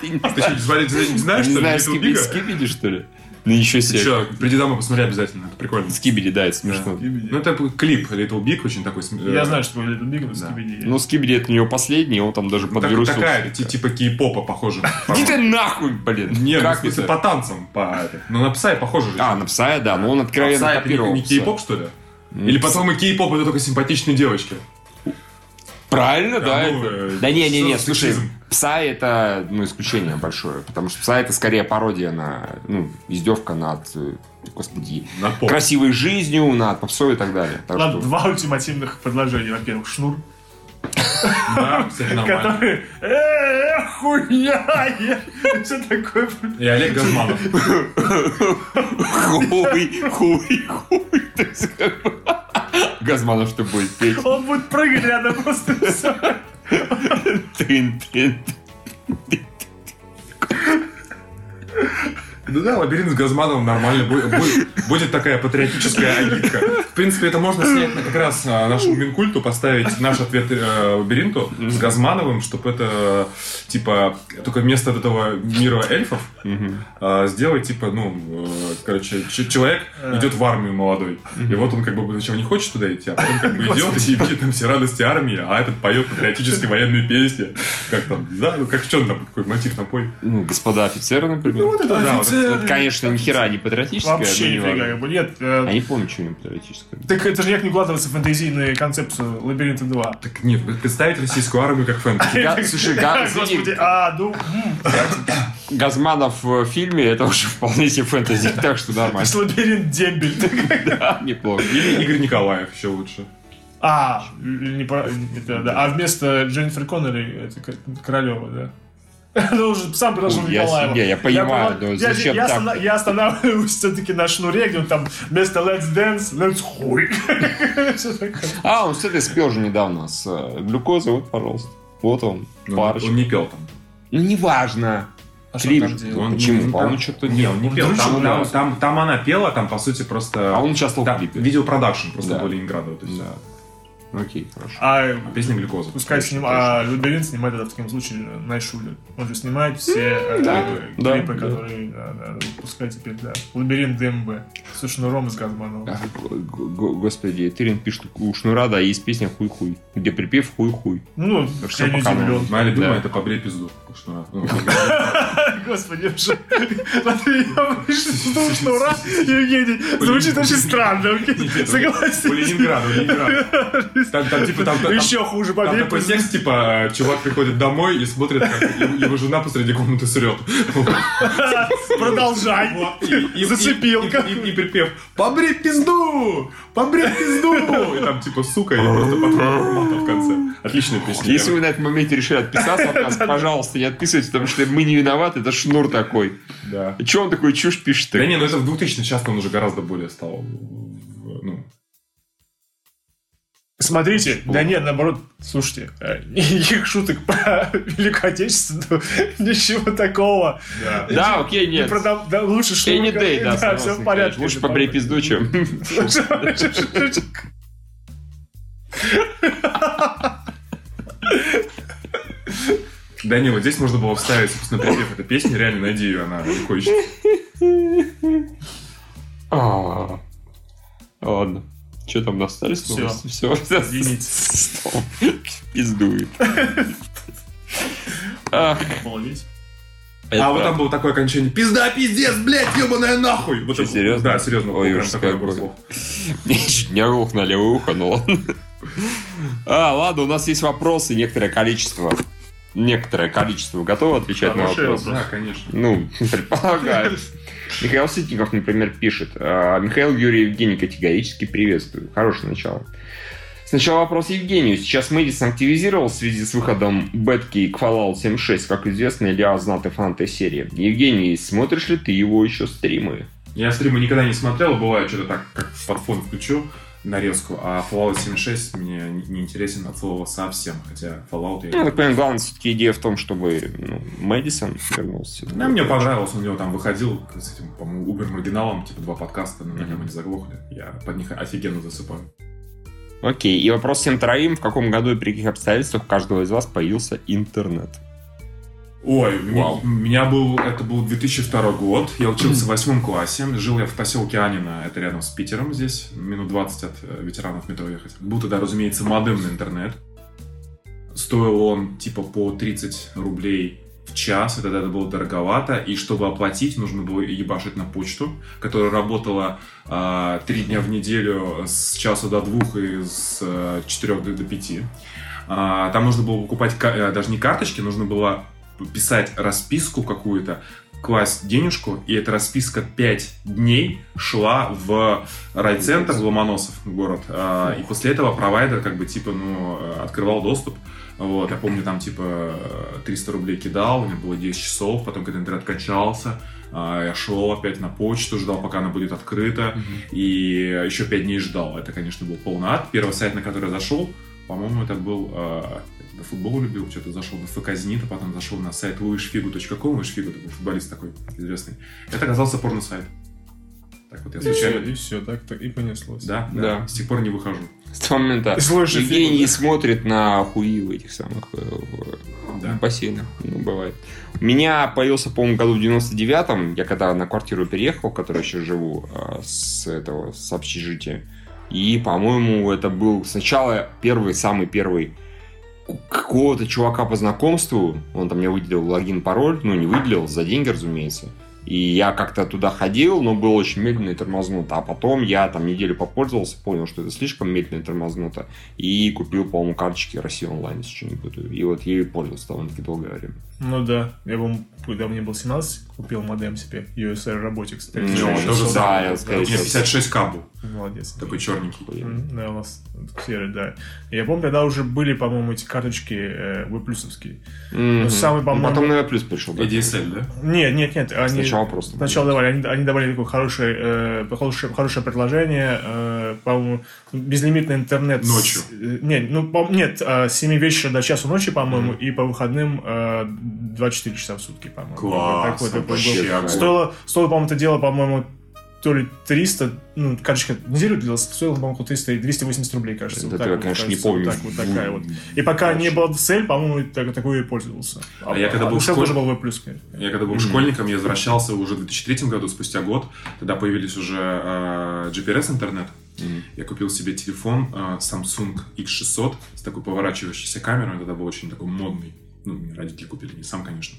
Ты не Ты что, не знаешь, не знаешь, Не что знаю, ли, Little скибиди, Big'а? скибиди, что ли? Ну еще Ты себе. что, приди домой, посмотри обязательно, это прикольно. Скибиди, да, это смешно. Ну, это клип Little Big, очень такой... см- э, Я знаю, что такое Little Big, но Да. Скибиди. Ну, скибиди это у него последний, он там даже Так- подвирусился. Такая, ти- типа кей-попа, похоже. <laughs> Иди ты нахуй, блин. Нет, ну, в как смысле, это? по танцам, по... это. Ну, на Псай похоже же. А, на Псая, да, но он Псай откровенно Ну, это не- копировал. не Пса. кей-поп, что ли? Или Пс- потом и кей-поп это только симпатичные девочки. Правильно, да? ну, это- э, Да не, не, не, всё, слушай, сексизм. Псай это, ну, исключение большое, потому что Псай это скорее пародия на, ну, издевка над, э, господи, На поп. красивой жизнью, над попсой и так далее. Так Ладно, что- <laughs> два ультимативных предложения. Во-первых, шнур, Да, кстати, нормально. который... Э, хуйня! я- Что такое? И Олег Газманов. Хуй, хуй, хуй. То есть, как бы, Газманов что будет петь? Он будет прыгать рядом просто. и всё. Тын, тын. Ну да, лабиринт с Газмановым нормально. Бу- бу- Будет такая патриотическая агитка. В принципе, это можно снять на как раз а, нашему Минкульту, поставить наш ответ э, лабиринту с Газмановым, чтобы это, типа, только вместо этого мира эльфов а, сделать, типа, ну, э, короче, ч- человек идет в армию молодой. И вот он как бы сначала не хочет туда идти, а потом как бы идет и видит там все радости армии, а этот поет патриотические военные песни. Как там, да, ну, как что он там, какой мотив там поет. Ну, господа офицеры, например. Ну, Вот это да, вот это- Это, конечно, ни хера не патриотическое. Вообще но ну не нифига, важно. А как бы нет. э, Я не помню, что нибудь патриотическое. Так это же никак не укладывается в фэнтезийную концепцию Лабиринта 2. Так нет, представить российскую армию как фэнтези. Га- слушай, га- извини. Господи, а, ну, м, Газманов в фильме это уже вполне себе фэнтези, <laughs> так что нормально. с Лабиринт дембель. Да, неплохо. Или Игорь Николаев еще лучше. А, не про- это, да. А вместо Дженнифер Коннелли это К- Королева, да. Ну, уже сам предложил Ой, я Николаева. себе, я понимаю, прила- но я- зачем я так? остана- Я останавливаюсь все-таки на шнуре, где он там вместо Let's Dance, Let's Хуй. <laughs> Всё такое. А, он, кстати, спел же недавно с э, глюкозой, вот, пожалуйста. Вот он, Он, парочка. он не пел там. Ну, неважно. Ну, А что Клип. там делал? Он- Почему? он- А он что-то Не, он делал. не Он пел. дружил, Там, да. там, там- там она пела, там, по сути, просто... А он участвовал в там клипе. видеопродакшн просто Да. по Ленинграду. То есть, Да. Ну, Окей, хорошо. А Песня глюкоза. пускай Точно, сним- а Лабиринт снимает это в таком случае Найшулер. Он же снимает все э, да, клипы, да, клипы, да. которые... да, да, Пускай теперь, да. Лабиринт ДМБ. С шнуром из Газманова. А, г- г- Господи, Тырин пишет у Шнура, да, есть песня «Хуй-хуй», где припев «Хуй-хуй». Ну, Что я не пока удивлен. он- Моя любимая Да. это побрей пизду. Что, <laughs> ну, Господи, уже. Смотри, я вышел шнура, Евгений. Звучит очень странно, окей? По Согласись. Ленинграду, Ленинграду. Там, там, типа, там, там- Еще хуже там побег. такой текст, типа, э, чувак приходит домой и смотрит, как его его жена посреди комнаты срет. Продолжай. <laughs> И, Зацепил. И, и- и припев «Побри пизду! Побри пизду!» И там типа «Сука!» Я просто потом мата в конце. Отличная песня. Если вы на этом моменте решили отписаться, от <laughs> нас, пожалуйста, не отписывайтесь, потому что мы не виноваты, это Шнур такой. Да. Че он такой чушь пишет? Да не, ну это в 2000 сейчас он уже гораздо более стал... э, Ну, Смотрите, да нет, наоборот, слушайте, э, <laughs> их шуток про Великую Отечественную, <laughs> ничего такого. Да, окей, Не нет. продам- да, лучше шутка. Any day, да, все в согласен, порядке. конечно. Лучше побрей пизду, <laughs> чем... <laughs> Данила, здесь можно было вставить, собственно, припев этой песни. Реально, найди ее, она легко ищет. А, Ладно. Что там, остались? Всё. Все. Извините. Стоп. Пиздует. Ах, А вот это- там было такое окончание. Пизда, пиздец, блядь, ебаная нахуй! Вот Что, это- серьезно? Да, серьезно. Ой, прям уж такой какой. набор слов. Мне чуть не оглох на левое ухо, ну ладно. А, ладно, у нас есть вопросы, некоторое количество. Некоторое количество. Готовы отвечать на Хороший вопросы? вопрос. Да, конечно. Ну, <laughs> предполагаю. Михаил Ситников, например, пишет. «А, Михаил Юрий Евгений категорически приветствую. Хорошее начало. Сначала вопрос Евгению. Сейчас Мэдисон активизировал в связи с выходом бетки к Fallout 76, как известно, Илья знатый фан этой серии. Евгений, смотришь ли ты его еще стримы? Я стримы никогда не смотрел, бывает что-то так, как под фон включу нарезку, а Fallout 76 мне не- не интересен от слова совсем, хотя Fallout Ну, я... так понимаю, главная все-таки идея в том, чтобы ну, Мэдисон вернулся. Да, Ну, мне понравилось, он у него там выходил с этим, по-моему, убер-маргиналом, типа два подкаста, но на нем Мгм. они заглохли. Я под них офигенно засыпаю. Окей, и вопрос всем троим. В каком году и при каких обстоятельствах у каждого из вас появился интернет? Ой, Вау. у меня был, это был 2002 год, я учился в восьмом классе, жил я в поселке Анина, это рядом с Питером здесь, минут 20 от э, ветеранов метро ехать. Был тогда, разумеется, модемный интернет, стоил он типа по 30 рублей в час, и тогда это было дороговато, и чтобы оплатить, нужно было ебашить на почту, которая работала а, три дня в неделю с часа до двух и с э, четырех до, до пяти. А, там нужно было покупать ка- э, даже не карточки, нужно было писать расписку какую-то, класть денежку, и эта расписка 5 дней шла в райцентр в Ломоносов город. А, и после этого провайдер как бы типа, ну, э, открывал доступ. Вот, я помню, там типа э, 300 рублей кидал, у меня было 10 часов, потом, когда интернет кончался, а, я шел опять на почту, ждал, пока она будет открыта, и еще 5 дней ждал. Это, конечно, был полный ад. Первый сайт, на который я зашел, По-моему, это был... э, я тогда футбол любил, что-то зашел на ФК «Зенит», а потом зашел на сайт wishfigu.com. Wishfigu, такой футболист такой известный. Это оказался порно-сайт. Так вот я И все, случайно... и все, так, так и понеслось. Да, Да. да. С тех пор не выхожу. С того момента Слушай, Евгений фигу, смотрит на хуи в этих самых э, в- Да. бассейнах. Ну, бывает. У меня появился, по-моему, году в 99-м. Я когда на квартиру переехал, в которой сейчас живу, э, с этого, с общежития. И, по-моему, это был сначала первый, самый первый у какого-то чувака по знакомству. Он там мне выделил логин, пароль. Ну, не выделил, за деньги, разумеется. И я как-то туда ходил, но был очень медленно и тормознуто. А потом я там неделю попользовался, понял, что это слишком медленно и тормознуто. И купил, по-моему, карточки России онлайн, если что не путаю. И вот ею пользовался довольно-таки долгое время. Ну да, я вам, когда мне был 17, купил модем себе USR Robotics. Ну, он 3600. тоже да, самое. я, У скорее меня всего, 56 кабу. Молодец. Такой черненький. хуй. М, Да, у нас серый, да. Я помню, когда уже были, по-моему, эти карточки э, выплюсовские. Мгм. Ну, самый, по-моему- Потом на плюс пришел. да? ADSL, да? Нет, нет, нет. Они... Сначала просто. Сначала давали, они, они давали такое хорошее, э, хорошее, хорошее предложение, э, по-моему, безлимитный интернет. с- Ночью. э, нет, ну, по- нет, э, с 7 вечера до часу ночи, по-моему, и по выходным э, 24 часа в сутки, по-моему. Класс. Такой- такой был. вообще огонь. Стоило, стоило, по-моему, это дело, по-моему, то ли 300, ну, короче, неделю длилось, стоило, по-моему, около 300, 280 рублей, кажется. Это вот так я, вот, конечно, не кажется, помню. вот так вот такая вот. И пока не было цель, по-моему, так, такой и пользовался. А я когда был в Ушел школе- тоже был в плюс, конечно. Я когда был школьником, я возвращался уже в 2003 году, спустя год. Тогда появились уже э, GPS-интернет. Мгм. Я купил себе телефон э, Samsung X600 с такой поворачивающейся камерой. Он тогда был очень такой модный. Ну, мне родители купили, не сам, конечно.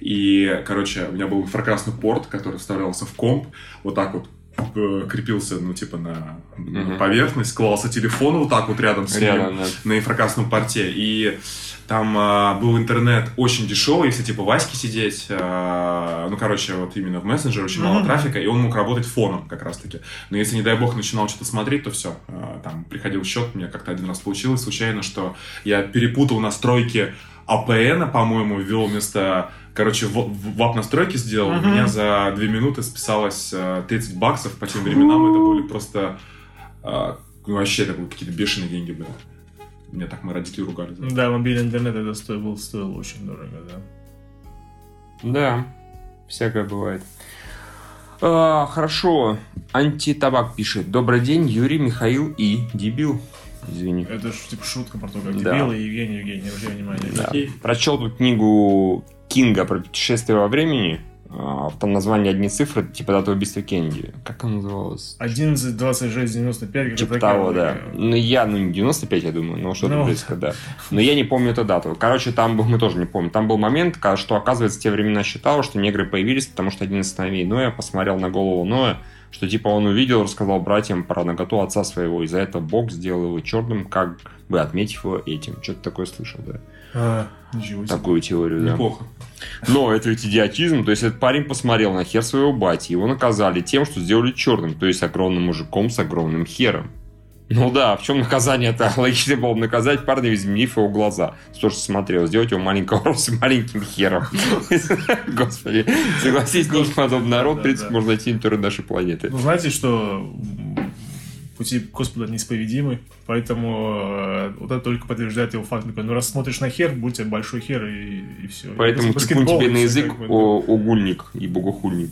И, короче, у меня был инфракрасный порт, который вставлялся в комп. Вот так вот э, крепился, ну, типа, на, на Мгм. поверхность. Клался телефон вот так вот рядом с ним Реально, да. на инфракрасном порте. И там а, был интернет очень дешевый, если типа в Аське сидеть, а, ну, короче, вот именно в мессенджере очень мало Мгм. трафика, и он мог работать фоном как раз-таки. Но если, не дай бог, начинал что-то смотреть, то все. там приходил счет, мне как-то один раз получилось случайно, что я перепутал настройки АПН, по-моему, ввел вместо... Короче, в- в- вап настройки сделал, у Мгм. меня за 2 минуты списалось а, 30 баксов, по тем временам это были просто... а, ну, вообще, это были какие-то бешеные деньги были. Меня так мои родители ругали. за это. Да, мобильный интернет это стоил, стоил очень дорого, да. Да, всякое бывает. А, хорошо. Антитабак пишет. Добрый день, Юрий, Михаил и дебил. Извини. Это же типа шутка про то, как Да. дебилы и Евгений, Евгений, не обращай внимания. Да. Прочел тут книгу Кинга про путешествие во времени. А, там название одни цифры, типа дата убийства Кеннеди. Как она называлась? 11, 26, 95, как Типа того, да. Ну, я, ну, не 95, я думаю, но что-то Ну. близко, да. Но я не помню эту дату. Короче, там был, мы тоже не помним. Там был момент, когда- что, оказывается, в те времена считалось, что негры появились, потому что один из сыновей Ноя посмотрел на голову Ноя, что, типа, он увидел, рассказал братьям про наготу отца своего, и за это Бог сделал его черным, как бы отметив его этим. Что-то такое слышал, да. А, ничего себе. Такую теорию, да. Неплохо. Но это ведь идиотизм. То есть этот парень посмотрел на хер своего бати. Его наказали тем, что сделали черным. То есть огромным мужиком с огромным хером. Ну да, в чем наказание-то? <laughs> Логично было бы наказать парня, изменив его глаза. То, что смотрел, сделать его маленького с маленьким <laughs> хером. <laughs> Господи, согласись, нужен подобный народ, в Да, принципе, да. можно найти на территории нашей планеты. Ну, знаете, что м, пути Господа неисповедимы, поэтому э, вот это только подтверждает его факт. Такой, ну, раз смотришь на хер, будь у тебя большой хер, и, и все. Поэтому типун тебе на язык о- огульник и богохульник.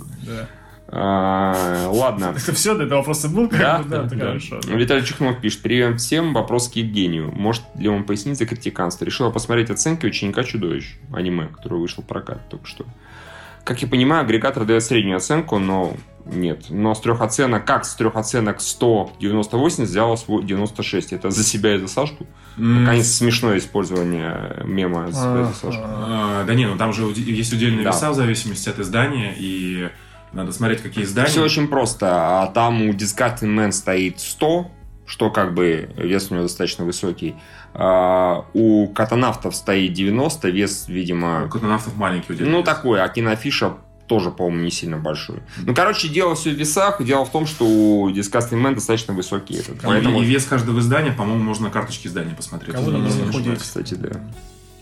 А, Ладно. <laughs> Это все, до этого вопроса был? как Да, бы, да, это да. хорошо. Ну да. Виталий Чухнов пишет. Привет всем. Вопрос к Евгению. Может ли он пояснить за критиканство? Решила посмотреть оценки «Ученика чудовищ» аниме, которое вышел в прокат только что. Как я понимаю, агрегатор дает среднюю оценку, но нет. Но с трех оценок, как с трех оценок 198 взяла свой 96? Это за себя и за Сашку? М, Конечно, смешное использование мема за себя и за Сашку. А, а, Да не, ну там же уди- есть удельные Да. веса в зависимости от издания, и надо смотреть, какие издания. Все очень просто. А там у Disgusting Man стоит 100, что как бы вес у него достаточно высокий. А у катанавтов стоит 90, вес, А, видимо, Котонавтов маленький удельный ну вес. такой, а кинофиша тоже, по-моему, не сильно большой. Ну, короче, дело все в весах. Дело в том, что у Disgusting Man достаточно высокий этот. И- Ну, Поэтому... И вес каждого издания, по-моему, можно на карточке издания посмотреть. Кого-то Ну, нужно ну, худеть. Кстати, да.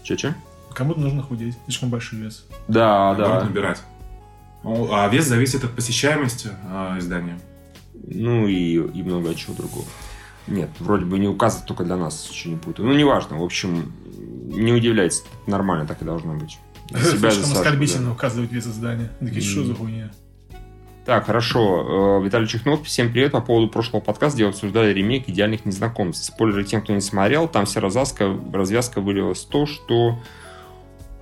Че-че? Кому-то нужно худеть, слишком большой вес. Да, наоборот, да. набирать. Ну, а вес зависит от посещаемости а, издания. Ну и, и много от чего другого. Нет, вроде бы не указывает только для нас, еще не путаю. Ну, неважно, в общем, не удивляйтесь, нормально так и должно <laughs> быть. <laughs> Себя Слишком засаживают, оскорбительно да. указывать вес здания. Такие, что за хуйня? Так, хорошо. Э, Виталий Чехнов, всем привет. По поводу прошлого подкаста, где обсуждали ремейк «Идеальных незнакомцев». Спойлеры тем, кто не смотрел, там вся развязка, развязка вылилась в то, что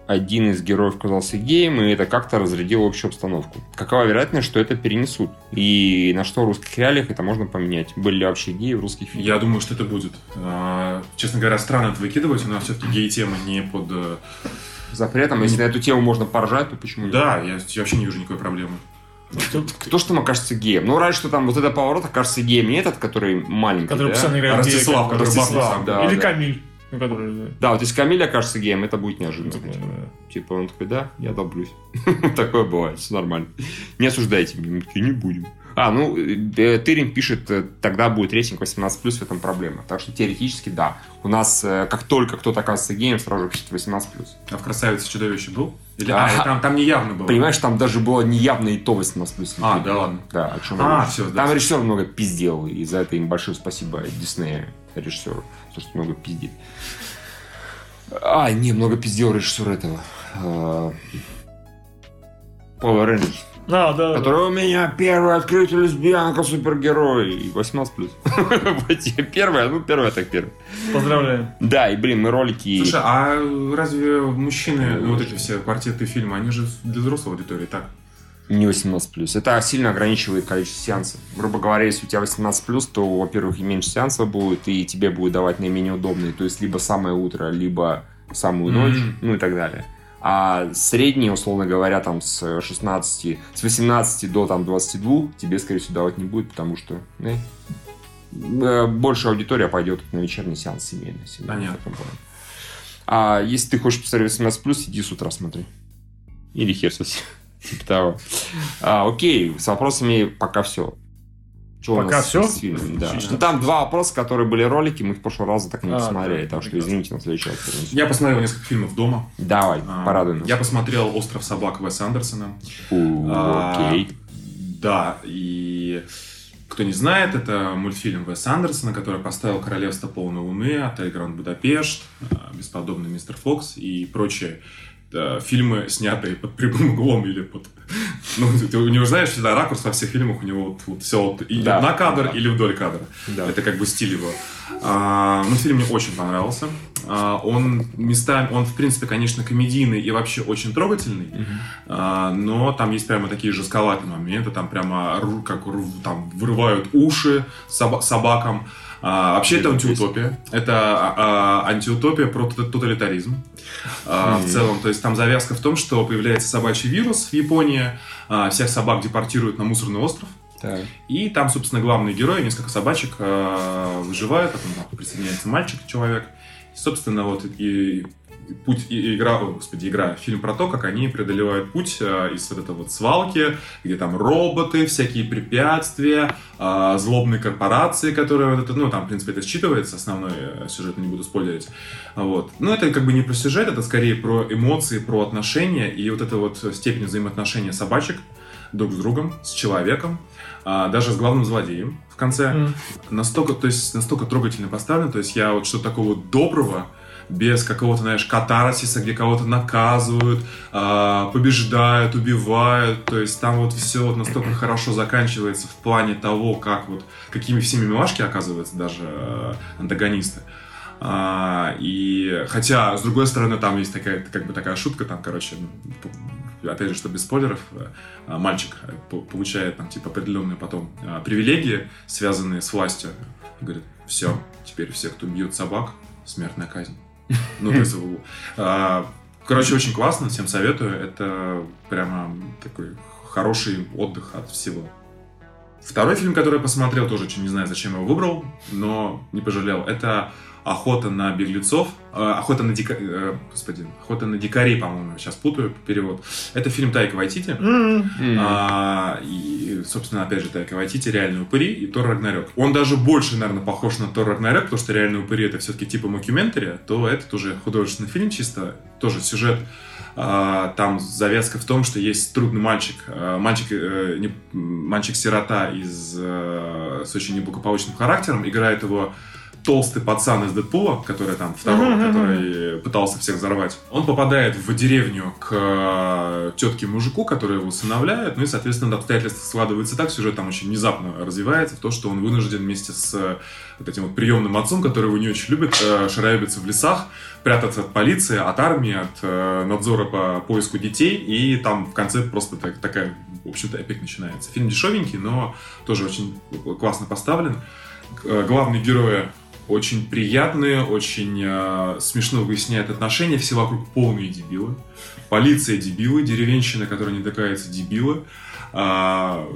один из героев казался геем, и это как-то разрядило общую обстановку. Какова вероятность, что это перенесут? И на что в русских реалиях это можно поменять? Были ли вообще геи в русских фильмах? Я думаю, что это будет. А, Честно говоря, странно это выкидывать, у нас все-таки гей-тема не под... э, Запретом, если на эту тему можно поржать, то почему нет? Да, я я вообще не вижу никакой проблемы. Кто ж там окажется геем? Ну, раньше, что там вот этот поворот окажется геем, не этот, который маленький, Который да? постоянно играет Ростислав, гея, который Ростислав, бабник. да, Или да. Камиль. Ну, который... да. Да, вот если Камиль окажется геем, это будет неожиданно. Типа, да. Типа он такой, да, я доблюсь. <laughs> Такое бывает, все нормально. Не осуждайте меня, мы такие, не будем. А, ну, э, Тырин пишет, э, тогда будет рейтинг 18+, в этом проблема. Так что теоретически, да. У нас, э, как только кто-то оказывается геем, сразу же пишет 18+. А в «Красавице и чудовище» был? Или... Да. А, и там, там не явно было. Понимаешь, там даже было неявно и то 18+. А, да ладно. Да, о чем А, я говорю. всё, да, Там всё. режиссер много пиздел, и за это им большое спасибо Диснея режиссеру, то, что много пиздит. А, не, много пиздел режиссер этого. э, Power Rangers. Да, А, да. Который у меня первый открытый лесбиянка супергерой. И 18 плюс. <laughs> Первая, ну первая так первая. Поздравляем. Да, и блин, мы ролики... Слушай, а разве мужчины, ну, вот эти все квартеты фильмы, они же для взрослой аудитории, так? Не 18 плюс. Это сильно ограничивает количество сеансов. Грубо говоря, если у тебя 18 плюс, то, во-первых, и меньше сеансов будет, и тебе будет давать наименее удобные. То есть либо самое утро, либо самую Мгм. ночь, ну и так далее. А средние, условно говоря, там с 16, с 18 до там 22 тебе, скорее всего, давать не будет, потому что э, э, больше аудитория пойдет на вечерний сеанс семейный. семейный, в Понятно. таком плане. А если ты хочешь посмотреть 18 плюс, иди с утра смотри. Или хер соси. Типа того. А, окей, с вопросами пока все. Пока всё? Да. Отлично. Ну, там два вопроса, которые были ролики, мы их в прошлый раз так и не А, посмотрели, да, так что прекрасно. извините, на следующий раз. вернемся. Я посмотрел несколько фильмов дома. Давай, А, порадуй нас. Я посмотрел «Остров собак» Веса Андерсона. У, А, Окей. Да, и кто не знает, это мультфильм Веса Андерсона, который поставил «Королевство полной луны», «Отель Гранд Будапешт», а, «Бесподобный мистер Фокс» и прочие э, фильмы, снятые под прямым углом или под... <laughs> Ну, ты, у него, знаешь, всегда ракурс во всех фильмах, у него вот, все вот, или Да. на кадр, или вдоль кадра. Да. Это как бы стиль его. А, мультфильм мне очень понравился. А, он местами, он в принципе, конечно, комедийный и вообще очень трогательный, а, но там есть прямо такие жестковатые моменты, там прямо ру- как ру- там вырывают уши соба- собакам. А, вообще это Где-то антиутопия. Это а, а, антиутопия про тот- тоталитаризм. А, в целом, то есть там завязка в том, что появляется собачий вирус в Японии, а, всех собак депортируют на мусорный остров. Так. И там, собственно, главные герои, несколько собачек э, выживают, потом там присоединяется мальчик-человек. И, собственно, вот и, и путь, и, и игра, о, господи, игра, фильм про то, как они преодолевают путь э, из вот этой вот свалки, где там роботы, всякие препятствия, э, злобные корпорации, которые, вот это, ну, там, в принципе, это считывается, основной э, сюжет не буду спойлерить. Вот. Но это как бы не про сюжет, это скорее про эмоции, про отношения и вот эта вот степень взаимоотношения собачек друг с другом, с человеком, а, даже с главным злодеем в конце. М. Настолько, то есть, настолько трогательно поставлено, то есть я вот что такого доброго, без какого-то, знаешь, катарсиса, где кого-то наказывают, а, побеждают, убивают, то есть там вот все вот настолько хорошо заканчивается в плане того, как вот, какими всеми милашки оказываются даже э, антагонисты. А, и хотя, с другой стороны, там есть такая, как бы такая шутка, там, короче, п- опять же, что без спойлеров, э, а, мальчик э, п- получает там, типа, определенные потом а, привилегии, связанные с властью. И говорит, все, теперь все, кто бьет собак, смертная казнь. Ну, то есть, а, короче, очень классно, всем советую. Это прямо такой хороший отдых от всего. Второй фильм, который я посмотрел, тоже очень не знаю, зачем я его выбрал, но не пожалел. Это охота на беглецов, э, охота на дика... э, Господи, охота на дикарей, по-моему, сейчас путаю перевод. Это фильм Тайка Вайтити. А, и, собственно, опять же, Тайка Вайтити, реальные упыри и Тор Рагнарёк. Он даже больше, наверное, похож на Тор Рагнарёк, потому что реальные упыри это все-таки типа мокюментари, то этот уже художественный фильм чисто, тоже сюжет а, там завязка в том, что есть трудный мальчик, а, мальчик, э, не- м, мальчик-сирота из, э, с очень неблагополучным характером, играет его толстый пацан из Дэдпула, который там второй, Мгм, мгм. который пытался всех взорвать. Он попадает в деревню к тетке мужику, который его усыновляет, ну и, соответственно, обстоятельства складываются так, сюжет там очень внезапно развивается, в то, что он вынужден вместе с э, вот этим вот приемным отцом, который его не очень любит, э, шараебиться в лесах, прятаться от полиции, от армии, от э, надзора по поиску детей, и там в конце просто так- такая, в общем-то, эпик начинается. Фильм дешевенький, но тоже очень э, классно поставлен. Э, Главные герои очень приятные, очень э, смешно выясняют отношения, все вокруг полные дебилы. Полиция дебилы, деревенщина, которая не докается дебилы, а,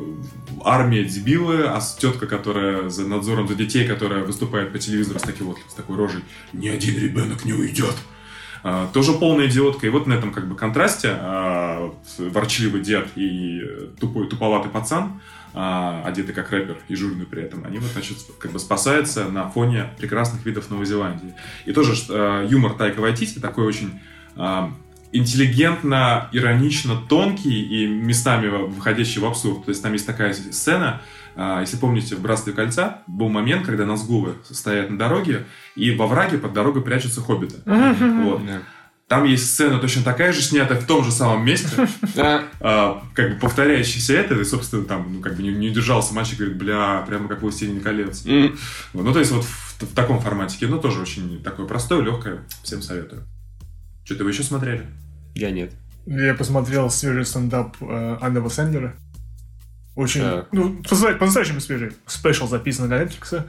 армия дебилы, а с- тетка, которая за надзором за детей, которая выступает по телевизору с, таким вот, с такой рожей, ни один ребенок не уйдет. А, Тоже полная идиотка. И вот на этом как бы контрасте а, вот ворчливый дед и тупой, туповатый пацан, а, одетый как рэпер и жирный при этом, они вот, значит, как бы спасаются на фоне прекрасных видов Новой Зеландии. И тоже э, юмор Тайка Вайтити такой очень а, интеллигентно, иронично тонкий и местами во- выходящий в абсурд. То есть там есть такая сцена, а, если помните, в «Братстве кольца» был момент, когда назгулы стоят на дороге, и во враге под дорогой прячутся хоббиты. Вот. Там есть сцена точно такая же, снятая в том же самом месте, А, а, как бы повторяющаяся это, и, собственно, там, ну, как бы не, не удержался мальчик, говорит, бля, прямо как у «Властелина колец». м, Вот. Ну, то есть вот в, в таком формате кино тоже очень такое простое, легкое, всем советую. Что-то вы еще смотрели? Я нет. Я посмотрел свежий стендап э, Анна Сендера. Очень, Так. ну, позна- по-настоящему свежий. Спешл записан для Netflix. Э,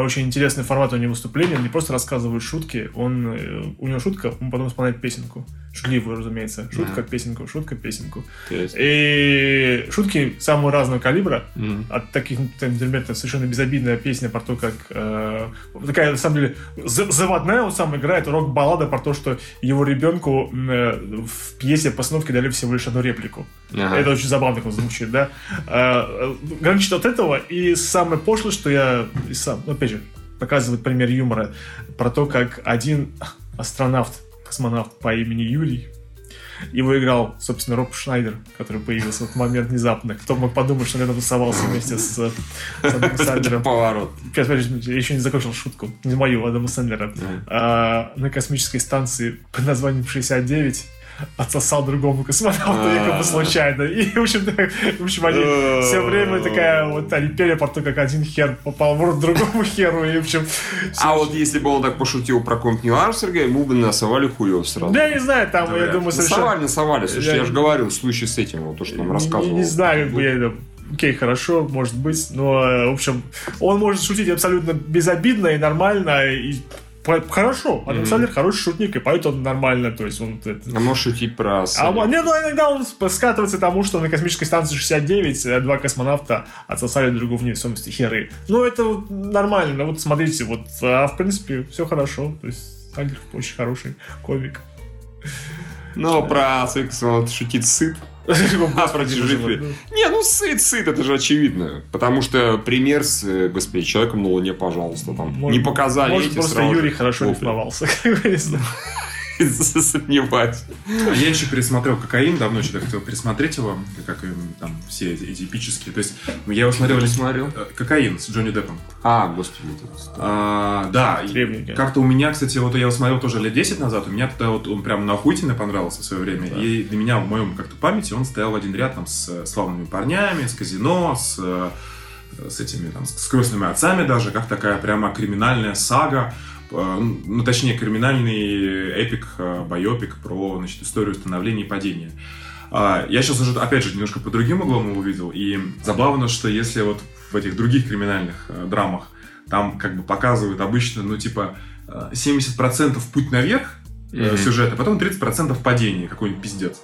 Очень интересный формат у него выступления. Он не просто рассказывает шутки. Он, э, у него шутка, он потом исполняет песенку. Шутливую, разумеется. Шутка, песенку, шутка, песенку. То есть, И шутки самого разного калибра. м, от таких, ну, там, например, там совершенно безобидная песня про то, как э, такая, на самом деле, за- заводная он сам играет, рок-баллада про то, что его ребенку м, э, в пьесе постановки дали всего лишь одну реплику. ага. Это очень забавно как он звучит, да. Э, э, Граничит от этого, и самое пошлое, что я и сам, ну, опять же, показывает пример юмора про то, как один астронавт, космонавт по имени Юрий, его играл, собственно, Роб Шнайдер, который появился в этот момент внезапно. Кто мог подумать, что он рядом тусовался вместе с, э, с Адамом Это <laughs> Сандлером. поворот. Я, смотри, я еще не закончил шутку. Не мою, Адама Сэндлера. Мгм. А, на космической станции под названием 69 отсосал другому космонавту А. якобы случайно. И, в общем, так, в общем, они все время такая вот они пели про то, как один хер попал в рот другому <laughs> херу, и, в общем... А вот если бы он так пошутил про какой-нибудь нюанс, Сергей, ему бы насовали хуев сразу. Да, Ну, я не знаю, там, я Вряд ли. ну, думаю, совершенно... Насовали, насовали. Слушай, Я- я, же говорил, случай с этим, вот то, что нам Не, рассказывал. не знаю, как бы я... это- Окей, хорошо, может быть, но, э, в общем, он может шутить абсолютно безобидно и нормально, и по- хорошо. Адам Мгм. Сэндлер хороший шутник, и поет он нормально, то есть он... вот это- А можешь шутить про... А, Салли. он- нет, ну иногда он сп- скатывается к тому, что на космической станции 69 э, два космонавта отсосали другу в невесомости херы. Ну, это вот нормально. Вот смотрите, вот, а, в принципе, все хорошо. То есть, Сандерс очень хороший комик. Ну, про секс он шутит сыт. <laughs> А, про чужих вот, ли? ну. Не, ну сыт, сыт, это же очевидно. Потому что пример с, э, господи, человеком на Луне, пожалуйста, там. ну, Может- не показали Может, эти просто сразу. <laughs> Юрий хорошо О, рифмовался. <laughs> как бы, не знаю. блин, Сомневаюсь. А Я еще пересмотрел «Кокаин», давно что-то хотел пересмотреть его, как эм, там все эти, эти эпические. То есть ну, я его смотрел... Ты смотрел? э, «Кокаин» с Джонни Деппом. А, господи. это- А, да, и Древний, да. как-то у меня, кстати, вот я его смотрел тоже лет 10 назад, у меня тогда вот он прям нахуительно понравился в свое время, и для меня в моем как-то памяти он стоял в один ряд там с э, «Славными парнями», с «Казино», с, э, с этими там, с «Крестными отцами» даже, как такая прямо криминальная сага, э, ну, точнее, криминальный эпик, э, байопик про, значит, историю становления и падения. А, Я сейчас уже, опять же, немножко по другим углом его увидел, и забавно, что если вот в этих других криминальных э, драмах там как бы показывают обычно, ну, типа, э, 70% путь наверх э, Мгм. сюжета, потом 30% падение, какой-нибудь пиздец.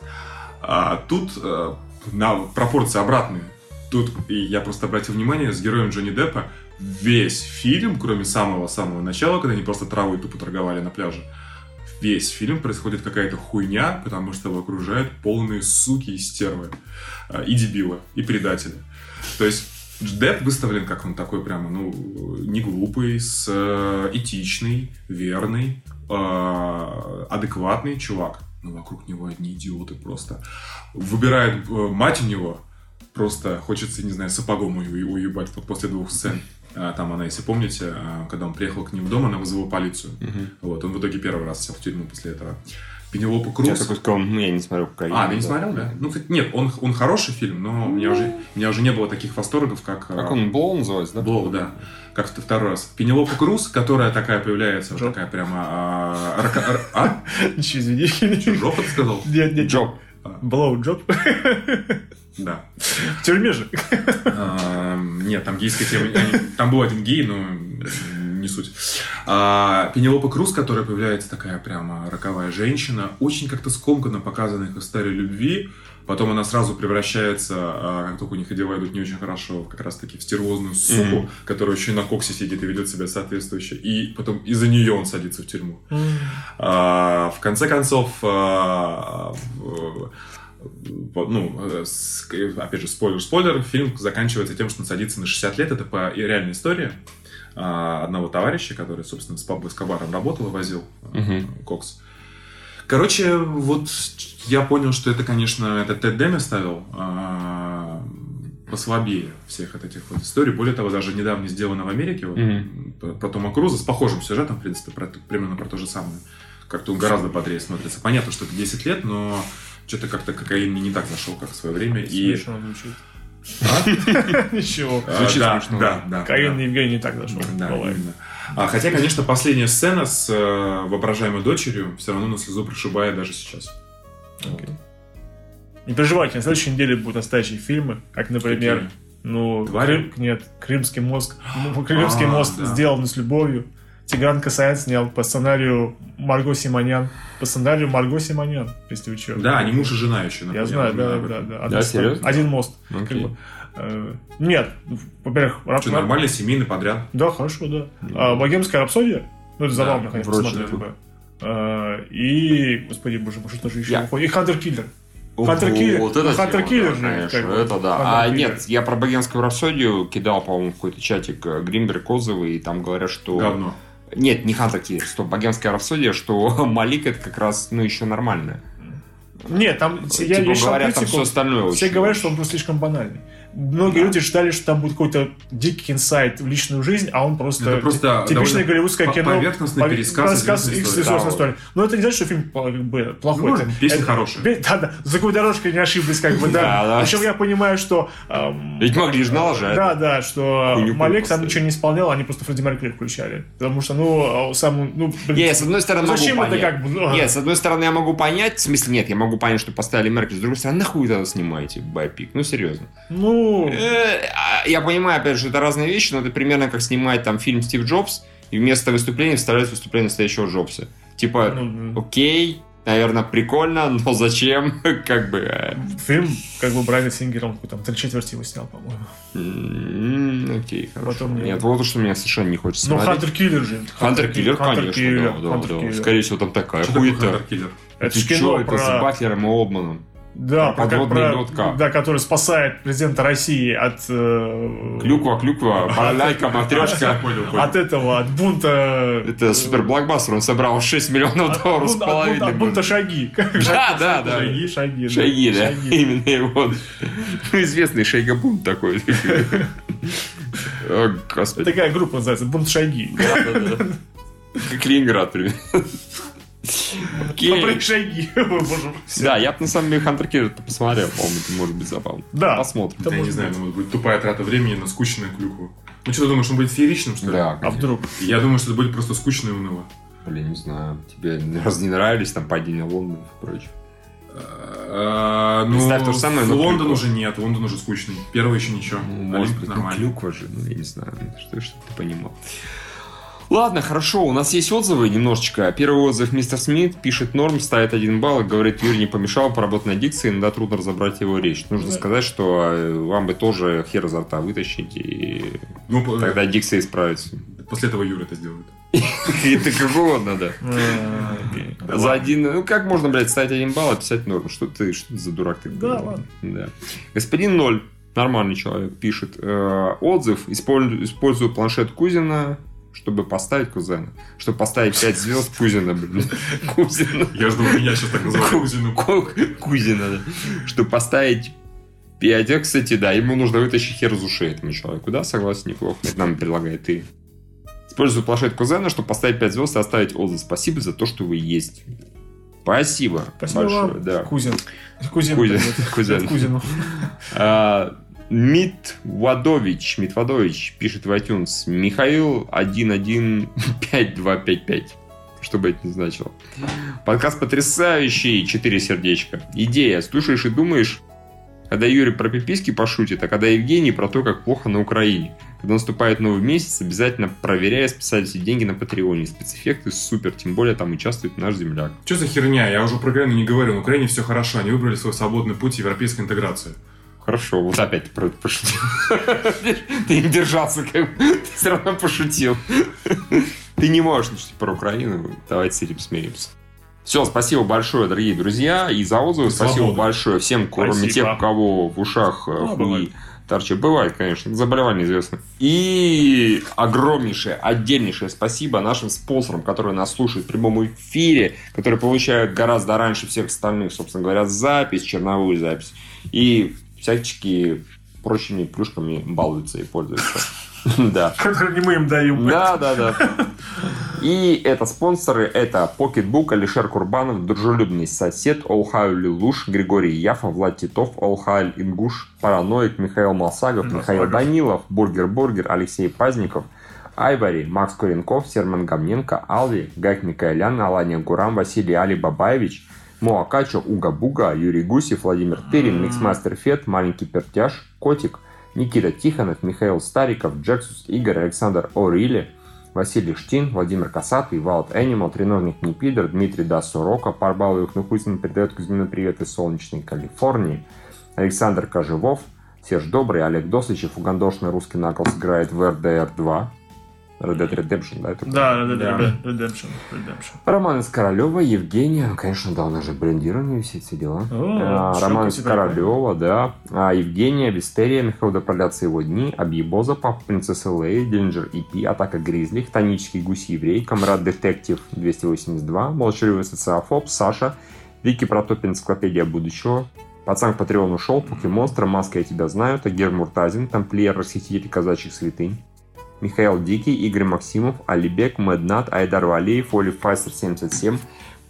А тут э, на пропорции обратные. Тут, и я просто обратил внимание, с героем Джонни Деппа весь фильм, кроме самого-самого начала, когда они просто травой тупо торговали на пляже, весь фильм происходит какая-то хуйня, потому что его окружают полные суки и стервы, э, и дебилы, и предатели. То есть Депп выставлен как он такой прямо, ну, не глупый, с э, этичный, верный, э, адекватный чувак. Но вокруг него одни идиоты просто. Выбирает э, мать у него, просто хочется, не знаю, сапогом ее уебать вот после двух сцен. А, Там она, если помните, а, когда он приехал к ним в дом, она вызвала полицию. Вот, он в итоге первый раз сел в тюрьму после этого. Пенелопа Круз. Я такой сказал, ну я не смотрел пока. А, ты не смотрел, да? Ну, кстати, нет, он, он хороший фильм, но у меня, уже, у меня уже не было таких восторгов, как... Как он, Блоу называется, да? Блоу, да. Как в- второй раз. Пенелопа Круз, которая такая появляется, вот Жопа. такая прямо... А, рака- р- а? Ничего, извини. <laughs> Жопа, ты сказал? Нет, нет, Джоб. Блоуджоп. Да. В тюрьме же. А, Нет, там гейская тема. они- Там был один гей, но не суть. А, Пенелопа Круз, которая появляется такая прямо роковая женщина, очень как-то скомканно показана их история любви. Потом она сразу превращается, а, как только у них дела идут не очень хорошо, как раз-таки в стервозную суку, Мгм. которая еще и на коксе сидит и ведет себя соответствующе. И потом из-за нее он садится в тюрьму. А, в конце концов, а, в- в- ну, э, с- э, опять же, спойлер-спойлер, фильм заканчивается тем, что он садится на 60 лет. Это по и- реальной истории а, одного товарища, который, собственно, с Пабло Эскобаром работал и возил э, Мгм. кокс. Короче, вот я понял, что это, конечно, это Тед Деми ставил а, послабее всех от этих вот историй. Более того, даже недавно сделано в Америке, вот, Мгм. про- про Тома Круза, с похожим сюжетом, в принципе, про т- примерно про то же самое. Как-то он гораздо бодрее смотрится. Понятно, что это 10 лет, но что-то как-то кокаин мне не так зашел, как в свое время. И... Смешно звучит. А? <laughs> <laughs> Ничего. А, Звучит да, смешно. Да, да. Каин да. Евгений не так зашел. Да, Бывает. именно. А, хотя, конечно, последняя сцена с э, воображаемой дочерью все равно на слезу прошибает даже сейчас. Окей. Не переживайте, на следующей неделе будут настоящие фильмы, как, например, Какие? ну, «Твари»? Крым- нет, Крымский мост, Ну, Крымский А, мост да. сделан с любовью. Тигран Касаян снял по сценарию Марго Симонян. По сценарию Марго Симонян, если вы чё. Да, они муж и жена еще. Я напомню, знаю, да, да, об этом. да. Да, Одна сцена, серьезно? Один мост. Окей. как бы. Э, Нет, во-первых, раб- Что, нормальный семейный подряд? Да, хорошо, да. Ну, А, Богемская рапсодия. Ну, это забавно, Да, конечно, вроде смотреть. бы. да. А, И, господи боже мой, что же еще Я- выходит? И Хантер Киллер. Ого, Хантер Киллер. Вот это Хантер тема, Киллер да, же, конечно, как бы. это да. Хантер а Киллер. нет, я про богемскую рапсодию кидал, по-моему, в какой-то чатик э, Гринберг отзывы, и там говорят, что... Говно. Нет, не Хантер Киллер, что богемская рапсодия, что <laughs> Малик это как раз, ну, еще нормально. Нет, там я типа я читал говорят, там критику, все остальное Все очень- говорят, что он просто слишком банальный. Многие люди считали, что там будет какой-то дикий инсайт в личную жизнь, а он просто, Это просто типичное довольно голливудское по- кино. поверхностный пове- пересказ рассказ известной их истории. известной Да, истории. Но это не значит, что фильм пла- как бы, плохой. Ну, Это- песня это- хорошая. пе- Да, да. За какой дорожкой не ошиблись, как бы, да. Да, да. Причем я понимаю, что... эм, Ведь могли же налажать. Да, да, что э, Хуйню Малек сам поставить. ничего не исполнял, они просто Фредди Меркьюри включали. Потому что, ну, сам... Ну, блин, Я, с одной стороны, Зачем могу это понять. как бы, ну, а? Нет, с одной стороны, я могу понять. В смысле, нет, я могу понять, что поставили Меркель. С другой стороны, нахуй вы тогда снимаете байпик? Ну, серьезно. ну... Э, а, Я понимаю, опять же, что это разные вещи, но это примерно как снимать там фильм Стив Джобс и вместо выступления вставляют выступление настоящего Джобса. Типа, ну, окей, наверное, прикольно, но зачем? <laughs> Как бы... э, Фильм, как бы Брайан Сингер, он там три четверти его снял, по-моему. м, Окей, хорошо. Потом не- Нет, вот то, что меня совершенно не хочется Ну, смотреть. Хантер Киллер же. Хантер Киллер, Хантер конечно, Киллер, да, да, Хантер да. Киллер. Скорее всего, там такая Что такое хуета. Хантер Киллер? Это Ты ж кино чё, это с про... Батлером и Обманом. Да, про про- подводные про- лодка. Да, который спасает президента России от... э, Клюква, <laughs> клюква, баляйка, А, матрешка. От этого, от бунта... Это супер блокбастер, он собрал 6 миллионов От долларов с бунта, от бунта, половиной. от бунта шаги. Да, да, да. Шаги, шаги. Шаги, да? Шаги. Именно его. Ну, известный шейгабунт <laughs> такой. О, Господи. Такая группа называется «Бунт шаги». Как Ленинград, примерно. Попри Окей. шаги. <laughs> Боже мой. Да, я бы на самом деле Хантер Киллер посмотрел, по-моему, это может быть забавно. Да. Посмотрим. Да, Да я не может знаю, ну, будет тупая трата времени на скучную клюкву. Ну что ты думаешь, он будет фееричным, что ли? Да, А вдруг? Я думаю, что это будет просто скучно и уныло. блин, не знаю. Тебе раз не нравились там падение Лондона и прочее. А, Ну, Представь то же самое, но Лондон клюква. уже нет, Лондон уже скучный. Первый еще ничего. Ну, Олимп может быть, ну, нормально. клюква же, ну, я не знаю, что, что ты понимал. Ладно, хорошо, у нас есть отзывы немножечко. Первый отзыв мистер Смит пишет норм, ставит один балл и говорит, Юрий не помешал, поработать на дикции, иногда трудно разобрать его речь. Нужно Да. сказать, что э, вам бы тоже хер изо рта вытащить, и Ну, по- тогда дикция <laughs> исправится. после этого Юра это сделает. Это какого надо? Э, За один... Ну, как можно, блядь, ставить один балл и писать норм? Что ты, что ты за дурак ты? Да, ладно. Да. Господин Ноль, нормальный человек, пишет. э, отзыв. Исполь- Использую планшет Кузина, чтобы поставить Кузена. Чтобы поставить 5 звезд Кузина, <laughs> блин. Кузина. Я жду, меня сейчас так называют. Ку- Кузина, да. Чтобы поставить 5. А, кстати, да, ему нужно вытащить хер из ушей этому человеку. Да, согласен, неплохо. Это нам предлагает ты. Использую планшет Кузена, чтобы поставить 5 звезд и оставить отзыв. Спасибо за то, что вы есть. Спасибо. Спасибо большое, вам, Да. Кузин. Кузин. Кузин, привет. Кузин. Привет Кузину. А, Мит Вадович, Мит Вадович пишет в iTunes Михаил 115255. Что бы это ни значило. Подкаст потрясающий, 4 сердечка. Идея, слушаешь и думаешь, когда Юрий про пиписки пошутит, а когда Евгений про то, как плохо на Украине. Когда наступает новый месяц, обязательно проверяй, списали все деньги на Патреоне. Спецэффекты супер, тем более там участвует наш земляк. Что за херня? Я уже про Украину не говорю. На Украине все хорошо. Они выбрали свой свободный путь европейской интеграции. Хорошо, вот опять про это пошутил. <laughs> Ты не держался, как бы. Ты все равно пошутил. Ты не можешь шутить про Украину. Давайте с этим смиримся. Все, спасибо большое, дорогие друзья, и за отзывы. Свобода. Спасибо большое всем, кроме Спасибо. тех, у кого в ушах э, Ну, хуи бывает. торчат. Бывает, конечно, заболевание известно. И огромнейшее, отдельнейшее спасибо нашим спонсорам, которые нас слушают в прямом эфире, которые получают гораздо раньше всех остальных, собственно говоря, запись, черновую запись. И всячески прочими плюшками балуются и пользуются. <laughs> Да. Который не мы им даем. Да, да, да. <laughs> И это спонсоры, это Pocketbook, Алишер Курбанов, Дружелюбный сосед, Олхайль Лилуш, Григорий Яфа, Влад Титов, Олхайль Ингуш, Параноик, Михаил Малсагов, Малсагов. Михаил Данилов, Бургер Бургер, Алексей Пазников, Айвари, Макс Куренков, Серман Гомненко, Алви, Гайк Микаэлян, Алания Гурам, Василий Али Бабаевич, Муакачо, Уга Буга, Юрий Гусев, Владимир Тырин, М. Миксмастер Фет, Маленький Пертяж, Котик, Никита Тихонов, Михаил Стариков, Джексус Игорь, Александр Орили, Василий Штин, Владимир Касатый, Wild Animal, Треновник Непидер, Дмитрий Дасурока, Парбаловик Нукутин передает Кузьмину привет из солнечной Калифорнии, Александр Кожевов, Серж Добрый, Олег Досычев, угандошный русский наклс играет в RDR 2. Red Dead Redemption, да? это? Да, да, да, Да. да. Redemption. Redemption. Роман из Королева, Евгения, ну, конечно, да, у нас же брендирование, все эти дела. О, А, что Роман у из тебя Королева, да. А, Евгения, Вистерия, Михаил Допролятся его дни, Абьебоза, Папа Принцесса Лея, Динджер EP, Атака Гризли, Хтонический гусь еврей, Камрад Детектив 282, Молчаливый социофоб, Саша, Вики Протопин, Энциклопедия будущего, Пацан к Патреону ушел, Покемонстра, Маска я тебя знаю, Тагер Муртазин, Тамплиер, Расхититель казачьих святынь, Михаил Дикий, Игорь Максимов, Алибек, Меднат, Айдар Валеев, Оли Файсер 77,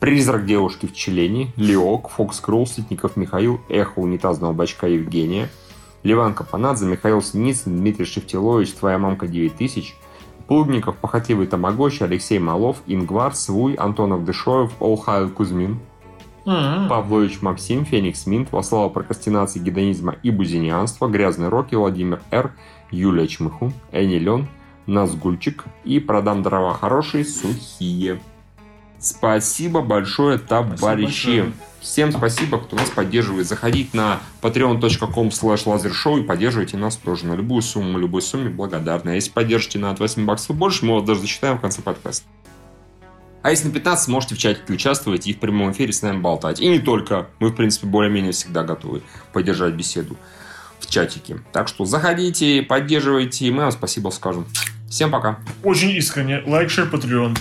Призрак девушки в Челене, Леок, Фокс Кролл, Ситников Михаил, Эхо унитазного бачка Евгения, Ливан Капанадзе, Михаил Синицын, Дмитрий Шевтилович, Твоя мамка 9000, Плугников, Похотливый Тамагочи, Алексей Малов, Ингвар, Свуй, Антонов Дышоев, Олхайл Кузьмин, Мгм. Павлович Максим, Феникс Минт, во славу прокрастинации, гедонизма и бузинианства, Грязный Роки, Владимир Р, Юлия Чмыху, Эни Лен, Назгульчик и Продам дрова хорошие, сухие. Спасибо большое, товарищи. большое. Всем спасибо, кто нас поддерживает. Заходите на patreon.com slash lasershow и поддерживайте нас тоже на любую сумму, любой сумме благодарны. А если поддержите на от 8 баксов больше, мы вас даже зачитаем в конце подкаста. А если на 15, можете в чатике участвовать и в прямом эфире с нами болтать. И не только. Мы, в принципе, более-менее всегда готовы поддержать беседу в чатике. Так что заходите, поддерживайте, и мы вам спасибо скажем. Всем пока. Очень искренне. Лайк, шер, патреон.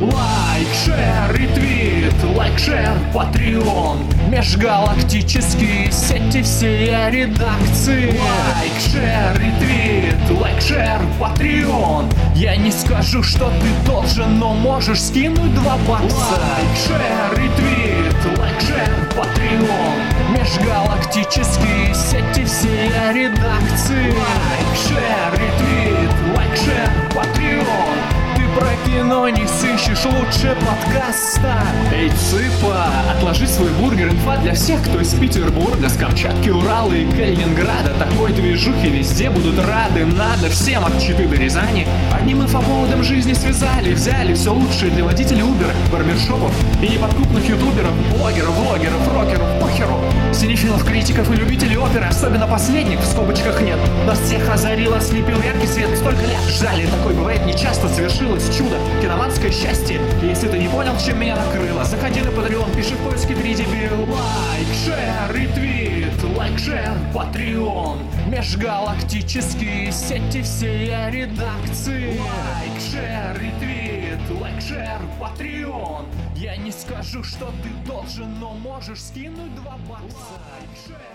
Лайк, шер, ретвит, лайк, шер, патреон Межгалактические сети все редакции Лайк, шер, ретвит, лайк, шер, патреон Я не скажу, что ты должен, но можешь скинуть два бакса Лайк, шер, ретвит, лайк, шер, патреон Межгалактические сети все редакции Лайк, шер, ретвит, лайк, шер, патреон ты про кино не сыщешь лучше подкаста Эй, Цыпа, от Отложи свой бургер, инфа для всех, кто из Петербурга, с Камчатки, Урала и Калининграда. Такой движухи везде будут рады, надо всем от Читы до Рязани. Одним инфоповодом жизни связали, взяли все лучшее для водителей Uber, барбершопов и неподкупных ютуберов, блогеров, блогеров, рокеров, похеру. Синефилов, критиков и любителей оперы, особенно последних, в скобочках нет. Нас всех озарил, ослепил яркий свет, столько лет ждали, такое бывает нечасто, свершилось чудо, киноманское счастье. Если ты не понял, чем меня накрыло, заходи на Патреон, пиши в поиске три дебил. Лайк, шер, ретвит, лайк, шер, Патреон, межгалактические сети все редакции. Лайк, шер, ретвит, лайк, шер, Патреон. Я не скажу, что ты должен, но можешь скинуть два бакса. Лайк, шер.